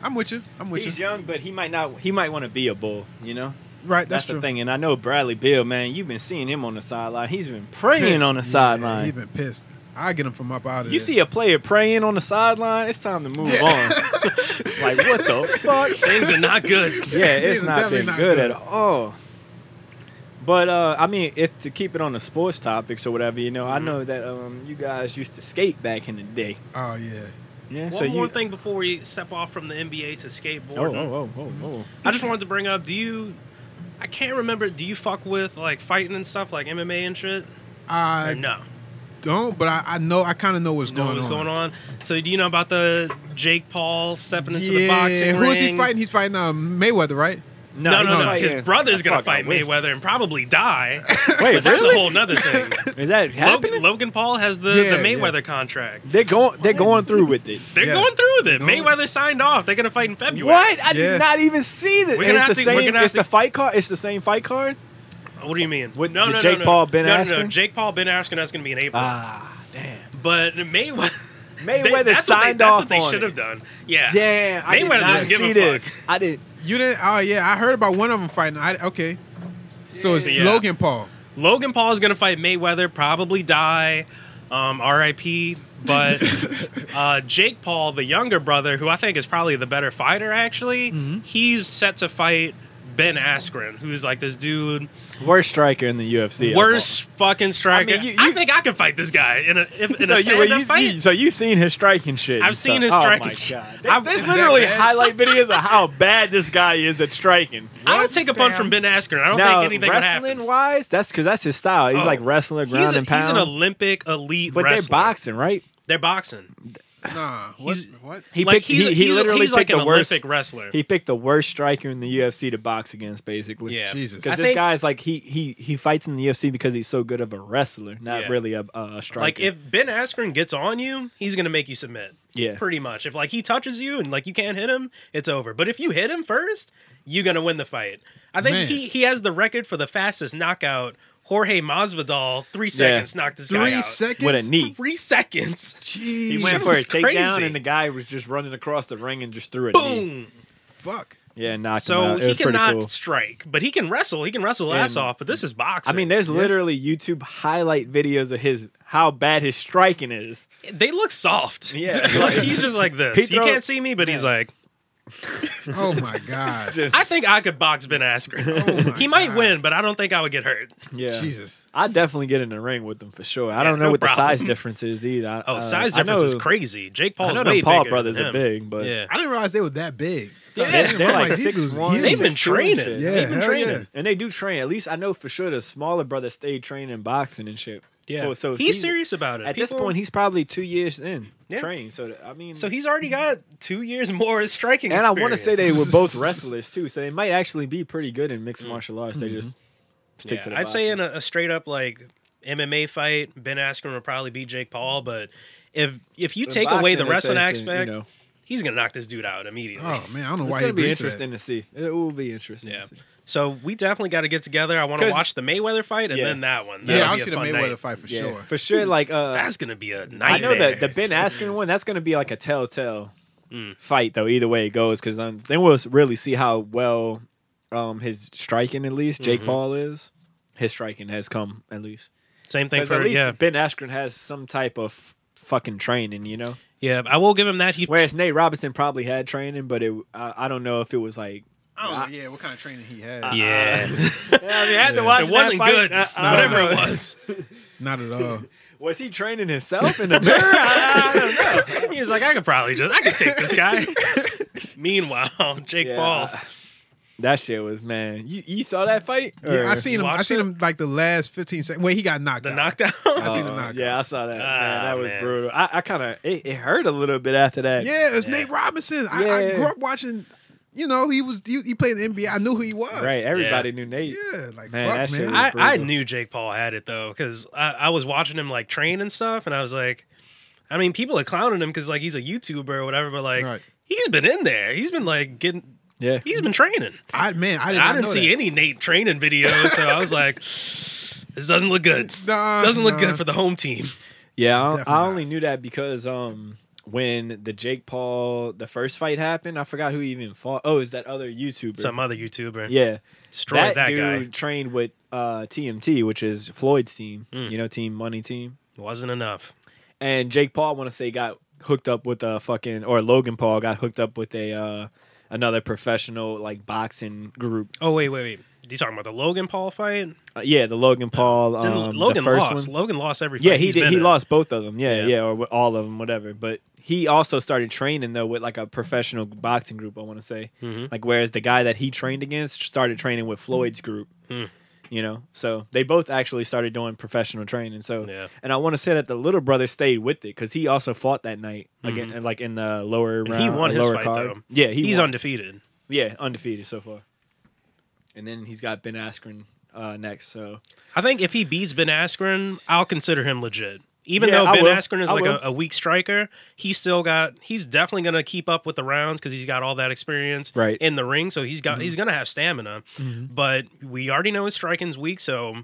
D: I'm with you. I'm with
C: he's
D: you.
C: young, but he might not. He might want to be a bull. You know.
D: Right.
C: That's,
D: That's,
C: the
D: true.
C: thing. And I know Bradley Bill, man. You've been seeing him on the sideline. He's been praying
D: Pissed.
C: on the
D: Yeah,
C: sideline.
D: He's been pissed. I get him from up out of
C: You
D: there.
C: see a player praying on the sideline, it's time to move on. like what the fuck?
B: Things are not good.
C: Yeah, it's
D: He's
C: not
D: definitely
C: been
D: not
C: good, at
D: good.
C: all. But uh, I mean, if, to keep it on the sports topics or whatever, you know, I know that um, you guys used to skate back in the day.
D: Oh yeah.
C: Yeah.
B: One
C: so
B: more
C: you,
B: thing before we step off from the NBA to skateboarding.
C: Oh, oh, oh, oh, oh.
B: I just wanted to bring up. Do you? I can't remember. Do you fuck with like fighting and stuff, like MMA and shit?
D: I
B: Or no.
D: don't, but I, I know. I kind of know what's
B: know
D: going
B: what's
D: on.
B: going on. So do you know about the Jake Paul stepping into
D: yeah.
B: the boxing
D: Who is he
B: ring?
D: fighting? He's fighting uh, Mayweather, right?
B: No, no,
C: he's
B: no.
C: not
B: His
C: fighting.
B: brother's gonna
C: Fuck, I
B: fight
C: wish.
B: Mayweather and probably die.
C: Wait,
B: but that's a
C: really?
B: whole nother thing.
C: Is that happening?
B: Logan, Logan Paul has the,
D: Yeah,
B: the
D: yeah.
B: Mayweather contract.
C: They're going. They're going through with it.
B: They're
D: Yeah.
B: going through with it.
D: Going-
B: Mayweather signed off. They're gonna fight in February.
C: What? I
D: Yeah.
C: did not even see that.
B: We're gonna
C: It's
B: have
C: the
B: to- we're
C: same.
B: gonna have
C: It's
B: to-
C: the fight card. It's the same fight card.
B: Uh, What do you mean?
C: With
B: no,
C: the
B: no, no,
C: Jake
B: no.
C: Paul, Ben
B: no, no, no.
C: Askren?
B: Jake Paul, Ben Askren. That's gonna be in April.
C: Ah, damn.
B: but Mayweather.
C: Mayweather
B: that's what they,
C: signed
B: that's
C: off
B: what they
C: on
B: should have
C: it.
B: done. Yeah.
C: Damn. I did
B: Mayweather
C: not
B: doesn't give a
C: see
B: fuck.
C: this. I did.
D: You didn't? Oh yeah, I heard about one of them fighting. I okay. So it's
B: Yeah.
D: Logan Paul.
B: Logan Paul is going to fight Mayweather, probably die, um, RIP. But uh, Jake Paul, the younger brother, who I think is probably the better fighter, actually,
C: Mm-hmm.
B: he's set to fight Ben Askren, who's like this dude,
C: Worst striker in the UFC.
B: worst fucking striker. I,
C: I mean, you- you-
B: think I could fight this guy in a if- in
C: So,
B: a
C: you,
B: stand-up
C: wait, you,
B: fight.
C: you, so you've seen his striking shit.
B: I've
C: and
B: seen
C: stuff.
B: his striking shit.
C: Oh my god.
B: I've-
C: There- There's
B: Is
D: that
C: literally
D: bad?
C: highlight videos of how bad this guy is at striking.
B: I would take a punch
D: Damn.
B: from Ben Askren. I don't
C: now,
B: think anything would happen.
C: wrestling wise, that's because that's his style. He's
B: Oh.
C: like wrestler, ground
B: He's, a-
C: and pound.
B: he's an Olympic elite
C: but
B: wrestler.
C: they're boxing, right?
B: They're boxing.
D: Nah, what?
B: He's-
D: What?
C: He
B: like
C: picked.
B: he's,
C: he, he
B: he's-
C: literally
B: he's
C: picked
B: like an
C: the worst.
B: Olympic wrestler.
C: He picked the worst striker in the UFC to box against, basically.
B: yeah.
D: Jesus.
C: Because
B: I
C: this
B: think-
C: guy's like he he he fights in the UFC because he's so good of a wrestler, not
B: Yeah.
C: really a, a striker.
B: Like if Ben Askren gets on you, he's gonna make you submit.
C: Yeah.
B: pretty much. If like he touches you and like you can't hit him, it's over. But if you hit him first, you're gonna win the fight. I think
D: Man.
B: he he has the record for the fastest knockout. Jorge Masvidal, three seconds knocked this guy
D: Three
B: out.
D: seconds.
C: with a knee,
B: Three seconds.
D: Jeez.
C: he went
B: That
C: for a
B: was
C: takedown,
B: crazy.
C: and the guy was just running across the ring and just threw a knee.
B: Boom.
D: Fuck.
C: Yeah, knocked him
B: So
C: out. It
B: he
C: was pretty
B: cannot
C: cool.
B: strike, but he can wrestle. He can wrestle ass
C: And-
B: off. But this is
C: I
B: boxing.
C: mean, there's literally YouTube highlight videos of his how bad his striking is.
B: they look soft.
C: Yeah.
B: like, he's just like
C: He
B: this.
C: throw-
B: you can't see me, but he's like.
D: Oh my god.
C: Just-
B: I think I could box Ben Askren.
D: Oh my
B: he might
D: God.
B: win, but I don't think I would get hurt.
C: yeah,
D: Jesus.
C: I definitely get in the ring with them for sure. I
B: Yeah,
C: don't know
B: no
C: what
B: problem.
C: the size difference is either. I-
B: Oh,
C: uh,
B: size
C: I
B: difference is
C: know-
B: crazy. Jake
C: I
B: Paul's
C: know
B: way
C: the Paul
B: bigger
C: brothers
B: than
C: are
B: him.
C: big, but
B: Yeah.
D: I didn't realize they were that big.
B: Yeah.
C: They're, they're
D: I'm
C: like
D: like, these
C: six
D: dudes
C: one.
D: huge.
B: They've been training.
D: Yeah,
B: They've been
D: hell
B: training.
D: yeah.
C: and they do train. At least I know for sure the smaller brother stayed training boxing and shit. So, so if
B: he's, serious about it.
C: At this
B: People-
C: point, he's probably two years in
B: Yeah.
C: training. So I mean,
B: so he's already got two years more striking.
C: and I want to say
B: experience. Mm.
C: they were both wrestlers too, so they might actually be pretty good in mixed martial arts.
D: Mm-hmm.
C: They just stick
B: Yeah,
C: to the.
B: I'd say
C: boxing.
B: in a, a straight up like MMA fight, Ben Askren would probably beat Jake Paul, but if if you
C: But
B: take away
C: boxing,
B: the
C: it's-
B: wrestling
C: it's, you
B: aspect,
C: know,
B: he's gonna knock this dude out immediately.
D: Oh man, I don't know
C: it's
D: why
C: gonna
D: he
C: be
D: agreed to that.
C: interesting to see. It will be interesting.
B: Yeah.
C: To see.
B: So we definitely got to get together. I want to
C: 'Cause-
B: watch the Mayweather fight and
C: Yeah.
B: then that one. That'll
D: Yeah, I'll
B: be a
D: see the
B: fun
D: Mayweather
B: night.
D: fight for
C: Yeah,
D: sure.
C: for sure. Like uh,
B: That's gonna be a nightmare.
C: I know that the Ben Askren one, that's going to be like a telltale
B: Mm.
C: fight, though. Either way it goes, because then then we'll really see how well um, his striking, at least
B: Mm-hmm.
C: Jake Paul is. His striking has come at least.
B: Same thing
C: 'Cause
B: for
C: at least
B: yeah,
C: Ben Askren has some type of f- fucking training, you know.
B: yeah. I will give him that. He
C: Whereas Nate Robinson probably had training, but it I, I don't know if it was like.
D: I don't know, yeah, what kind of training he had.
B: yeah,
C: Uh, I mean, I had to watch
B: it wasn't
C: that fight,
B: good.
C: I- I don't
B: whatever it
C: know.
B: was,
D: Not at all.
C: Was he training himself in the dirt? I, I don't know.
B: he's like, I could probably just, I could take this guy. Meanwhile, Jake
C: Yeah.
B: Paul.
C: That shit was man. You you saw that fight?
D: Yeah, I
C: Or-
D: seen him. I
B: watched
D: seen
B: it?
D: him like the last 15 seconds. Wait, he got knocked
B: the
D: out.
B: knockdown.
D: I seen the
C: Oh,
D: knockout.
C: Yeah, I saw that. man,
B: Ah,
C: that was
B: man.
C: brutal. I, I kind of it, it hurt a little bit after that.
D: Yeah, it was
B: Yeah.
D: Nate Robinson. I, I
C: Yeah.
D: grew up watching. You know, he was he, he played in the NBA. I knew who he was.
C: right. Everybody knew Nate.
D: Yeah, like
C: Man, that
D: fuck,
C: shit
D: man.
C: was-
B: I, I
C: brutal.
B: knew Jake Paul had it though, because I, I was watching him like train and stuff, and I was like, I mean, people are clowning him because like he's a YouTuber or whatever, but like
D: Right.
B: he's been in there. He's been like getting.
C: Yeah.
B: He's been training.
D: I man, I
B: I
D: didn't,
B: didn't,
D: know
B: see
D: that.
B: any Nate training videos, so I was like, this doesn't look good.
D: Nah,
B: doesn't look
D: nah.
B: good for the home team.
C: Yeah, I,
D: Definitely
C: I
D: not.
C: only knew that because um when the Jake Paul the first fight happened, I forgot who he even fought. Oh, is that other YouTuber?
B: Some other YouTuber
C: yeah,
B: destroyed that,
C: dude
B: guy.
C: trained with uh, TMT, which is Floyd's team.
B: Hmm.
C: You know, Team Money Team.
B: Wasn't enough.
C: And Jake Paul, I want to say, got hooked up with a fucking or Logan Paul got hooked up with a uh, another professional like boxing group.
B: Oh wait, wait, wait. You talking about the Logan Paul fight?
C: Uh, yeah, the Logan Paul.
B: Oh. Then
C: Um,
B: Logan
C: the first
B: lost.
C: One.
B: Logan lost every. Fight
C: Yeah, he
B: he's
C: did.
B: been
C: He
B: in.
C: lost both of them. Yeah,
B: Yeah.
C: yeah, or w- all of them, whatever. But he also started training though with like a professional boxing group. I want to say,
B: Mhm.
C: like, whereas the guy that he trained against started training with Floyd's group.
B: Hmm.
C: You know, so they both actually started doing professional training. So,
B: Yeah.
C: and I want to say that the little brother stayed with it because he also fought that night again, like in the lower
B: Mm-hmm. And
C: round.
B: he won
C: or
B: his
C: lower
B: fight,
C: card.
B: though.
C: Yeah, he
B: he's
C: won.
B: undefeated.
C: yeah undefeated so far. And then he's got Ben Askren uh, next. So
B: I think if he beats Ben Askren, I'll consider him legit. Even
C: Yeah,
B: though
C: I
B: Ben
C: will.
B: Askren is
C: I
B: like a,
C: will.
B: a weak striker, he's still got. He's definitely gonna keep up with the rounds because he's got all that experience
C: Right. Mm-hmm.
B: in the ring. So he's got. He's gonna have stamina. But we already know his striking's weak. So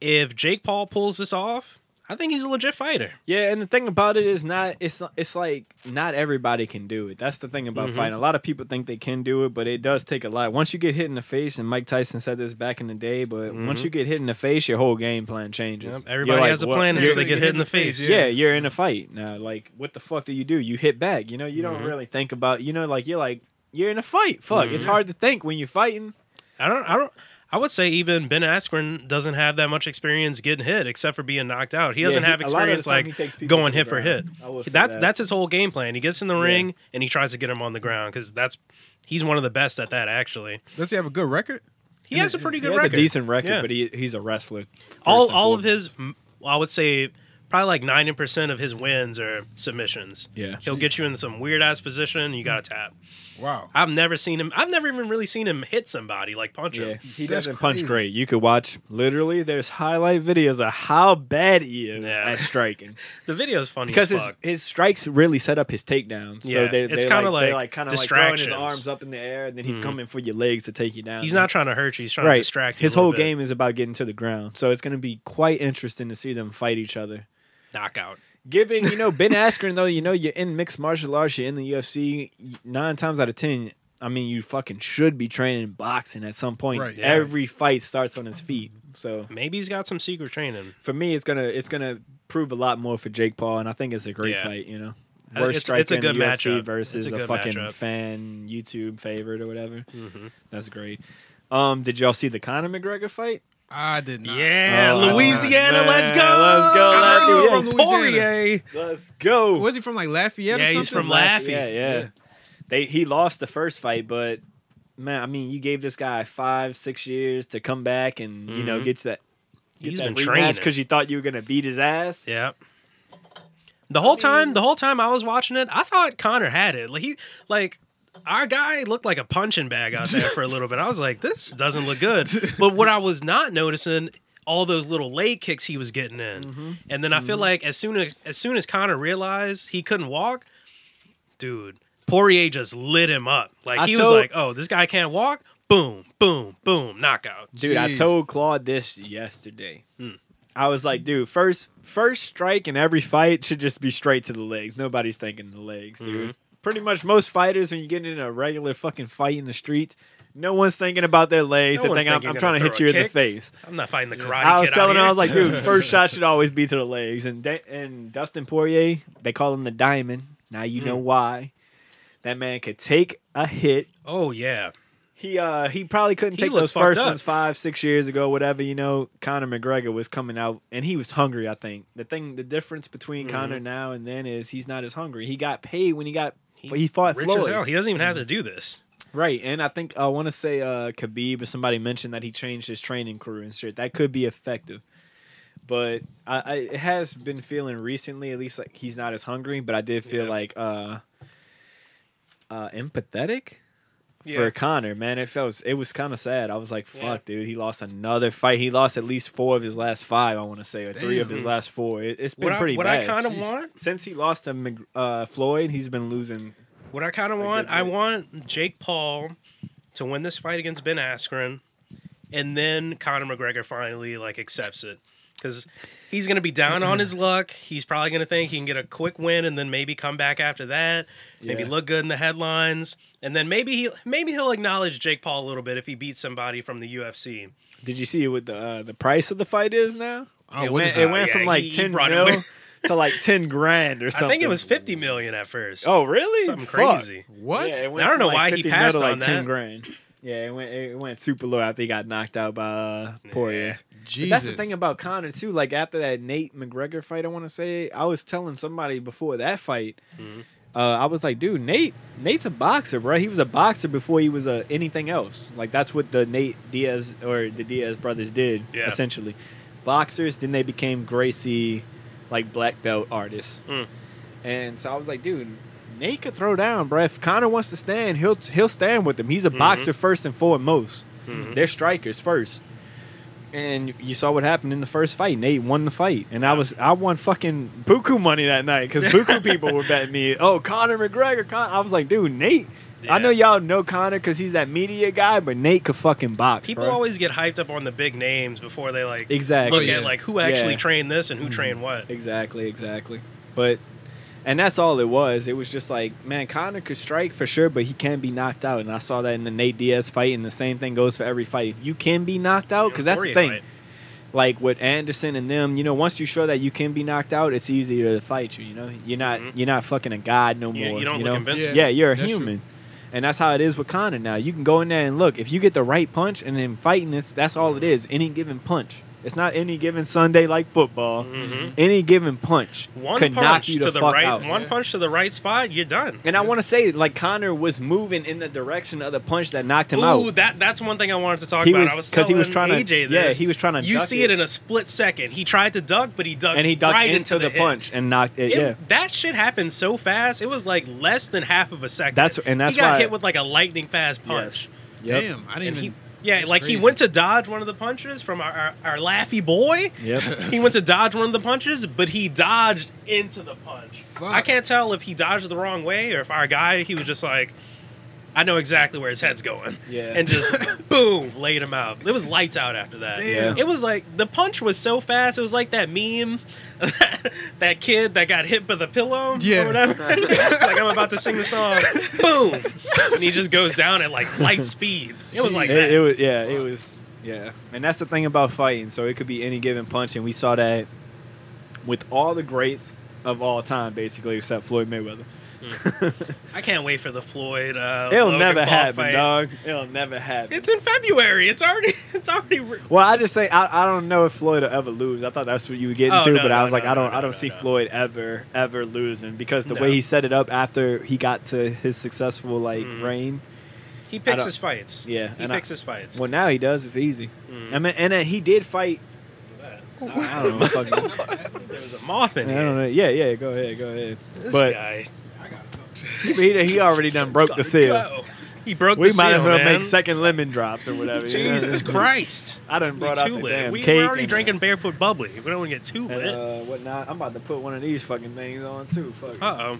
B: if Jake Paul pulls this off, I think he's a legit fighter.
C: Yeah, and the thing about it is not it's not, it's like not everybody can do it. That's the thing about
B: Mm-hmm.
C: fighting. A lot of people think they can do it, but it does take a lot. Once you get hit in the face, and Mike Tyson said this back in the day, but once you get hit in the face, your whole game plan changes.
B: Mm-hmm. Yep,
C: You're
B: everybody
C: like,
B: has a
C: "Well,
B: plan until
C: you're-
B: they get hit in the face.
C: yeah, you're in a fight now. Like, what the fuck do you do? You hit back. You know, you
B: Mm-hmm.
C: don't really think about. You know, like you're like you're in a fight. Fuck, it's
B: Mm-hmm.
C: hard to think when you're fighting.
B: I don't. I don't. I would say even Ben Askren doesn't have that much experience getting hit, except for being knocked out. He
C: Yeah,
B: doesn't
C: he-
B: have
C: a lot of the
B: experience
C: time he takes
B: like
C: people
B: going
C: to the
B: hit for hit.
C: ground. I will say
B: That's
C: that.
B: that's his whole game plan. He gets in the ring and he tries to get him on the ground because that's he's one of the best at that. Actually,
D: Does he have a good record?
B: he has a pretty good
C: he has
B: record,
C: a decent record,
B: Yeah.
C: but he he's a wrestler.
B: all
C: first and
B: all of
C: foremost.
B: his, mm, I would say, probably like ninety percent of his wins are submissions.
C: Yeah.
B: he'll get you in some weird ass position. and You got to tap.
D: Wow.
B: I've never seen him. I've never even really seen him hit somebody like punch
C: Yeah,
B: him.
C: he
D: That's
C: doesn't
D: crazy.
C: punch great. You could watch literally. There's highlight videos of how bad he is
B: Yeah.
C: at striking
B: The video's funny
C: because
B: as
C: his,
B: fuck.
C: his strikes really set up his takedowns.
B: Yeah,
C: so they,
B: it's
C: they
B: kinda
C: like, they
B: like
C: like kind of like throwing his
B: distractions. Hmm.
C: arms up in the air, and then he's coming for your legs to take you down.
B: He's not trying to hurt you. He's trying
C: right.
B: to distract you.
C: his
B: a little
C: whole
B: bit.
C: game is about getting to the ground, so it's going to be quite interesting to see them fight each other.
B: knockout.
C: Given you know Ben Askren though, you know you're in mixed martial arts, you're in the UFC. y- Nine times out of ten, I mean, you fucking should be training boxing at some point.
D: Right, yeah.
C: Every fight starts on his feet, so
B: Maybe he's got some secret training.
C: for me, it's gonna it's gonna prove a lot more for Jake Paul, and I think it's a great
B: Yeah.
C: fight. You know,
B: I-
C: worst
B: it's-
C: striker
B: it's a
C: in
B: good
C: the UFC
B: matchup.
C: versus
B: It's a
C: a,
B: good
C: fucking
B: matchup. Mm-hmm.
C: fan YouTube favorite or whatever. That's great. Um, did y'all see the Conor McGregor fight?
D: I did not.
B: Yeah,
C: Oh,
B: Louisiana,
C: man.
B: let's go.
C: Let's go,
D: I
C: Lafayette.
D: know
C: Yeah.
D: he was from Louisiana.
B: Poirier.
C: Let's go.
D: Was he from like Lafayette or
B: Yeah,
D: something?
B: he's from
D: Like-
B: Lafayette.
C: Yeah, yeah,
D: Yeah.
C: They he lost the first fight, but man, I mean, you gave this guy five, six years to come back and you know
B: Mhm.
C: get that. Get
B: He's
C: that
B: been training.
C: because you thought you were gonna beat his ass.
B: Yeah. The whole time, the whole time I was watching it, I thought Connor had it. Like he, like our guy looked like a punching bag out there for a little bit. I was like, this doesn't look good. But what I was not noticing, all those little leg kicks he was getting in,
C: Mm-hmm.
B: and then I feel like as soon as as soon as Connor realized he couldn't walk, dude, Poirier just lit him up. Like
C: I
B: he was
C: told-
B: like, oh, this guy can't walk. Boom, boom, boom, knockout.
C: Dude, I
D: Jeez.
C: told Claude this yesterday.
B: Hmm.
C: I was like, dude, first first strike in every fight should just be straight to the legs. Nobody's thinking the legs,
B: Mm-hmm.
C: dude. Pretty much most fighters, when you get in a regular fucking fight in the streets, no one's thinking about their legs.
B: No
C: They
B: one's
C: think I'm,
B: thinking
C: I'm
B: you're
C: trying to
B: gonna
C: hit
B: throw
C: you
B: a
C: in the
B: kick.
C: face.
B: I'm not fighting the karate.
C: I was
B: kid out
C: telling him, I
B: here.
C: was like, dude, first shot should always be to the legs. And Da- and Dustin Poirier, they call him the diamond. Now you
B: Hmm.
C: know why. That man could take a hit
B: oh yeah.
C: he uh he probably couldn't
B: He
C: take
B: looked
C: those first
B: fucked up.
C: ones five six years ago whatever you know Conor McGregor was coming out and he was hungry I think the thing the difference between Conor
B: Mm-hmm.
C: now and then is he's not as hungry he got paid when he got he, he fought
B: Rich
C: Floyd Mm-hmm.
B: as hell. He doesn't even have to do this.
C: right and I think I want to say uh Khabib or somebody mentioned that he changed his training crew and shit that could be effective but I, I it has been feeling recently at least like he's not as hungry but I did feel
B: Yeah.
C: like uh uh empathetic
B: Yeah.
C: for Connor, man. It felt it was kind of sad. I was like, "Fuck, dude, he lost another fight. He lost at least four of his last five. I want to say, or three of his
D: Damn.
C: last four. It, has been
B: What I,
C: pretty
B: what
C: bad.
B: I kind of want,
C: since he lost to Mc- uh, Floyd, he's been losing
B: What I kind of
C: get
B: want, I
C: that.
B: want Jake Paul to win this fight against Ben Askren, and then Conor McGregor finally like accepts it because he's gonna be down on his luck. He's probably gonna think he can get a quick win and then maybe come back after that. Maybe
C: Yeah.
B: look good in the headlines, and then maybe he maybe he'll acknowledge Jake Paul a little bit if he beats somebody from the UFC.
C: Did you see what the uh, the price of the fight is now?
D: Oh,
C: it
D: what
C: went,
D: is
C: it
D: that?
C: went
B: Yeah,
C: from like
B: he- he
C: ten
B: brought it
C: mil
B: with-
C: to like ten grand or something.
B: I think it was fifty million at first.
C: Oh, really?
B: something
C: Fuck.
B: crazy.
D: What?
C: Yeah, it
B: I don't
C: from,
B: know
C: like,
B: why he
C: 50 mil
B: passed
C: to, like
B: on
C: 10
B: that.
C: grand. Yeah, it went it went super low after he got knocked out by uh, Poirier. But
D: Jesus.
C: that's the thing about Connor too. Like after that Nate McGregor fight, I want to say I was telling somebody before that fight, uh, I was like, dude, Nate, Nate's a boxer, bro. He was a boxer before he was uh, anything else. Like that's what the Nate Diaz or the Diaz brothers did
B: Yeah.
C: essentially. Boxers, then they became Gracie, like black belt artists.
B: Mm.
C: And so I was like, dude, Nate could throw down, bro. If Connor wants to stand, he'll he'll stand with him. He's
B: Mm-hmm.
C: a boxer first and foremost. They're strikers first. And you saw what happened in the first fight. Nate won the fight, and I was I won fucking buku money that night because buku people were betting me. Oh, Conor McGregor, Con-. I was like, dude, Nate.
B: Yeah.
C: I know y'all know Conor because he's that media guy, but Nate could fucking box.
B: People
C: bruh.
B: always get hyped up on the big names before they like
C: exactly
B: look
D: Oh, yeah.
B: at like who actually
C: Yeah. Mm-hmm.
B: trained this and who trained what.
C: Exactly, exactly. But and that's all it was. It was just like, man, Connor could strike for sure, but he can be knocked out. And I saw that in the Nate Diaz fight, and the same thing goes for every fight. If you can be knocked out, because that's the
B: Poirier
C: thing.
B: fight.
C: Like with Anderson and them, you know, once you show that you can be knocked out, it's easier to fight you. You know, you're not
B: Mhm.
C: you're not fucking a god no
B: You,
C: more.
B: you don't
C: you
B: look
C: know?
B: invincible.
C: Yeah, you're a
D: That's true.
C: human. And that's how it is with Connor now. You can go in there and look. If you get the right punch and then fighting this, that's all it is. Any given punch. It's not any given Sunday like football.
B: Mhm.
C: Any given punch
B: One
C: could knock
B: punch
C: you the,
B: to the
C: fuck
B: right,
C: out.
B: one
D: Yeah.
B: punch to the right spot, you're done.
C: And I want to say, like Connor was moving in the direction of the punch that knocked him
B: Ooh,
C: out.
B: that that's one thing I wanted to talk
C: He
B: about. I
C: was-
B: was
C: 'cause he was
B: telling
C: trying to-
B: AJ
C: yeah,
B: this.
C: he was trying to
B: You
C: duck
B: see it.
C: it.
B: in a split second. He tried to duck, but he ducked
C: And he ducked
B: right
C: into, the,
B: hit.
C: punch and knocked it.
B: It-
C: yeah,
B: that shit happened so fast. It was like less than half of a second.
C: That's- and that's
B: he got
C: why-
B: hit with like a lightning fast punch.
C: Yep.
D: Damn, I didn't
B: And he,
D: even.
B: yeah,
D: that's
B: like he
D: crazy.
B: went to dodge one of the punches from our, our, our laughy boy.
C: Yep.
B: he went to dodge one of the punches, but he dodged into the punch.
D: Fuck.
B: I can't tell if he dodged the wrong way or if our guy he was just like, I know exactly where his head's going.
C: Yeah.
B: And just boom, laid him out. It was lights out after that.
D: Damn.
B: It was like the punch was so fast. It was like that meme, that kid that got hit by the pillow
D: Yeah.
B: or whatever. It's like I'm about to sing the song, boom, and he just goes down at like light speed. It was like
C: it,
B: that.
C: it was yeah, it was yeah. And that's the thing about fighting. So it could be any given punch, and we saw that with all the greats of all time, basically, except Floyd Mayweather.
B: I can't wait for the Floyd. Uh,
C: It'll
B: Logan
C: never
B: Paul
C: happen,
B: fight.
C: dog. It'll never happen.
B: It's in February. It's already. It's already. re-
C: well, I just think I, I don't know if Floyd will ever lose. I thought that's what you were getting
B: Oh,
C: to,
B: no,
C: but I
B: no,
C: was like,
B: no,
C: I don't,
B: no,
C: I don't
B: no,
C: see
B: no.
C: Floyd ever, ever losing because the
B: No.
C: way he set it up after he got to his successful like
B: Mhm.
C: reign.
B: He
C: I
B: picks
C: don't-
B: his fights.
C: Yeah,
B: He
C: and I-
B: picks his fights.
C: Well, now he does. It's easy.
B: Mhm.
C: I mean, and uh, he did fight. I don't know. fucking-
B: there was a moth in
C: I
B: here.
C: don't know. Yeah, yeah. Go ahead. Go ahead.
B: This
C: but
B: guy.
C: He, he, he already done broke the
B: Gotta
C: seal.
B: go. He broke
C: We
B: the seal.
C: might as well
B: man.
C: make second lemon drops or whatever. you know?
B: Jesus Christ.
C: I done
B: We
C: brought out
B: too
C: the
B: lit.
C: damn
B: we,
C: cake.
B: We're already
C: and,
B: drinking barefoot bubbly. We don't want to get too
C: and,
B: lit. Uh
C: uh, whatnot. I'm about to put one of these fucking things on too. Fuck. it.
B: oh.
C: Aw,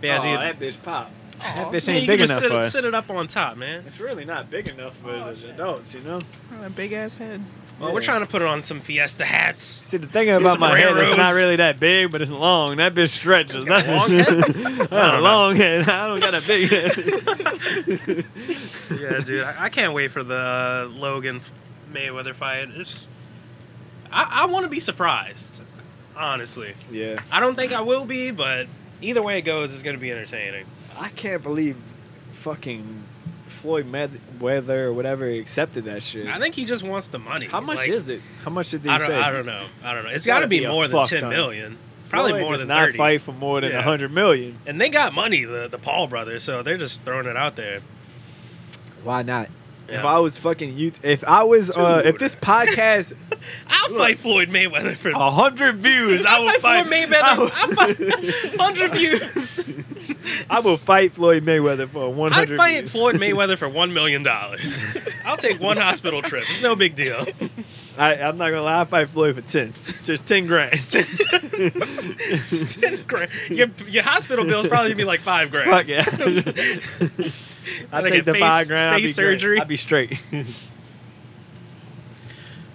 B: Bad idea.
C: that bitch pop. that bitch
B: Man,
C: ain't
B: you
C: big
B: can
C: enough
B: just sit,
C: for
B: it,
C: us.
B: sit it up on top, man.
C: It's really not big enough for the adults, you know.
A: a big ass head.
B: Well, we're
C: Yeah.
B: trying to put it on some Fiesta hats.
C: See, the thing about
B: some
C: my head is it's not
B: railroads.
C: really that big, but it's long. That bitch stretches.
B: got
C: That's
B: a
C: a
B: long
C: head.
B: don't
C: a
B: know.
C: long head. I don't got a big head.
B: yeah, dude, I, I can't wait for the uh, Logan Mayweather fight. It's, I, I want to be surprised, honestly.
C: yeah.
B: I don't think I will be, but either way it goes, it's going to be entertaining.
C: I can't believe fucking Floyd Mayweather or whatever accepted that shit.
B: I think he just wants the money.
C: How much
B: Like,
C: is it? How much did they
B: I don't,
C: say?
B: I don't know. I don't know. It's got to
C: gotta
B: be,
C: be a
B: more than
C: fuck
B: ten
C: ton.
B: million. Probably
C: Floyd
B: more
C: does
B: than
C: not
B: thirty.
C: fight for more than a
B: Yeah.
C: 100 million.
B: And they got money, the the Paul brothers, so they're just throwing it out there.
C: Why not? If
B: Yeah.
C: I was fucking you, if I was, uh, if this
B: Dude.
C: podcast
B: I'll fight Floyd Mayweather for
C: a hundred views, I
B: I'll
C: would
B: fight
C: Oh. fight.
B: Floyd
C: I would,
B: Mayweather. I'll fight hundred views.
C: I would fight Floyd Mayweather for one
B: I'd
C: hundred.
B: fight Floyd Mayweather for one million dollars. I'll take one hospital trip. It's no big deal.
C: I, I'm not gonna lie. I fight Floyd for ten, just ten grand.
B: Ten grand. Your, your hospital bill's probably gonna be like five grand.
C: Fuck yeah. I
B: Gotta
C: take
B: get
C: the
B: face-
C: five grand. I'll
B: face
C: be great.
B: surgery.
C: I'll be straight.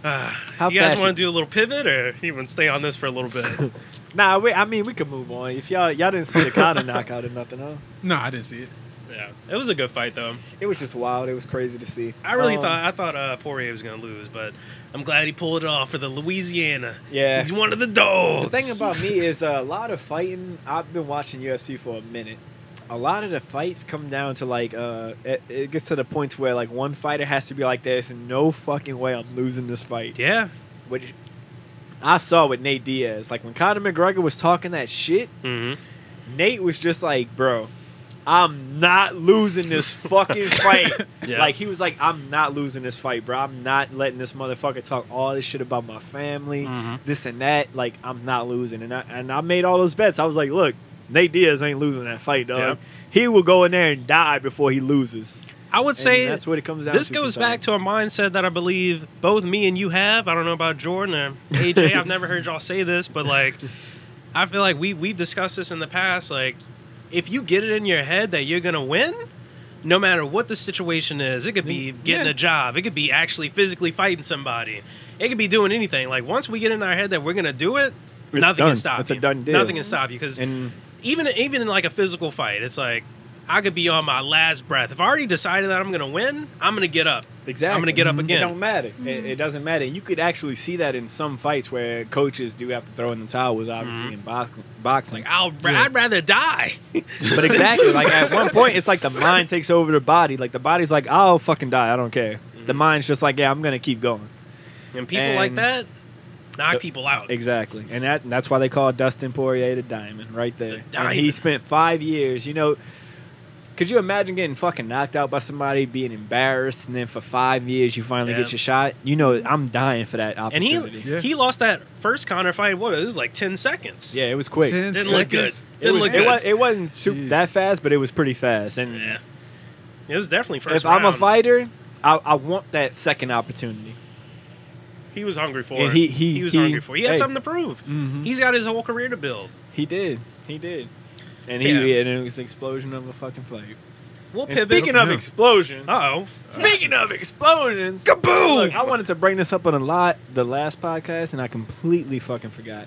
C: How
B: You guys
C: fast
B: want to do a little pivot, or you want to stay on this for a little bit?
C: Nah, we, I mean we could move on. If y'all y'all didn't see the Connor knockout or nothing, huh?
D: No, I didn't see it.
B: yeah, it was a good fight though.
C: It was just wild. It was crazy to see.
B: I really
C: Um,
B: thought I thought uh, Poirier was gonna lose, but I'm glad he pulled it off for the Louisiana.
C: Yeah.
B: he's one of the
C: The
B: dogs.
C: thing about me is uh, a lot of fighting. I've been watching UFC for a minute. A lot of the fights come down to like uh, it, it gets to the point where like one fighter has to be like, "There's no fucking way I'm losing this fight."
B: yeah,
C: Which I saw with Nate Diaz. Like when Conor McGregor was talking that shit,
B: mm-hmm.
C: Nate was just like, "Bro, I'm not losing this fucking fight."
B: Yeah.
C: Like he was like, "I'm not losing this fight, bro. I'm not letting this motherfucker talk all this shit about my family."
B: Mhm.
C: this and that. Like I'm not losing, and I and I made all those bets. I was like, look, Nate Diaz ain't losing that fight, dog.
B: Yeah.
C: He will go in there and die before he loses.
B: I would
C: And
B: say
C: that's what it comes down.
B: this
C: to
B: goes back
C: sometimes.
B: to a mindset that I believe both me and you have. I don't know about Jordan or AJ. I've never heard y'all say this, but like, I feel like we we've discussed this in the past. Like, if you get it in your head that you're gonna win, no matter what the situation is, it could be getting
C: Mm, Yeah.
B: a job, it could be actually physically fighting somebody, it could be doing anything. Like once we get in our head that we're gonna do it,
C: It's
B: nothing
C: done.
B: can stop
C: It's a
B: you.
C: done deal.
B: Nothing can stop you because
C: and
B: even even in like a physical fight, it's like I could be on my last breath. If I already decided that I'm gonna win, I'm gonna get up.
C: exactly.
B: I'm gonna get up
C: It don't
B: again.
C: matter. It,
B: Mm-hmm.
C: it doesn't matter. You could actually see that in some fights where coaches do have to throw in the towel. Was obviously
B: Mm-hmm.
C: in box, boxing.
B: I'll I'd rather die.
C: But exactly, like at one point, it's like the mind takes over the body. Like the body's like, I'll fucking die. I don't care. The
B: Mm-hmm.
C: mind's just like, yeah, I'm gonna keep going.
B: And people like
C: And-
B: that knock
C: The-
B: people out.
C: Exactly, and that and that's why they call Dustin Poirier the diamond, right there. And he
B: diamond.
C: spent five years. You know, could you imagine getting fucking knocked out by somebody, being embarrassed, and then for five years you finally
B: Yeah.
C: get your shot? You know, I'm dying for that
B: and he
C: opportunity.
D: Yeah.
B: he lost that first Connor fight. What it was like ten seconds.
C: yeah, it was quick.
D: Ten
B: Didn't look good.
D: seconds.
B: Didn't
C: it, was,
B: look
C: it,
B: good.
C: was, it wasn't super
D: Jeez.
C: that fast, but it was pretty fast. And
B: yeah. It was definitely first.
C: if I'm a
B: round.
C: fighter, I, I want that second opportunity.
B: he was hungry for
C: And
B: it.
C: he- he-
B: was
C: he-
B: hungry for. it. He had
C: hey. Mm-hmm.
B: something to prove.
D: Mhm.
B: He's got his whole career to build.
C: He did. He did. And he
B: Yeah.
C: and it was an explosion of a fucking fight.
B: We'll
C: And
B: pivot.
C: speaking of
D: Yeah.
C: explosions,
B: uh oh,
C: Speaking of explosions,
B: Kaboom!
C: Look, I wanted to bring this up on a lot the last podcast, and I completely fucking forgot.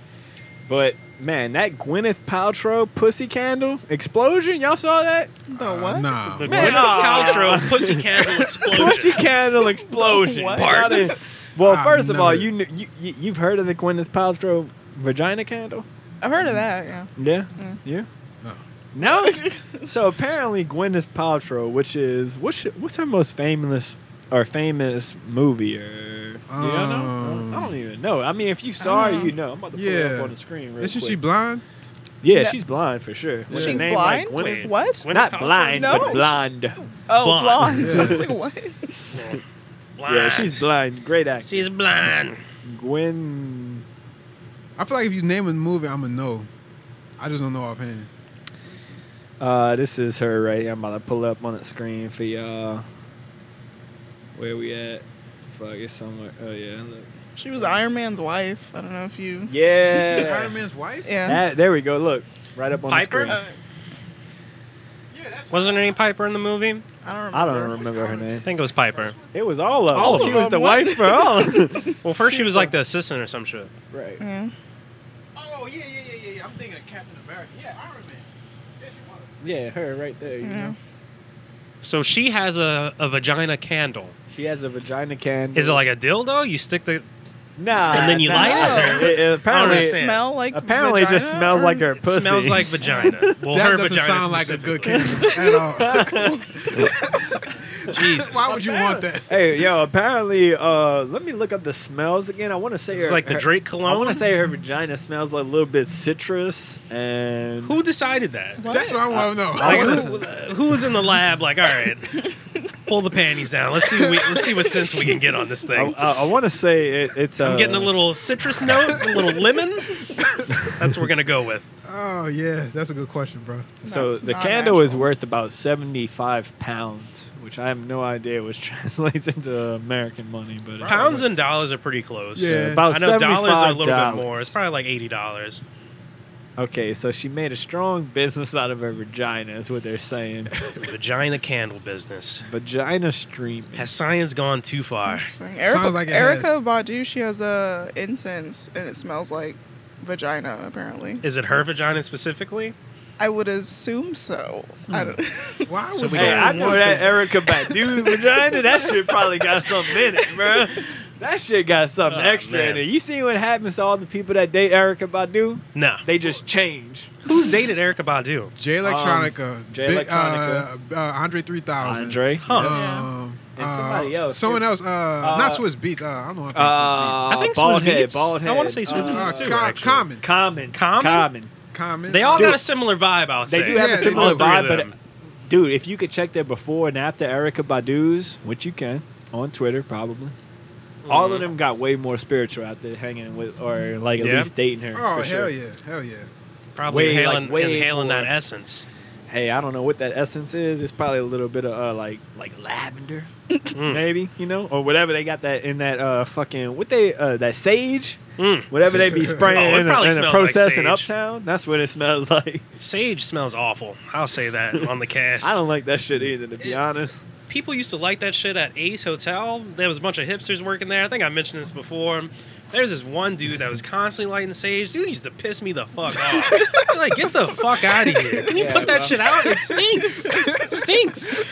C: But man, that Gwyneth Paltrow pussy candle explosion, y'all saw that?
A: The
D: Uh,
A: what?
D: Nah.
B: the
C: Man,
B: Gwyneth
C: nah.
B: Paltrow pussy candle
C: Pussy
B: explosion.
C: candle explosion.
A: What?
C: Y'all didn't- Well,
D: I've
C: first of all,
D: never-
C: you, kn- you you- you've heard of the Gwyneth Paltrow vagina candle?
A: I've heard of that. Yeah.
C: Yeah,
A: Mm.
C: yeah.
D: No.
C: No. so apparently, Gwyneth Paltrow, which is what's what's her most famous or famous movie? Or do y'all know? I don't
D: Um,
C: even know. I mean, if you saw her,
A: don't know.
C: you know. I'm about to pull it
D: Yeah.
C: up on the screen. Real
D: Isn't
C: quick.
D: she blind?
C: yeah,
A: Yeah.
C: she's blind for sure. What's her
A: She's
C: name, like,
A: blind?
C: Gwyneth-
B: Wait.
A: What?
B: Gwyneth
C: Not
B: Paltrow's
C: blind, but
A: No.
C: blonde.
A: Oh,
B: Blonde.
A: blonde.
D: Yeah.
A: I was like, what?
B: blind.
C: Yeah, she's blind. Great actress.
B: she's blind.
C: Gwen.
D: I feel like if you name a movie, I'm going to know. I just don't know offhand.
C: Uh, this is her right here. I'm about to pull up on the screen for y'all. Where we at? Fuck, it's somewhere. Oh yeah, look.
A: She was Iron Man's wife. I don't know if you.
C: Yeah.
D: Iron Man's wife?
A: Yeah.
C: That- there we go. Look, right up on
B: Piper?
C: the screen.
A: Uh,
B: Wasn't her name Piper in the movie?
A: I don't remember.
C: I don't remember her name.
B: I think it was Piper.
C: It was all of
A: All
C: them.
A: of
C: Oh, She was
A: them,
C: the
A: what?
C: wife for all. of them.
B: Well, first she was like the assistant or some shit.
C: right.
A: Yeah.
D: Oh, yeah, yeah, yeah, yeah. I'm thinking of Captain America. Yeah, Iron Man. Yeah, she was.
C: Yeah, her right there. You
A: Yeah.
C: know.
B: So she has a, a vagina candle.
C: She has a vagina can.
B: Is it like a dildo? You stick the.
C: Nah.
B: And then you
C: nah.
B: light it?
C: It- it apparently,
A: Does it
B: understand.
A: smell like
C: apparently, it just
A: vagina
C: smells
A: or-
C: like her
B: It
C: pussy.
B: smells like vagina. Well,
D: that
B: her
D: doesn't
B: vagina
D: sound like a good
B: specifically.
D: candidate at all.
B: Jesus.
D: Why would you want that?
C: Hey, yo! Apparently, uh, let me look up the smells again. I want to say
B: It's
C: her,
B: like the
C: her-
B: Drake
C: I
B: cologne.
C: want to say her vagina smells like a little bit citrus and
B: Who decided that?
A: What?
D: That's what I want to know.
B: Like who, who was in the lab? Like, all right, pull the panties down. Let's see. We, let's see what sense we can get on this
C: I,
B: thing.
C: I, I want to say it, it's. Uh,
B: I'm getting a little citrus note, a little lemon. That's what we're gonna go with.
D: Oh yeah, that's a good question, bro.
C: So
A: That's
C: the
A: not
C: candle is
A: natural.
C: worth about 75 pounds, which I have no idea which translates into American money, but it's-
B: Pounds and dollars are pretty close.
D: Yeah.
C: about
B: I know dollars are a little
C: $75.
B: bit more. It's probably like eighty dollars.
C: Okay, so she made a strong business out of her vagina, is what they're saying.
B: Vagina candle business.
C: vagina streaming.
B: Has science gone too far?
A: Interesting. Erica,
D: like it
A: Erica
D: has-
A: Badu, she has a incense and it smells like vagina. Apparently,
B: Is it her vagina specifically?
A: I would assume so.
C: Hmm.
A: I don't.
D: Why
B: So
D: was
B: we
C: Hey,
D: that
C: I know
D: one
C: that
D: thing?
C: Erica Badu vagina. That shit probably got something in it, bro. That shit got something
B: Oh,
C: extra
B: man.
C: in it. You see what happens to all the people that date Erica Badu?
B: No.
C: They just change.
B: Who's dated Erica Badu?
D: J Electronica,
C: Jay
D: Big, uh, uh, Andre 3000,
C: Andre.
B: Huh.
D: um,
C: And
D: uh,
C: somebody else.
D: someone else, uh, not Swiss Beats. Uh, I don't know. If uh,
B: I think
C: bald
B: Swizz
C: head,
B: Beatz.
C: bald head.
B: I wanna say Swizz
D: Swiss
B: Beatz.
C: uh,
D: Beats. Uh,
B: too,
D: com-
B: actually.
D: common,
C: Common,
B: Common?
C: common.
D: common.
B: They all
C: Dude.
B: got a similar vibe, I would
C: They
B: say.
C: do have
D: Yeah,
C: a
D: they
C: similar
D: do.
C: vibe,
B: Three
C: but
B: of them.
C: dude, if you could check their before and after Erica Badu's, which you can on Twitter probably, all of them got way more spiritual after hanging with or like at
B: Mm-hmm. Yeah.
C: least dating her.
D: Oh hell
C: for sure.
D: yeah, hell yeah.
B: probably
C: way, like,
B: inhaling,
C: way
B: inhaling that
C: more.
B: essence.
C: Hey, I don't know what that essence is. It's probably a little bit of uh, like like lavender,
B: Mm.
C: maybe you know, or whatever they got that in that uh fucking what they uh that sage,
B: Mm.
C: whatever they be spraying
B: Oh, it
C: in, a,
B: probably
C: in a
B: smells like
C: process in
B: sage.
C: Uptown. That's what it smells like.
B: Sage smells awful. I'll say that on the cast.
C: I don't like that shit either, to be honest.
B: People used to like that shit at Ace Hotel. There was a bunch of hipsters working there. I think I mentioned this before. There's this one dude that was constantly lighting sage. Dude used to piss me the fuck off. I'm like, get the fuck out of here. Can you put that shit out? It stinks. It stinks.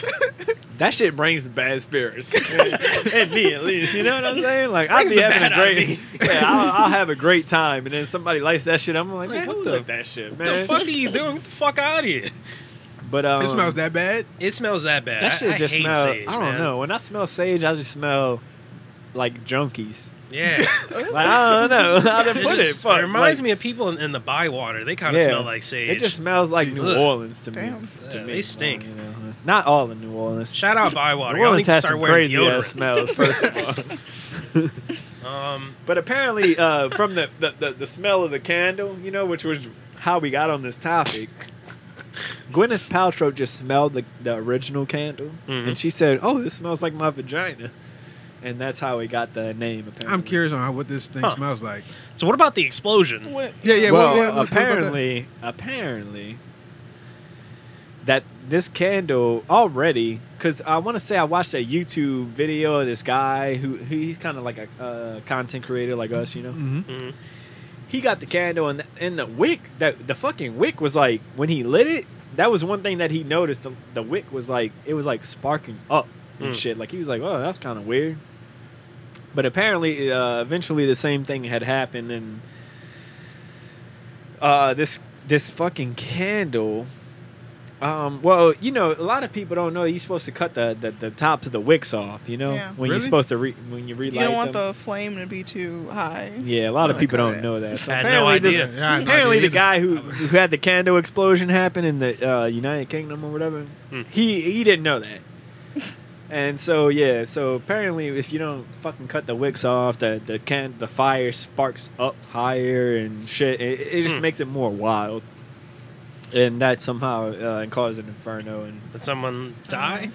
C: That shit brings the bad spirits. and me at least. You know what I'm saying? Like I'll
B: Brings
C: be
B: the
C: having
B: bad
C: a
B: out of
C: great
B: me.
C: yeah, I'll, I'll have a great time and then somebody likes that shit. I'm like,
B: Like,
C: man,
B: what
C: who
B: the-
C: liked that shit,
B: What the
C: man?
B: fuck are you doing? Get the fuck out of here.
C: But um,
D: It smells that bad.
B: It smells that bad.
C: That
B: I-
C: shit
B: I
C: just
B: hate
C: smells
B: sage,
C: I don't
B: man.
C: know. When I smell sage, I just smell like junkies.
B: Yeah.
C: Like I don't know how to
B: It
C: put it.
B: just-
C: Fuck.
B: it reminds
C: like,
B: me of people in, in the Bywater. They kind of smell like sage.
C: It just smells like New
B: Ugh.
C: Orleans to me.
A: Damn.
C: To
B: Yeah,
C: me.
B: they stink.
C: You know, Not all in New Orleans.
B: Shout out Bywater.
C: New
B: Y'all need
C: Orleans
B: to
C: has
B: start
C: some
B: wearing
C: crazy
B: deodorant.
C: ass smells. First of all.
B: Um,
C: But apparently, uh, from the, the, the, the smell of the candle, you know, which was how we got on this topic, Gwyneth Paltrow just smelled the, the original candle
B: Mhm.
C: and she said, Oh, this smells like my vagina. And that's how we got the name, apparently.
D: I'm curious on how, what this thing
B: Huh.
D: smells like.
B: so what about the explosion?
A: What?
D: Yeah, yeah.
C: well,
D: what- yeah, what- what about that?
C: apparently, apparently, that this candle already, because I want to say I watched a YouTube video of this guy who, who he's kind of like a uh, content creator like us, you know.
D: Mhm.
B: Mhm.
C: He got the candle and the, and the wick that the fucking wick was like when he lit it. That was one thing that he noticed. The, the wick was like it was like sparking up and
B: Mm.
C: shit. Like he was like, oh, that's kind of weird. But apparently, uh, eventually, the same thing had happened, and uh, this this fucking candle. Um, well, you know, a lot of people don't know you're supposed to cut the, the, the tops of the wicks off. You know,
A: Yeah.
C: when you're
D: Really?
C: supposed to re- when you relight
A: You don't want
C: them.
A: the flame to be too high.
C: yeah, a lot of
A: Oh,
C: people
A: got
C: don't
A: it.
C: know that. So
B: I had no
C: apparently this-
B: idea.
D: Yeah, I had no
C: apparently,
D: idea
C: the guy who who had the candle explosion happen in the uh, United Kingdom or whatever,
B: Hmm.
C: he he didn't know that. And so yeah, so apparently, if you don't fucking cut the wicks off, the the can the fire sparks up higher and shit. It, it just
B: Hmm.
C: makes it more wild, and that somehow uh, caused an inferno. And
B: Did someone die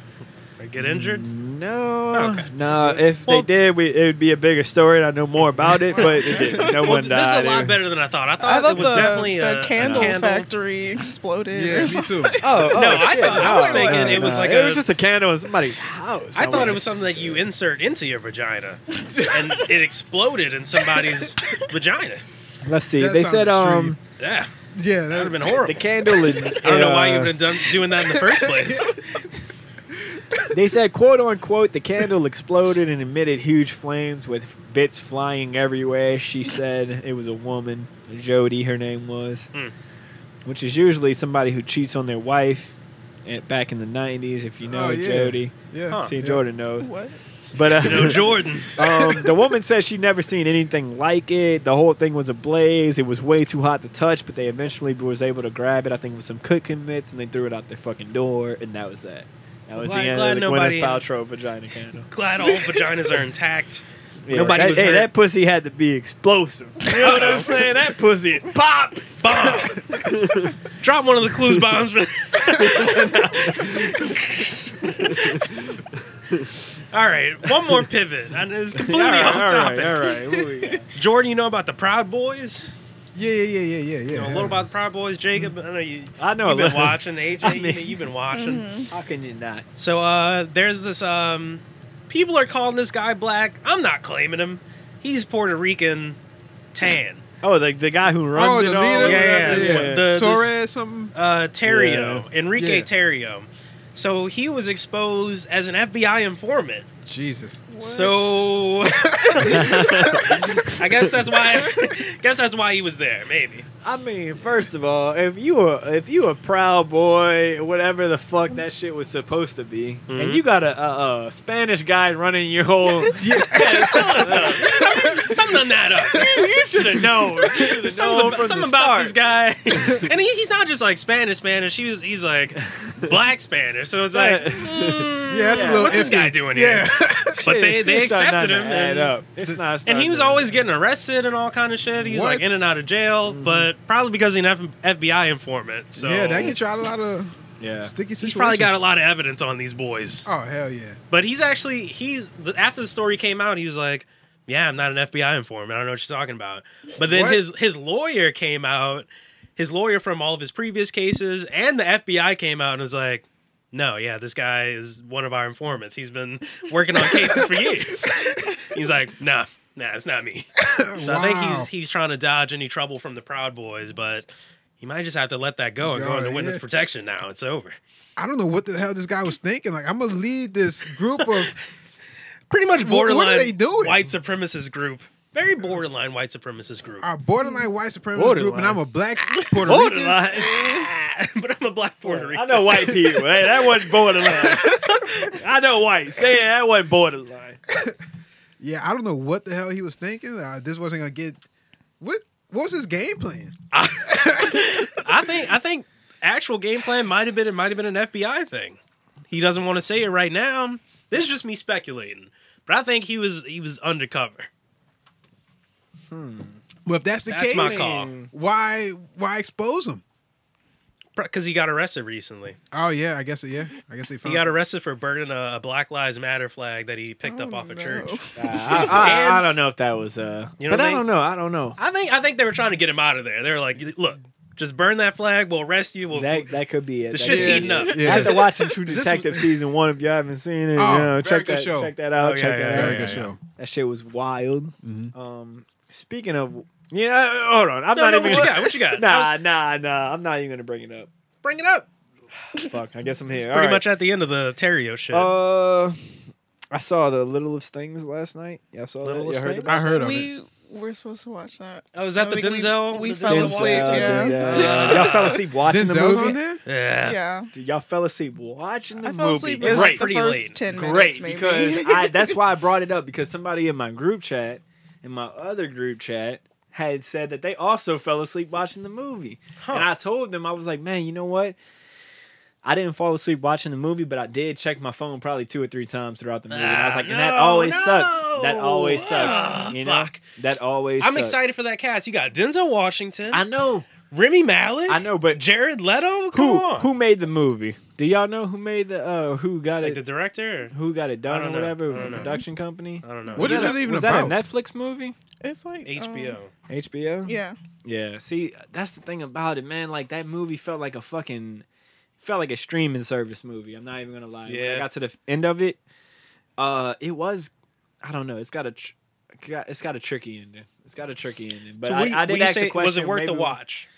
B: or get injured?
C: No,
B: Okay.
C: no. If they
B: Well-
C: did, we, it would be a bigger story, and I know more about it. But it didn't. no
B: Well,
C: one
B: this is a
C: died.
B: lot better than I thought. I thought,
A: I thought
B: it was
A: the,
B: definitely
A: the
B: a, a
A: candle,
B: candle.
A: factory exploded. or
D: Yeah, me
A: something.
D: too.
C: Oh, oh,
B: No, I
C: shit,
B: thought- I was thinking it was like
C: it
B: a-
C: was just a candle in somebody's house.
B: I thought it was something that you insert into your vagina, and it exploded in somebody's vagina.
C: Let's see.
D: That
C: they
D: sounds
C: said um
B: Yeah, that
D: Yeah,
B: would have
D: that,
B: been horrible.
C: the candle. is-
B: I don't know why
C: uh,
B: you would have done doing that in the first place.
C: They said, quote unquote, the candle exploded and emitted huge flames with bits flying everywhere. She said it was a woman, Jody, her name was,
B: Hmm.
C: which is usually somebody who cheats on their wife. At, back in the '90s, if you know
D: Oh, yeah.
C: Jody,
D: yeah.
B: Huh.
C: see
D: yeah.
C: Jordan knows.
A: What?
C: But uh,
B: You know, Jordan.
C: um, the woman says she never seen anything like it. The whole thing was ablaze. It was way too hot to touch, but they eventually was able to grab it. I think with some cooking mitts, and they threw it out their fucking door, and that was that. That was
B: Glad-
C: the end
B: glad
C: of the
B: nobody-
C: Gwyneth Paltrow vagina candle.
B: Glad all vaginas are intact.
C: Yeah,
B: Nobody
C: that,
B: was
C: hey,
B: hurt.
C: that pussy had to be explosive. You know what I'm saying? That pussy pop.
B: Bomb. Drop one of the clues bombs. For- all right, one more pivot. And It's completely off topic.
C: all right. What we got?
B: Jordan, you know about the Proud Boys?
D: Yeah, yeah, yeah, yeah, yeah.
B: You know a
D: yeah.
B: little about the Proud Boys, Jacob. I know you.
C: I know a
B: You've been
C: little.
B: watching AJ.
C: I
B: you
C: mean-
B: know, you've been watching.
C: How can you not?
B: So uh, there's this. Um, people are calling this guy black. I'm not claiming him. He's Puerto Rican, tan.
C: Oh, the the guy who
D: Oh,
C: runs
D: the
C: it all.
D: leader,
B: yeah, yeah.
D: yeah.
B: The-
D: Torres, something.
B: uh, Terrio, Enrique
D: Yeah.
B: Terrio. So he was exposed as an FBI informant.
D: Jesus.
B: So I guess that's why. I guess that's why he was there. Maybe.
C: I mean, first of all, if you were if you a proud boy, whatever the fuck that shit was supposed to be, and you got a, a, a Spanish guy running your whole,
D: Yeah.
B: Something, something on that up.
C: you should have known. You shoulda
B: Something,
C: known
B: about,
C: from
B: something
C: the
B: about
C: start.
B: this guy, and he, he's not just like Spanish Spanish. He was, he's like black Spanish. So it's like,
C: Yeah.
B: mm,
D: Yeah, that's a little
B: what's this
D: iffy.
B: guy doing here?
D: Yeah.
B: But they,
C: Shit,
B: they
C: it's starting
B: accepted
C: to
B: him,
C: add
B: and,
C: up. It's not
B: and he was
C: starting to-
B: always getting arrested and all kind of shit. He was like
D: What? Mm-hmm.
B: in and out of jail, but probably because he's an F- FBI informant. So
D: yeah, that gets you out of a lot of
C: yeah.
D: sticky situations.
B: he's probably got a lot of evidence on these boys.
D: Oh hell yeah.
B: But he's actually he's th- after the story came out, he was like, "Yeah, I'm not an FBI informant. I don't know what you're talking about." But then
D: What?
B: his his lawyer came out, his lawyer from all of his previous cases, and the FBI came out and was like. No, yeah, this guy is one of our informants. He's been working on cases for years. he's like, nah, nah, it's not me. So I think
D: Wow.
B: he's he's trying to dodge any trouble from the Proud Boys, but he might just have to let that go and go
D: God,
B: into witness
D: yeah.
B: protection now. It's over.
D: I don't know what the hell this guy was thinking. Like I'm gonna lead this group of
B: Pretty much
D: Wh- what are
B: borderline
D: they doing?
B: white supremacist group. Very borderline white supremacist group.
D: our borderline white supremacist group, and
C: Borderline.
D: I'm a black Puerto Rican.
C: Borderline.
B: but I'm a black Puerto Rican.
C: I know white people. Hey, that wasn't borderline. I know white. Say that wasn't borderline.
D: Yeah, I don't know what the hell he was thinking. Uh, this wasn't gonna get. What what was his game plan?
B: I think I think actual game plan might have been it might have been an FBI thing. He doesn't want to say it right now. This is just me speculating. But I think he was he was undercover.
D: Well, if that's the
B: That's
D: case,
B: my call.
D: why why expose him?
B: Because he got arrested recently.
D: Oh yeah, I guess yeah, I guess they
B: He
D: found.
B: got arrested for burning a, a Black Lives Matter flag that he picked
A: Oh,
D: Oh,
B: up off a church.
C: I, I- I don't know if that was. Uh,
B: You know what
C: but
B: I
C: I
B: mean?
C: don't know. I don't know.
B: I think I think they were trying to get him out of there. They were like, "Look, just burn that flag. We'll arrest you. We'll,
C: That that could be
B: the
C: it. That
B: shit's
C: could be
B: heating
C: it.
B: up."
D: Yeah.
C: After watching True
B: This was-
C: Detective season one, if you haven't seen it,
D: Oh,
C: you know,
D: very
C: check
D: good
C: that
D: show.
C: check that out.
B: Oh, yeah,
C: check that
B: yeah,
C: out.
D: Very
B: yeah,
D: good
B: yeah.
D: show.
C: That shit was wild. Um, speaking of, you know, hold on.
B: Mm-hmm.
C: I'm
B: No,
C: not
B: no,
C: even.
B: what you
C: gonna-
B: got? What you got?
C: Nah,
B: I
C: nah, nah. I'm not even gonna bring it up.
B: Bring it up.
C: Fuck. I guess I'm here.
B: It's
C: All
B: pretty
C: right.
B: much at the end of the Terrio shit.
C: Uh, I saw the Littlest Things last night. Y'all saw that?
B: Littlest
C: Y'all heard
B: Things?
D: I
C: about
D: heard of it.
A: we were supposed to watch that.
B: oh, is that the
A: we- we-
B: Denzel?
A: we
B: the
A: fell
B: Denzel
A: asleep,
B: one?
C: Denzel,
A: yeah.
C: Denzel, yeah. uh, Y'all fell asleep watching the
D: Denzel's
C: movie.
D: on there.
B: Yeah.
A: Yeah.
C: Y'all fell asleep watching the
A: I
C: movie.
A: fell asleep
B: It
A: in
B: was
A: like the
B: pretty
A: first
B: late.
A: 10 minutes,
C: great
A: maybe.
C: because I, that's why I brought it up because somebody in my group chat, in my other group chat, had said that they also fell asleep watching the movie, and I told them I was like, man, you know what? I didn't fall asleep watching the movie, but I did check my phone probably two or three times throughout the movie. and I was
B: Ah,
C: like, and that
B: no,
C: always
B: no.
C: sucks. That always sucks.
B: Ah,
C: you know,
B: fuck.
C: that always.
B: I'm
C: sucks.
B: excited for that cast. You got Denzel Washington,
C: I know
B: Remy Malek.
C: I know, but-
B: Jared Leto. Come
C: who
B: on.
C: who made the movie. Do y'all know who made the uh who got
B: like
C: it?
B: the director?
C: who got it done
B: don't
C: or
B: know. I
C: whatever?
B: don't
C: The
B: know.
C: production company.
B: I don't know.
D: What
C: Was
D: is
C: that
D: it
C: a-
D: even
C: was
D: about?
C: that a Netflix movie?
A: It's like
B: HBO?
A: um,
C: HBO?
A: yeah.
C: Yeah. See, that's the thing about it, man. Like that movie felt like a fucking felt like a streaming service movie. I'm not even gonna lie. When
B: Yeah.
C: I got to the end of it, uh, it was I don't know. It's got a tr- got- it's got a tricky ending. It's got a tricky ending. But
B: So
C: I,
B: we-
C: I did
B: we
C: ask
B: say-
C: the question.
B: Was it worth
C: maybe
B: the
C: we-
B: watch?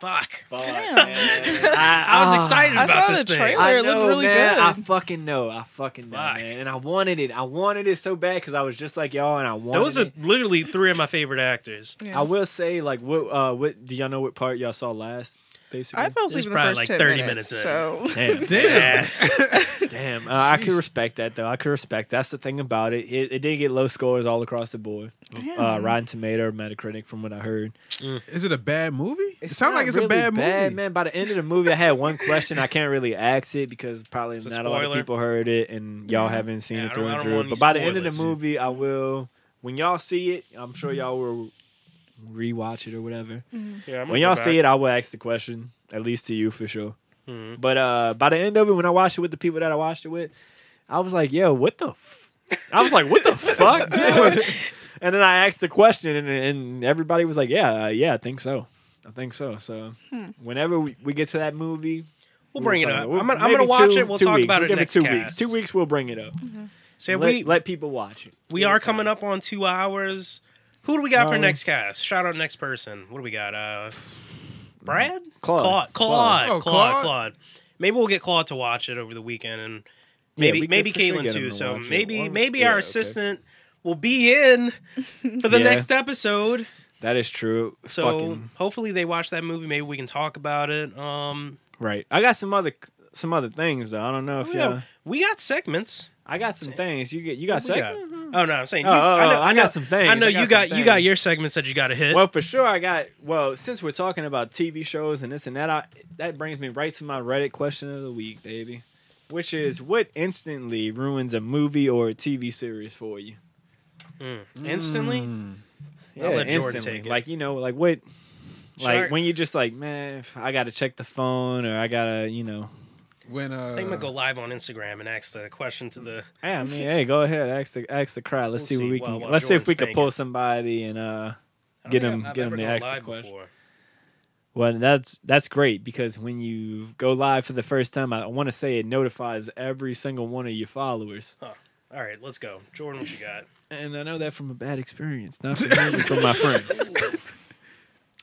B: Fuck.
C: Fuck,
A: Damn.
C: man. I,
B: I was
C: ah.
B: excited
A: I
B: about
A: saw
B: this
A: the
B: thing.
A: trailer.
C: I
A: It looked
C: know,
A: really
C: man.
A: good.
C: I fucking know. I fucking know,
B: Fuck.
C: man. And I wanted it. I wanted it so bad because I was just like y'all, and I wanted.
B: Those
C: it.
B: are literally three of my favorite actors.
A: yeah.
C: I will say, like, what, uh, what do y'all know? What part y'all saw last? basically.
A: I fell asleep
B: It's
A: in the
B: probably
A: first
B: like
A: ten
B: 30
A: minutes.
B: minutes in.
C: Damn.
D: Damn.
A: so
C: Damn, uh, I could respect that though. I could respect. That's the thing about it. It, it did get low scores all across the board. Uh,
A: Damn.
C: Rotten Tomato, Metacritic, from what I heard.
D: Is it a bad movie? it sounds like it's a
C: really
D: bad, movie.
C: Man, by the end of the movie, I had one question. I can't really ask it because probably
B: It's a
C: not a, lot of
B: spoiler.
C: people heard it, and y'all
A: Yeah.
C: haven't seen
B: Yeah,
C: it
B: I
C: through
B: don't- I
C: and
B: don't
C: through.
B: want any
C: But by the end of the
B: spoilers.
C: movie, I will. When y'all see it, I'm sure y'all will rewatch it or whatever.
B: Yeah, I'm
C: When y'all see it, I will ask the question at least to you for sure.
B: Mhm.
C: But uh, by the end of it, when I watched it with the people that I watched it with, I was like, "Yo, what the?" F-? I was like, "What the fuck?" dude?" And then I asked the question, and, and everybody was like, "Yeah, uh, yeah, I think so." I think so. So, whenever we, we get to that movie,
B: we'll
C: we
B: bring
C: will
B: it
C: talk
B: up.
C: about
B: I'm gonna, I'm
C: Maybe
B: gonna watch
C: two-
B: it. We'll
C: two
B: talk
C: weeks.
B: about
C: We'll
B: it
C: give
B: next
C: two
B: cast.
C: weeks. Two weeks, we'll bring it up.
B: So
C: let,
B: we
C: let people watch it.
B: we
C: Give it
B: are
C: time.
B: coming up on two hours. Who do we got for
C: Um,
B: next cast? Shout out next person. What do we got? Uh, Brad,
C: Claude.
B: Claude, Claude,
D: Oh,
B: Claude, Claude,
D: Claude.
B: Maybe we'll get Claude to watch it over the weekend, and
C: Yeah,
B: maybe
C: we could
B: maybe
C: for sure
B: Caitlin
C: get him
B: too.
C: to
B: So
C: watch it.
B: maybe
C: Or-
B: maybe
C: yeah,
B: our
C: okay.
B: assistant will be in for the
C: Yeah.
B: next episode.
C: That is true.
B: So
C: Fucking
B: hopefully they watch that movie. Maybe we can talk about it. Um,
C: right. I got some other some other things though. I don't know if
B: oh, yeah,
C: y'all.
B: we got segments.
C: I got some things. You get you got
B: What we
C: second.
B: Oh no, I'm saying.
C: Oh,
B: you-
C: oh, oh,
B: know-
C: I got some things.
B: I know
C: I
B: you
C: got
B: got
C: some
B: you got
C: things.
B: your segments that you got to hit.
C: Well, for sure, I got. Well, since we're talking about TV shows and this and that, I, that brings me right to my Reddit question of the week, baby, which
B: Mm-hmm.
C: is what instantly ruins a movie or a TV series for you?
B: Mm. instantly. I'll let Jordan take it.
C: Mm. Like you know, like what, like
B: Sure.
C: when you just like, man, if I gotta check the phone or I gotta, you know,
D: When uh,
B: I think I'm gonna go live on Instagram and ask the question to the.
C: hey, I mean, hey, go ahead, ask the ask the crowd. Let's
B: We'll
C: see what
B: see
C: we
B: while-
C: can.
B: while
C: Let's see if
B: Jordan's
C: we can pull
B: thinking.
C: somebody and uh,
B: I don't
C: Get
B: think
C: him-
B: I've
C: get
B: ever
C: him to
B: gone
C: ask the
B: live
C: question.
B: before.
C: Well, that's that's great because when you go live for the first time, I want to say it notifies every single one of your followers.
B: All right, let's go, Jordan. What you got?
C: And I know that from a bad experience, not from, him, but from my friend.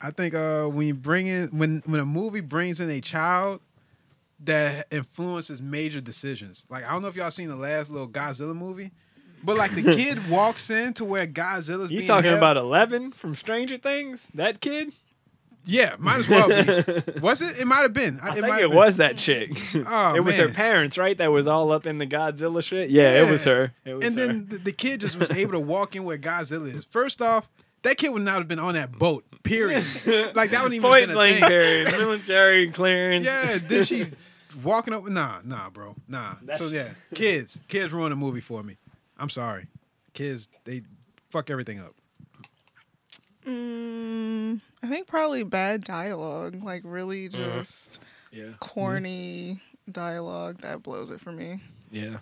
D: I think uh, when you bring in when when a movie brings in a child that influences major decisions. Like I don't know if y'all seen the last little Godzilla movie, but like the kid walks in to where Godzilla's.
C: You
D: being
C: talking
D: held.
C: about Eleven from Stranger Things? That kid?
D: Yeah, might as well. Be. Was it? It might have been.
C: I
D: it
C: think
D: might
C: it
D: have
C: was that chick.
D: Oh,
C: it was her
D: man.
C: parents, right? That was all up in the Godzilla shit. Yeah, it was
D: Yeah.
C: her. It was
D: Been. And
C: her.
D: then the, the kid just was able to walk in where Godzilla is. First off, that kid would not have been on that boat. Period. like that wouldn't even
C: point
D: have been a
C: blank
D: thing.
C: period, military clearance.
D: Yeah, then she walking up. Nah, nah, bro, nah.
C: That's-
D: so yeah, kids, kids ruin the movie for me. I'm sorry, kids, they fuck everything up.
A: Mm, I think probably bad dialogue, like really
B: Mm-hmm.
A: just
C: Yeah.
A: corny dialogue that blows it for me.
C: yeah.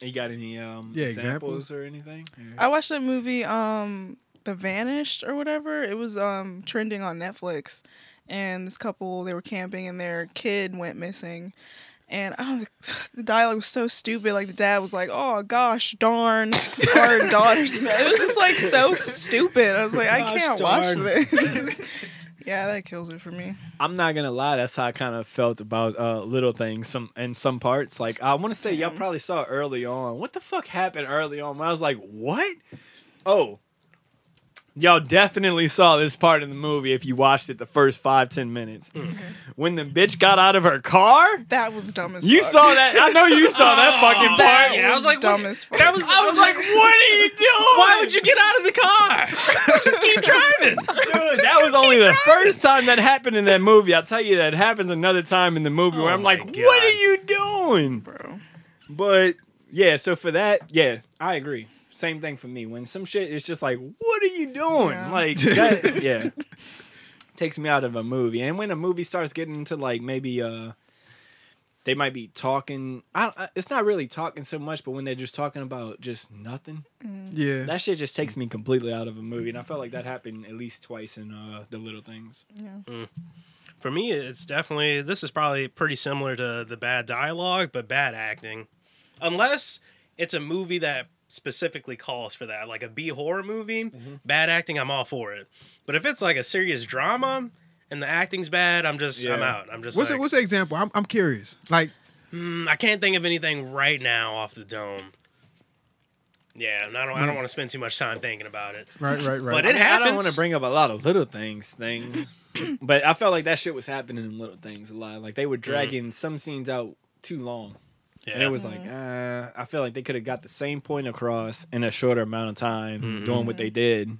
C: You got any um,
D: Yeah,
C: examples or anything?
A: I watched that movie, um, The Vanished or whatever. It was um trending on Netflix, and this couple they were camping and their kid went missing. And I don't, the dialogue was so stupid. Like the dad was like, "Oh gosh, darn, our daughter's." It was just like so stupid. I was like, I
C: Gosh
A: can't
C: darn.
A: watch this. yeah, that kills it for me.
C: I'm not gonna lie, that's how I kind of felt about uh, little things. Some in some parts, like I want to say,
B: Mm-hmm.
C: y'all probably saw early on. What the fuck happened early on? When I was like, what? Oh, y'all definitely saw this part in the movie if you watched it the first five ten minutes.
B: Mm-hmm.
C: When the bitch got out of her car,
A: That was dumb as
C: you
A: fuck.
C: saw that. I know you saw that fucking part.
A: That
B: Yeah, I was
A: was
B: like,
A: dumb
B: what-
A: as fuck.
B: That was.
C: I was like, what are you doing?
B: Why would you get out of the car? Just keep driving.
C: Dude, that was only the first time that happened in that movie. I'll tell you that happens another time in the movie where
B: Oh
C: I'm
B: my
C: like, what are
B: God.
C: you doing?
A: bro.
C: But yeah, so for that, yeah, I agree. Same thing for me. When some shit is just like, what are you doing?
A: Yeah.
C: Like that yeah. Takes me out of a movie. And when a movie starts getting into like maybe uh they might be talking. I, I it's not really talking so much, but when they're just talking about just nothing,
D: Yeah,
C: that shit just takes me completely out of a movie. And I felt like that happened at least twice in uh, the little things.
B: For me, it's definitely this is probably pretty similar to the bad dialogue, but bad acting. Unless it's a movie that specifically calls for that, like a B horror movie,
C: Mm-hmm.
B: bad acting, I'm all for it. But if it's like a serious drama and the acting's bad, I'm just I'm
C: Yeah.
B: out. I'm just
D: what's
B: like,
D: the, what's the example? I'm I'm curious. Like
B: "Mm, I can't think of anything right now off the dome. Yeah, and I don't. I
C: Hmm.
B: don't want to spend too much time thinking about it.
D: Right, right, right.
B: But it
C: I
B: happens.
C: don't want to bring up a lot of little things things, but I felt like that shit was happening in little things a lot. Like they were dragging some scenes out too long, and it
B: Yeah.
C: was like uh, I feel like they could have got the same point across in a shorter amount of time doing what they did,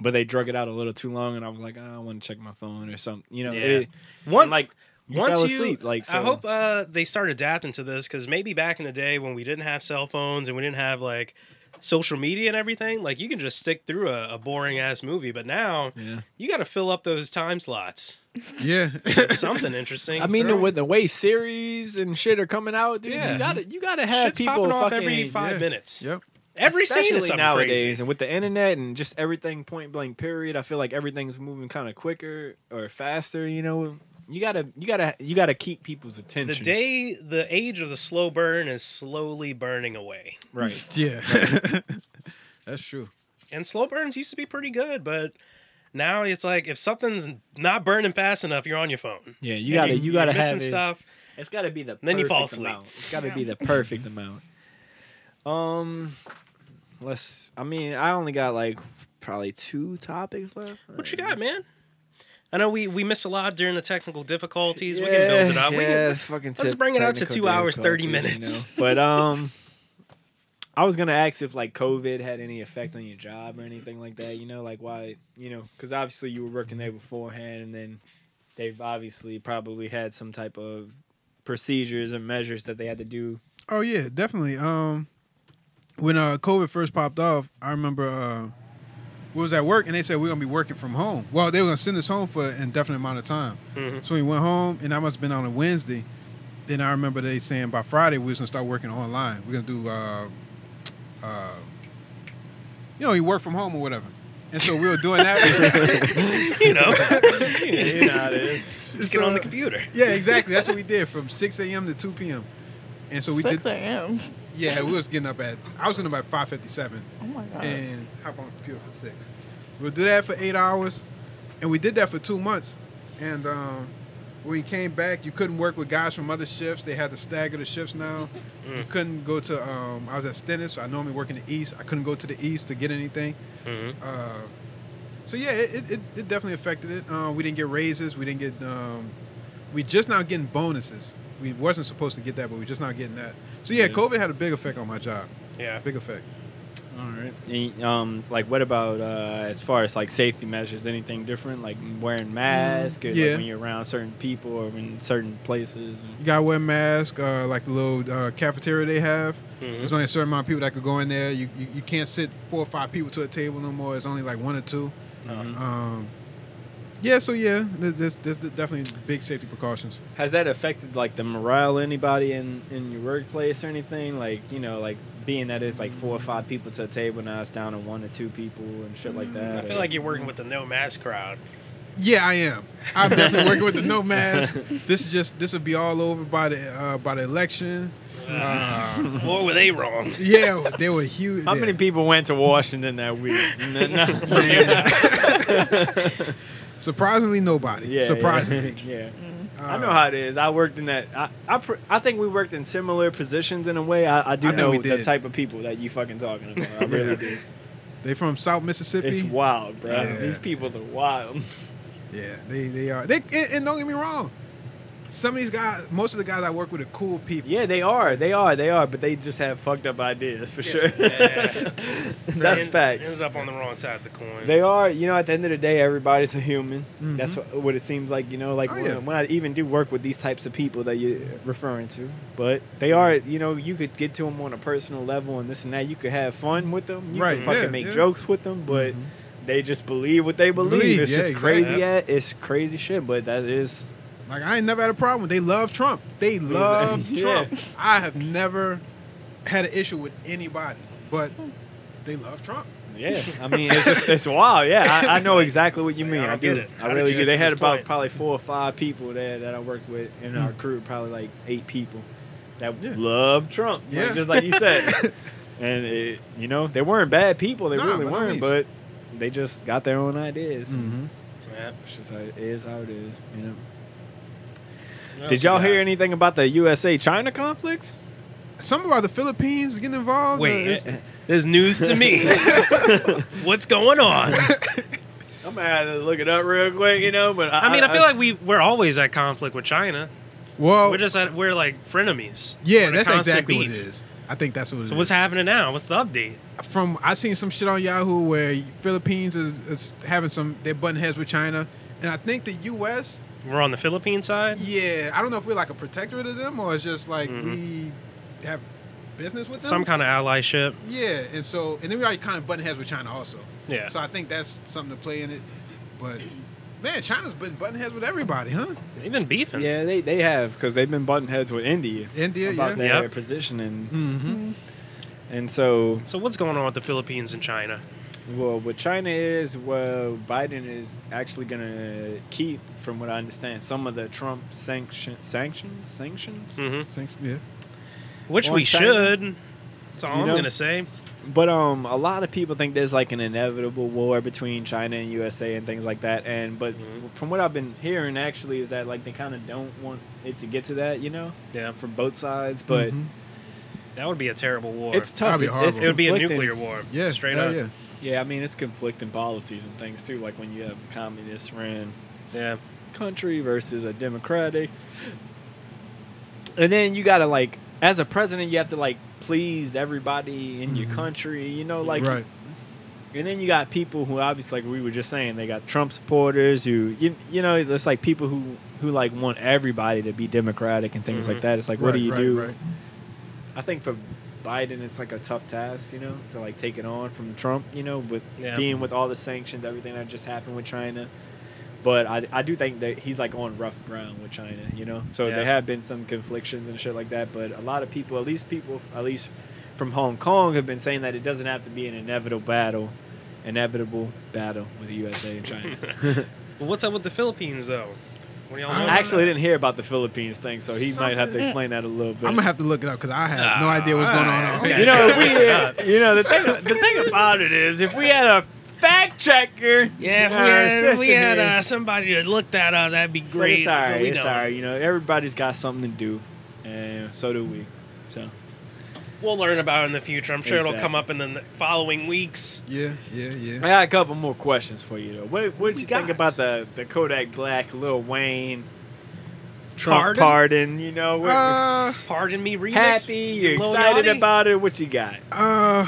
C: but they drug it out a little too long, and I was like, "Ah, I want to check my phone or something. You know,
B: Yeah.
C: it,
B: One-
C: and, like you
B: once
C: fell
B: you
C: asleep. Like so.
B: I hope uh, they start adapting to this because maybe back in the day when we didn't have cell phones and we didn't have like social media and everything, like you can just stick through a, a boring ass movie. But now
C: Yeah.
B: you got to fill up those time slots.
D: yeah.
B: It's something interesting.
C: I mean, with the way series and shit are coming out, dude,
B: Yeah.
C: you gotta you gotta have
B: shit's
C: people
B: popping off
C: fucking
B: every five
D: yeah.
B: minutes.
D: yep.
B: Every
C: Especially
B: scene is something
C: nowadays,
B: crazy.
C: and with the internet and just everything point blank period, I feel like everything's moving kind of quicker or faster. You know, you gotta you gotta you gotta keep people's
B: The
C: attention.
B: day, the age of the slow burn is slowly burning away.
C: right?
D: Yeah. That's true.
B: And slow burns used to be pretty good, but now it's like if something's not burning fast enough, you're on your phone.
C: Yeah, you gotta
B: And
C: you
B: you're
C: gotta
B: missing
C: have it.
B: stuff.
C: It's gotta be the
B: Then you fall
C: perfect
B: asleep.
C: Amount. It's gotta be the perfect amount. Um, let's. I mean, I only got like probably two topics left.
B: What you got, man? I know we we miss a lot during the technical difficulties. we can build it up. We
C: Yeah,
B: can,
C: fucking
B: let's
C: tip-
B: bring it out to
C: technical
B: two hours, 30
C: difficulties, you
B: minutes.
C: know. But um, I was gonna ask if like COVID had any effect on your job or anything like that. You know, like why? You know, because obviously you were working there beforehand, and then they've obviously probably had some type of procedures and measures that they had to do.
D: Oh yeah, definitely. Um, when uh COVID first popped off, I remember uh, we was at work and they said we're gonna be working from home. Well, they were gonna send us home for an indefinite amount of time.
B: Mm-hmm.
D: So we went home, and I must have been on a Wednesday. Then I remember they saying by Friday we was gonna start working online. We're gonna do, uh, uh, you know, you work from home or whatever. And so we were doing that.
B: you know,
C: you know, you know how it is.
B: just get on the
D: So-
B: computer.
D: uh, yeah, exactly. That's what we did from 6 a.m. to 2 p.m. And so we did.
A: Six a.m.
D: Yeah, we was getting up at. I was getting up at five fifty seven,
A: Oh my god.
D: and hop on the computer for six. We'll do that for eight hours, and we did that for two months. And um, when we came back, you couldn't work with guys from other shifts. They had to stagger the shifts now. You couldn't go to. Um, I was at Stennis. So I normally work in the east. I couldn't go to the east to get anything.
B: Mm-hmm.
D: Uh, so yeah, it, it, it- it definitely affected it. Uh, we didn't get raises. We didn't get. Um, we just now getting bonuses. We wasn't supposed to get that, but we just now getting that. So yeah,
C: Yeah.
D: COVID had a big effect on my job.
B: Yeah.
D: Big effect.
C: All right. And, um, like what about uh, as far as like safety measures? Anything different? Like wearing masks, or, like,
D: yeah.
C: when you're around certain people or in certain places.
D: You gotta wear a mask, uh, like the little uh, cafeteria they have. There's only a certain amount of people that could go in there. You, you you can't sit four or five people to a table no more. It's only like one or two.
B: Uh-huh.
C: Mhm.
D: Um, yeah, so yeah, there's, there's, there's definitely big safety precautions.
C: Has that affected like the morale of anybody in in your workplace or anything? Like you know, like being that it's like four or five people to a table now, it's down to one or two people and shit
D: Mm,
C: like that.
B: I feel
C: or-
B: like you're working with the no mask crowd.
D: Yeah, I am. I'm definitely working with the no mask. This is just this will be all over by the uh, by the election. Uh,
B: Or were they wrong?
D: yeah, they were huge.
C: How many
D: yeah.
C: people went to Washington that week? No, no.
D: Surprisingly, nobody.
C: Yeah,
D: Surprisingly,
C: Yeah. yeah.
D: Uh,
C: I know how it is. I worked in that. I I, pr- I think we worked in similar positions in a way. I, I do
D: I think
C: know
D: we
C: the
D: did.
C: type of people that you fucking talking about. I really
D: Yeah.
C: do.
D: Uh, They from South Mississippi.
C: It's wild, bro.
D: Yeah.
C: These people are wild.
D: Yeah, they they are. They and, and don't get me wrong. Some of these guys, most of the guys I work with, are cool people.
C: Yeah, they are. They are. They are. But they just have fucked up ideas for sure. That's
B: End-
C: facts.
B: Ended up on the wrong side of the coin.
C: They are, you know, at the end of the day, everybody's a human.
D: Mhm.
C: That's what, what it seems like, you know, like
D: Oh,
C: when,
D: yeah.
C: when I even do work with these types of people that you're referring to. But they are,
D: Mm-hmm.
C: you know, you could get to them on a personal level and this and that. You could have fun with them. You
D: Right,
C: could fucking
D: yeah,
C: make
D: yeah. Mm-hmm.
C: jokes with them, but they just believe what they believe.
D: Believe,
C: it's
D: yeah,
C: just
D: exactly.
C: crazy. at- it's crazy shit, but that is.
D: Like I ain't never had a problem. They love Trump. They love
C: Yeah.
D: Trump. I have never had an issue with anybody, but they love Trump.
C: Yeah, I mean, it's just it's wild. Yeah, I, I know exactly what you
B: It's
C: mean.
B: like,
C: I,
B: I don't
C: do.
B: get it. How
C: I
B: did
C: really
B: you
C: do.
B: get
C: They
B: to
C: had
B: this
C: about
B: point?
C: probably four or five people there that I worked with in our crew, probably like eight people that
D: Yeah.
C: love Trump. Like,
D: Yeah.
C: just like you said. and it, you know, they weren't bad people. They
D: Nah,
C: really
D: by no
C: weren't,
D: means. Hmm.
C: but they just got their own ideas.
B: Yeah.
C: It's just how it is how it is. You know.
B: What else
C: Did y'all
B: you got?
C: hear anything about the USA China conflicts?
D: Some about the Philippines getting involved.
B: Wait,
D: Uh, it's-
B: eh, There's news to me. What's going on?
C: I'm gonna have to look it up real quick, you know. But I,
B: I mean, I feel like we we're always at conflict with China.
D: Well,
B: We're just at, we're like frenemies. We're
D: Oh. yeah,
B: in
D: that's
B: constant
D: exactly what
B: beef.
D: it is. I think that's what it is.
B: So what's happening now? What's the update?
D: From I seen some shit on Yahoo where Philippines is, is having some they're butting heads with China, and I think the U.S.
B: We're on the Philippine side.
D: Yeah, I don't know if we're like a protectorate of them or it's just like we have business with them.
B: Mm-hmm. Some kind of allyship.
D: Yeah, and so and then we already kind of button heads with China also.
B: Yeah.
D: So I think that's something to play in it, but man, China's been button heads with everybody, huh?
B: They've been beefing.
C: yeah, they they have because they've been butting heads with India
D: India,
C: about
D: yeah.
C: their
B: Yep.
C: positioning,
D: Mm-hmm.
C: and so
B: So what's going on with the Philippines and China?
C: Well, what China is, well, Biden is actually going to keep, from what I understand, some of the Trump sanction, sanctions, sanctions.
B: hmm
D: Yeah.
B: Which we
C: Well, China-
B: should. That's all
C: You
B: I'm
C: know-
B: gonna say.
C: But um, a lot of people think there's like an inevitable war between China and USA and things like that. And but
B: Mhm.
C: from what I've been hearing, actually, is that like they kind of don't want it to get to that, you know,
B: Yeah,
C: from both sides. But
D: Mhm.
B: that would be a terrible war.
C: it's tough.
D: That'd be
C: It's,
D: horrible.
C: it's
B: it would be a
C: conflicting.
B: nuclear war.
D: yeah,
B: straight
D: hell
B: up.
D: Yeah.
C: Yeah, I mean, it's conflicting policies and things too. Like when you have a communist ran
B: yeah.
C: country versus a democratic and then you gotta like as a president you have to like please everybody in your
D: Mhm.
C: country you know like
D: right.
C: and then you got people who obviously like we were just saying they got trump supporters who you, you know it's like people who who like want everybody to be democratic and things
B: Mhm.
C: like that it's like what do
D: Mm-hmm. Right,
C: you
D: right,
C: do
D: Right.
C: i think for biden it's like a tough task you know to like take it on from trump you know with
B: Yeah.
C: being with all the sanctions everything that just happened with china but I, I do think that he's like on rough ground with China, you know. So
B: Yeah.
C: there have been some conflictions and shit like that. But a lot of people, at least people, at least from Hong Kong, have been saying that it doesn't have to be an inevitable battle, inevitable battle with the USA and China.
B: Well, what's up with the Philippines though? What do y'all know
C: I
B: about
C: actually
B: that?
C: didn't hear about the Philippines thing, so he might have to explain that a little bit.
D: I'm gonna have to look it up because I have no idea what's going on.
B: Ah,
D: over
B: okay.
D: there.
C: you know, if we, you know, the thing, the thing about it is, if we had a fact checker,
B: Yeah, if
C: our
B: we had, if we
C: assistant
B: had
C: here-
B: uh, somebody that looked that up, that'd be
C: But
B: great.
C: it's
B: but
C: alright.
B: we
C: It's
B: don't.
C: alright. You know, everybody's got something to do, and so do we. So
B: We'll learn about it in the future. I'm sure it'll come up in the n- following weeks.
D: Yeah, yeah, yeah.
C: I got a couple more questions for you though. What What did
B: We
C: you
B: got-
C: think about the the Kodak Black, Lil Wayne, Trump
B: Pardon?
C: pardon? you know, what,
D: Uh,
B: Pardon me, remix.
C: happy? You
B: Lil
C: excited
B: Yachty?
C: about it? What you got?
D: uh,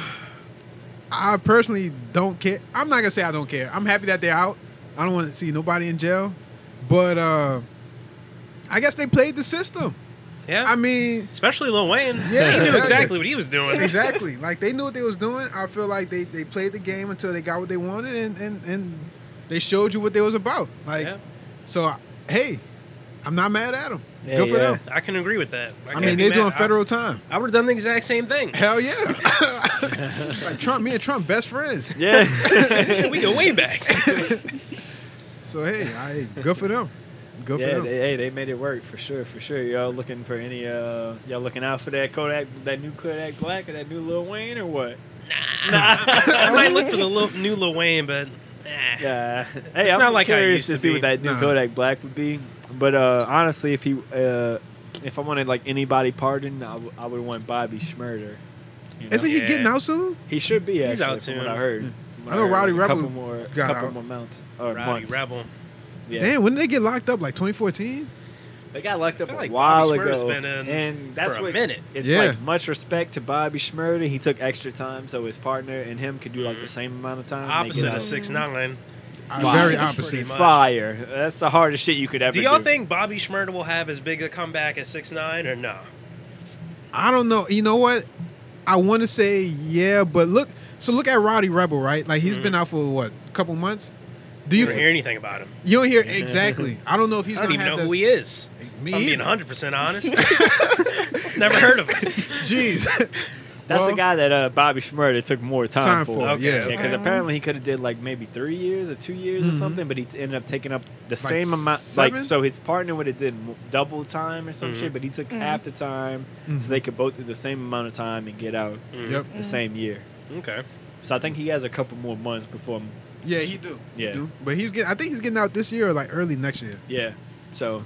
D: I personally don't care. I'm not gonna say I don't care. I'm happy that they're out. I don't want to see nobody in jail, but uh, I guess they played the system.
B: Yeah,
D: I mean,
B: especially Lil Wayne.
D: Yeah,
B: he knew
D: exactly.
B: exactly what he was doing.
D: exactly. Like they knew what they was doing. I feel like they, they played the game until they got what they wanted, and and, and they showed you what they was about. Like,
B: Yeah.
D: so I, hey, I'm not mad at them.
C: Yeah,
D: Good for
C: yeah.
D: them.
B: I can agree with that.
D: I
B: can't
D: mean,
B: be
D: they're
B: mad.
D: doing
B: I-
D: federal time.
B: I would have done the exact same thing.
D: Hell yeah. like Trump, me and Trump best friends.
C: Yeah,
B: we go way back.
D: So hey, I good for them. Good
C: yeah.
D: for them.
C: They, hey, they made it work for sure, for sure. Y'all looking for any? Uh, y'all looking out for that Kodak, that new Kodak Black, or that new Lil Wayne, or what?
B: I might look for the Lil, new Lil Wayne, but nah.
C: Yeah. Hey,
B: It's
C: I'm
B: not like how it used
C: curious to,
B: to
C: see
B: be.
C: what that new
D: Nah.
C: Kodak Black would be. But uh, honestly, if he, uh, if I wanted like anybody pardoned, I, w- I would want Bobby Schmurder. You know?
D: Isn't he
B: Yeah.
D: getting out soon?
C: He should be.
B: He's
C: Actually,
B: out
C: from
B: soon.
C: what I heard. From what
D: I know
C: heard,
D: Rowdy
C: like,
D: Rebel
C: A couple more,
D: got
C: couple
D: out.
C: more months or
B: Rowdy
C: months.
B: Rebel.
C: Yeah.
D: Damn, when did they get locked up? Like 2014?
C: They got locked up
B: I
C: a
B: feel like
C: while
B: Bobby Schmurder's
C: ago,
B: been in
C: and that's
B: for a
C: what
B: minute.
C: It's
D: Yeah.
C: like much respect to Bobby Schmurder. He took extra time, so his partner and him could do like the same amount of time. They
B: Mm-hmm. Opposite
C: get
B: of
C: out.
B: six nine.
D: Uh,
C: Wow.
D: Very
C: Pretty
D: opposite.
B: much.
C: Fire. That's the hardest shit you could ever
B: Do y'all
C: do.
B: think Bobby Schmurda will have as big a comeback as six nine or no?
D: I don't know. You know what? I want to say yeah, but look. So look at Roddy Rebel, right? Like he's been out for what, a couple months?
B: Mm-hmm.
D: Do
B: You
D: you?
B: don't hear anything about him.
D: you don't hear exactly. I don't know if he's
B: I don't
D: gonna
B: even know
D: have
B: who
D: the.
B: he is.
D: Me
B: if I'm being
D: either.
B: 100 percent honest. Never heard of him.
D: Jeez.
C: That's
D: Well,
C: the guy that uh, Bobby Schmurda took more time,
D: Time
C: for.
D: for,
C: Yeah,
B: Okay,
D: yeah.
B: okay.
C: because apparently he could have did like maybe three years or two years or
D: Mhm.
C: something, but he t- ended up taking up the
D: Like
C: same amount.
D: seven?
C: Like so, his partner would have did m- double time or some
B: Mhm.
C: shit, but he took
D: Mm-hmm.
C: half the time,
D: Mhm.
C: so they could both do the same amount of time and get out
D: Yep.
B: Mm-hmm.
C: the same year.
B: Okay.
C: So I think he has a couple more months before. m-
D: Yeah, he do. He
C: Yeah.
D: do. But he's getting. I think he's getting out this year or like early next year.
C: Yeah. So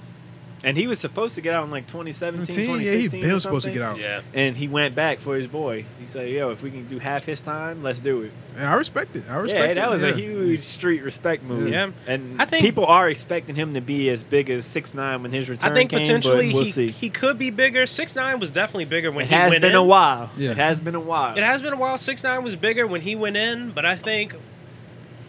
C: And he was supposed to get out in like 2017,
D: 17, yeah, he
C: 2016 or
D: been supposed to
C: something.
D: get out.
B: Yeah.
C: And he went back for his boy. He said, "Yo, if we can do half his time, let's do it."
D: And I respect it. I respect
C: Yeah,
D: it.
C: that was
D: yeah.
C: a huge street respect move.
B: Yeah.
C: and
B: I
C: I
B: think-
C: think people are expecting him to be as big as six nine when his return.
B: I think
C: came, but
B: potentially
C: we'll
B: he,
C: see.
B: he could be bigger. Six nine was definitely bigger when
C: it
B: he
C: has
B: went
C: been
B: in.
C: a while.
D: Yeah.
C: It has been a while.
B: It has been a while. Six nine was bigger when he went in, but I think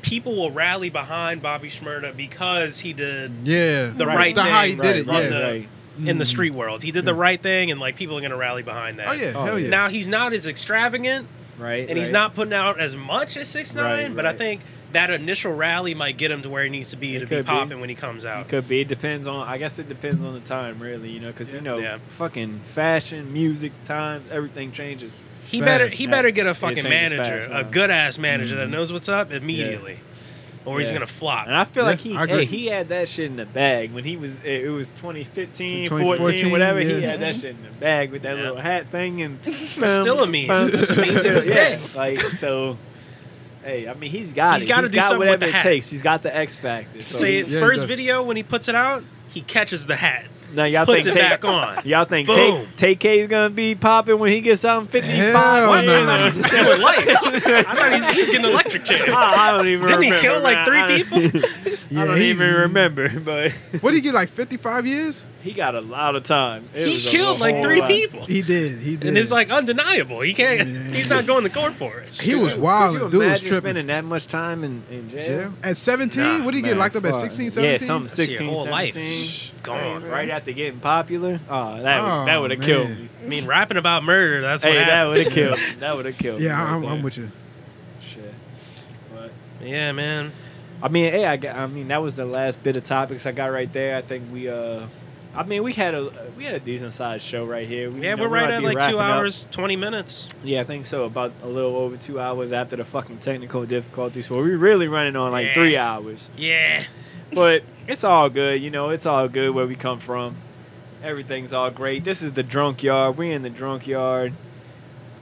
B: people will rally behind Bobby Schmurda because he did
D: Yeah.
B: the right,
D: The
B: thing.
D: how he did it.
B: on
C: right,
D: Yeah.
B: the-
C: right.
B: in the street world. He
C: Mm.
B: did the right thing, and like people are gonna rally behind that.
D: Oh yeah.
C: Oh,
D: hell yeah.
B: Now he's not as extravagant,
C: right,
B: and he's
C: right.
B: not putting out as much as six nine,
C: Right,
B: but I
C: right.
B: think that initial rally might get him to where he needs to be
C: It
B: to be
C: could be.
B: popping when he comes out.
C: Could be. It depends on. I guess it depends on the time, really. You know, because
D: Yeah.
C: you know,
B: Yeah.
C: fucking fashion, music, times, everything changes.
B: He better
D: Fast.
B: he better get a
C: It
B: fucking
C: changes
B: manager,
C: fast,
B: a
C: huh? Mm-hmm.
B: good ass manager that knows what's up immediately, or he's
C: Yeah.
B: gonna flop.
C: And I feel
D: Yeah,
C: like he
D: I agree.
C: hey, he had that shit in the bag when he was it was 2015,
D: 2014,
C: 14, whatever. He
D: yeah.
C: had that shit in the bag with that
B: Yeah.
C: little hat thing and it's
B: still a meme. It's a meme to this day.
C: Like so Hey, I mean he's got
B: He's
C: it.
B: gotta
C: he's
B: do
C: got
B: something with
C: whatever
B: the
C: it
B: hat.
C: takes. He's got the X factor. So
B: Say
D: Yeah,
B: first
D: exactly.
B: video when he puts it out, he catches the hat,
C: now y'all
B: puts
C: think
B: it
C: Tay-
B: back on.
C: Y'all think
B: Boom.
C: Tay K is gonna be popping when he gets out in 55?
D: Hell
C: What?
D: no.
C: I
B: He's
C: don't
B: doing life. I thought he's, he's getting electric chair.
C: even- I don't even
B: Didn't he
C: remember,
B: kill, like,
C: man.
B: three
C: I don't-
B: people?
D: yeah,
C: I don't
D: he's-
C: even remember, but
D: What did he get? Like fifty-five years?
C: he got a lot of time. It
B: He
C: was a
B: killed like
C: whole
B: three
C: lot.
B: people,
D: He did. He did.
B: and it's like undeniable. He can't.
D: Yeah.
B: He's not going to court for it.
D: he was
C: Could you
D: wild. Dude was
C: imagine
D: tripping.
C: spending that much time in, in jail?
D: Jail? At seventeen,
B: Nah,
D: what did he get?
C: Man,
D: Locked up at
C: fuck.
D: 16,
C: Yeah,
D: 17?
C: something
B: That's your
C: 16,
B: whole life.
C: 17.
B: Gone.
C: Right after getting popular? Oh, that,
D: Oh,
C: would that would have
D: man.
C: killed me.
B: I mean, rapping about murder. That's
C: Hey,
B: what
C: that
B: happened.
C: would have killed me. That would have killed me.
D: Yeah,
C: right
D: I'm, I'm
C: there.
D: with you.
C: Shit. But,
B: Yeah, man.
C: I mean, hey, I, got- I mean, that was the last bit of topics I got right there. I think we, uh, I mean, we had a we had a decent sized show right here. We,
B: Yeah,
C: you know,
B: we're
C: we
B: right
C: might
B: at
C: be
B: like
C: wrapping
B: two
C: up.
B: hours, twenty minutes.
C: Yeah, I think so. About a little over two hours after the fucking technical difficulties. So we're really running on like
B: Yeah.
C: three hours.
B: Yeah.
C: but it's all good, you know. It's all good where we come from. Everything's all great. This is the drunk yard. We in the drunk yard.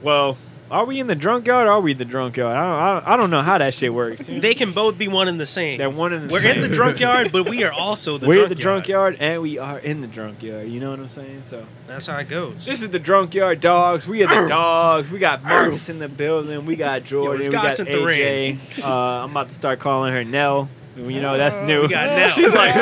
C: Well, are we in the drunk yard? Or are we the drunk yard? I don't, I don't, I don't know how that shit works. you know?
B: They can both be one and the same.
C: They're one and the
B: We're
C: same.
B: in the drunk yard, but we are also the
C: We're
B: drunk
C: the drunk yard and we are in the drunk yard. You know what I'm saying? So
B: That's how it goes.
C: this is the drunk yard dogs. We are the dogs. We got Marcus in the building. We got Jordan. we got
B: Wisconsin the ring.
C: AJ. Uh, I'm about to start calling her Nell. You know that's
A: Oh,
C: new.
B: Uh, we got Nell.
C: She's like,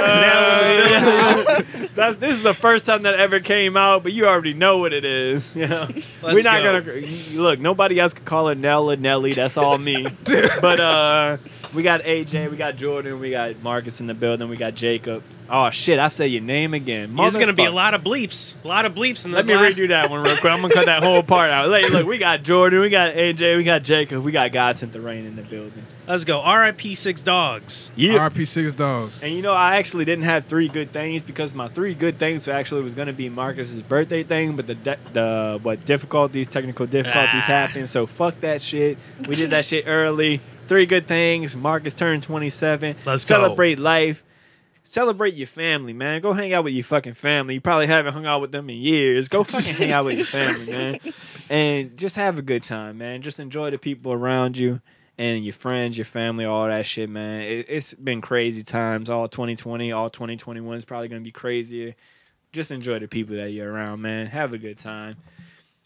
B: Nell.
C: "Uh, that's this is the first time that ever came out, but you already know what it is. You know, we're
B: Let's
C: not
B: go.
C: gonna look. Nobody else could call her Nell or Nelly. That's all me. but uh, we got AJ, we got Jordan, we got Marcus in the building, we got Jacob. Oh shit, I say your name again.
B: There's gonna be a
C: Motherfucker.
B: lot of bleeps, a lot of bleeps in
C: Let
B: this.
C: me
B: line.
C: redo that one real quick. I'm gonna cut that whole part out. Like, look, we got Jordan, we got AJ, we got Jacob, we got God sent the rain in the building.
B: Let's go. R.I.P. Six Dogs.
C: Yeah.
D: RP six dogs.
C: And you know, I actually didn't have three good things because my three good things were actually was gonna be Marcus's birthday thing, but the de- the what difficulties, technical difficulties
B: Ah.
C: happened. So fuck that shit. We did that shit early. Three good things. Marcus turned 27.
B: Let's go.
C: celebrate life. Celebrate your family, man. Go hang out with your fucking family. You probably haven't hung out with them in years. Go fucking hang out with your family, man. And just have a good time, man. Just enjoy the people around you and your friends, your family, all that shit, man. It, it's been crazy times. All 2020, all 2021 is probably going to be crazier. Just enjoy the people that you're around, man. Have a good time.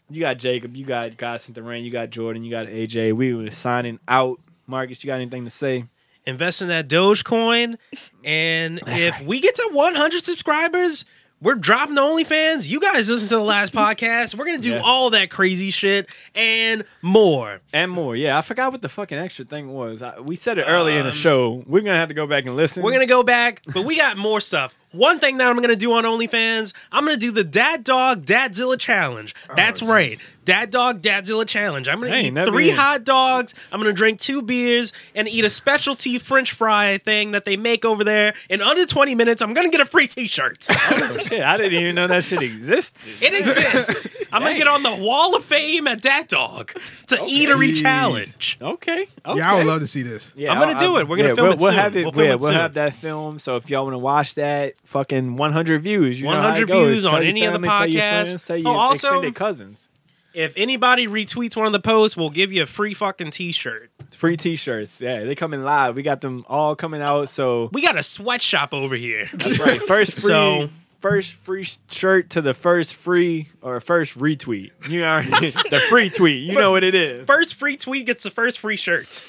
C: You got Jacob, you got God sent the rain, you got Jordan, you got AJ. We were signing out. Marcus, you got anything to say?
B: Invest in that Dogecoin, and if we get to 100 subscribers, we're dropping the OnlyFans. You guys listen to the last podcast. We're gonna do
C: Yeah.
B: all that crazy shit and more.
C: And more. Yeah, I forgot what the fucking extra thing was. I, we said it early in the show. We're going to have to go back and listen.
B: Um, We're gonna go back, but we got more stuff. One thing that I'm gonna do on OnlyFans, I'm gonna do the Dad Dog Dadzilla Challenge. That's
D: jeez.
B: right, Dad Dog Dadzilla Challenge. I'm gonna
C: Hey,
B: eat
C: never
B: three
C: eat.
B: hot dogs. I'm gonna drink two beers and eat a specialty French fry thing that they make over there. In under 20 minutes, I'm gonna get a free T-shirt.
C: Oh, shit, I didn't even know that shit existed.
B: It exists. I'm gonna
C: Dang.
B: get on the Wall of Fame at Dad Dog. It's an eatery
D: Jeez.
B: challenge.
C: Okay. okay.
D: Yeah, I would love to see this.
C: Yeah,
B: I'm gonna
C: I'll-
B: do
C: I'll-
B: it. We're gonna
C: yeah,
B: film
C: we'll,
B: it
C: We'll
B: soon.
C: have it.
B: We'll film
C: yeah,
B: it
C: we'll
B: soon.
C: have that film. So if y'all want to watch that, fucking 100 views. You know how it
B: 100
C: goes.
B: views
C: Tell
B: on
C: your
B: any of the
C: family, Tell your
B: podcasts.
C: friends, tell
B: Oh,
C: your
B: also-
C: extended cousins.
B: If anybody retweets one of the posts, we'll give you a free fucking T-shirt.
C: Free T-shirts. Yeah, they coming live. We got them all coming out. So
B: We got a sweatshop over here.
C: right, first free.
B: So-
C: first free sh- shirt to the first free or first retweet. You already the free tweet. You know what it is.
B: First free tweet gets the first free shirt.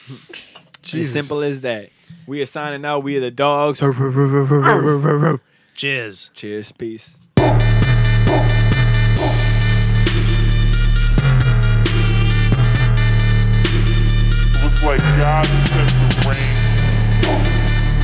C: As simple as that. We are signing out. We are the dogs. Cheers,
B: Jizz.
C: peace.
E: Looks like God sent the rain.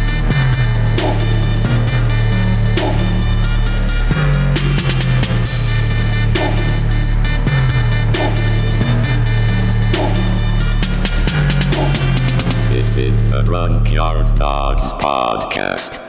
F: This is the Drunkyard Dogs Podcast.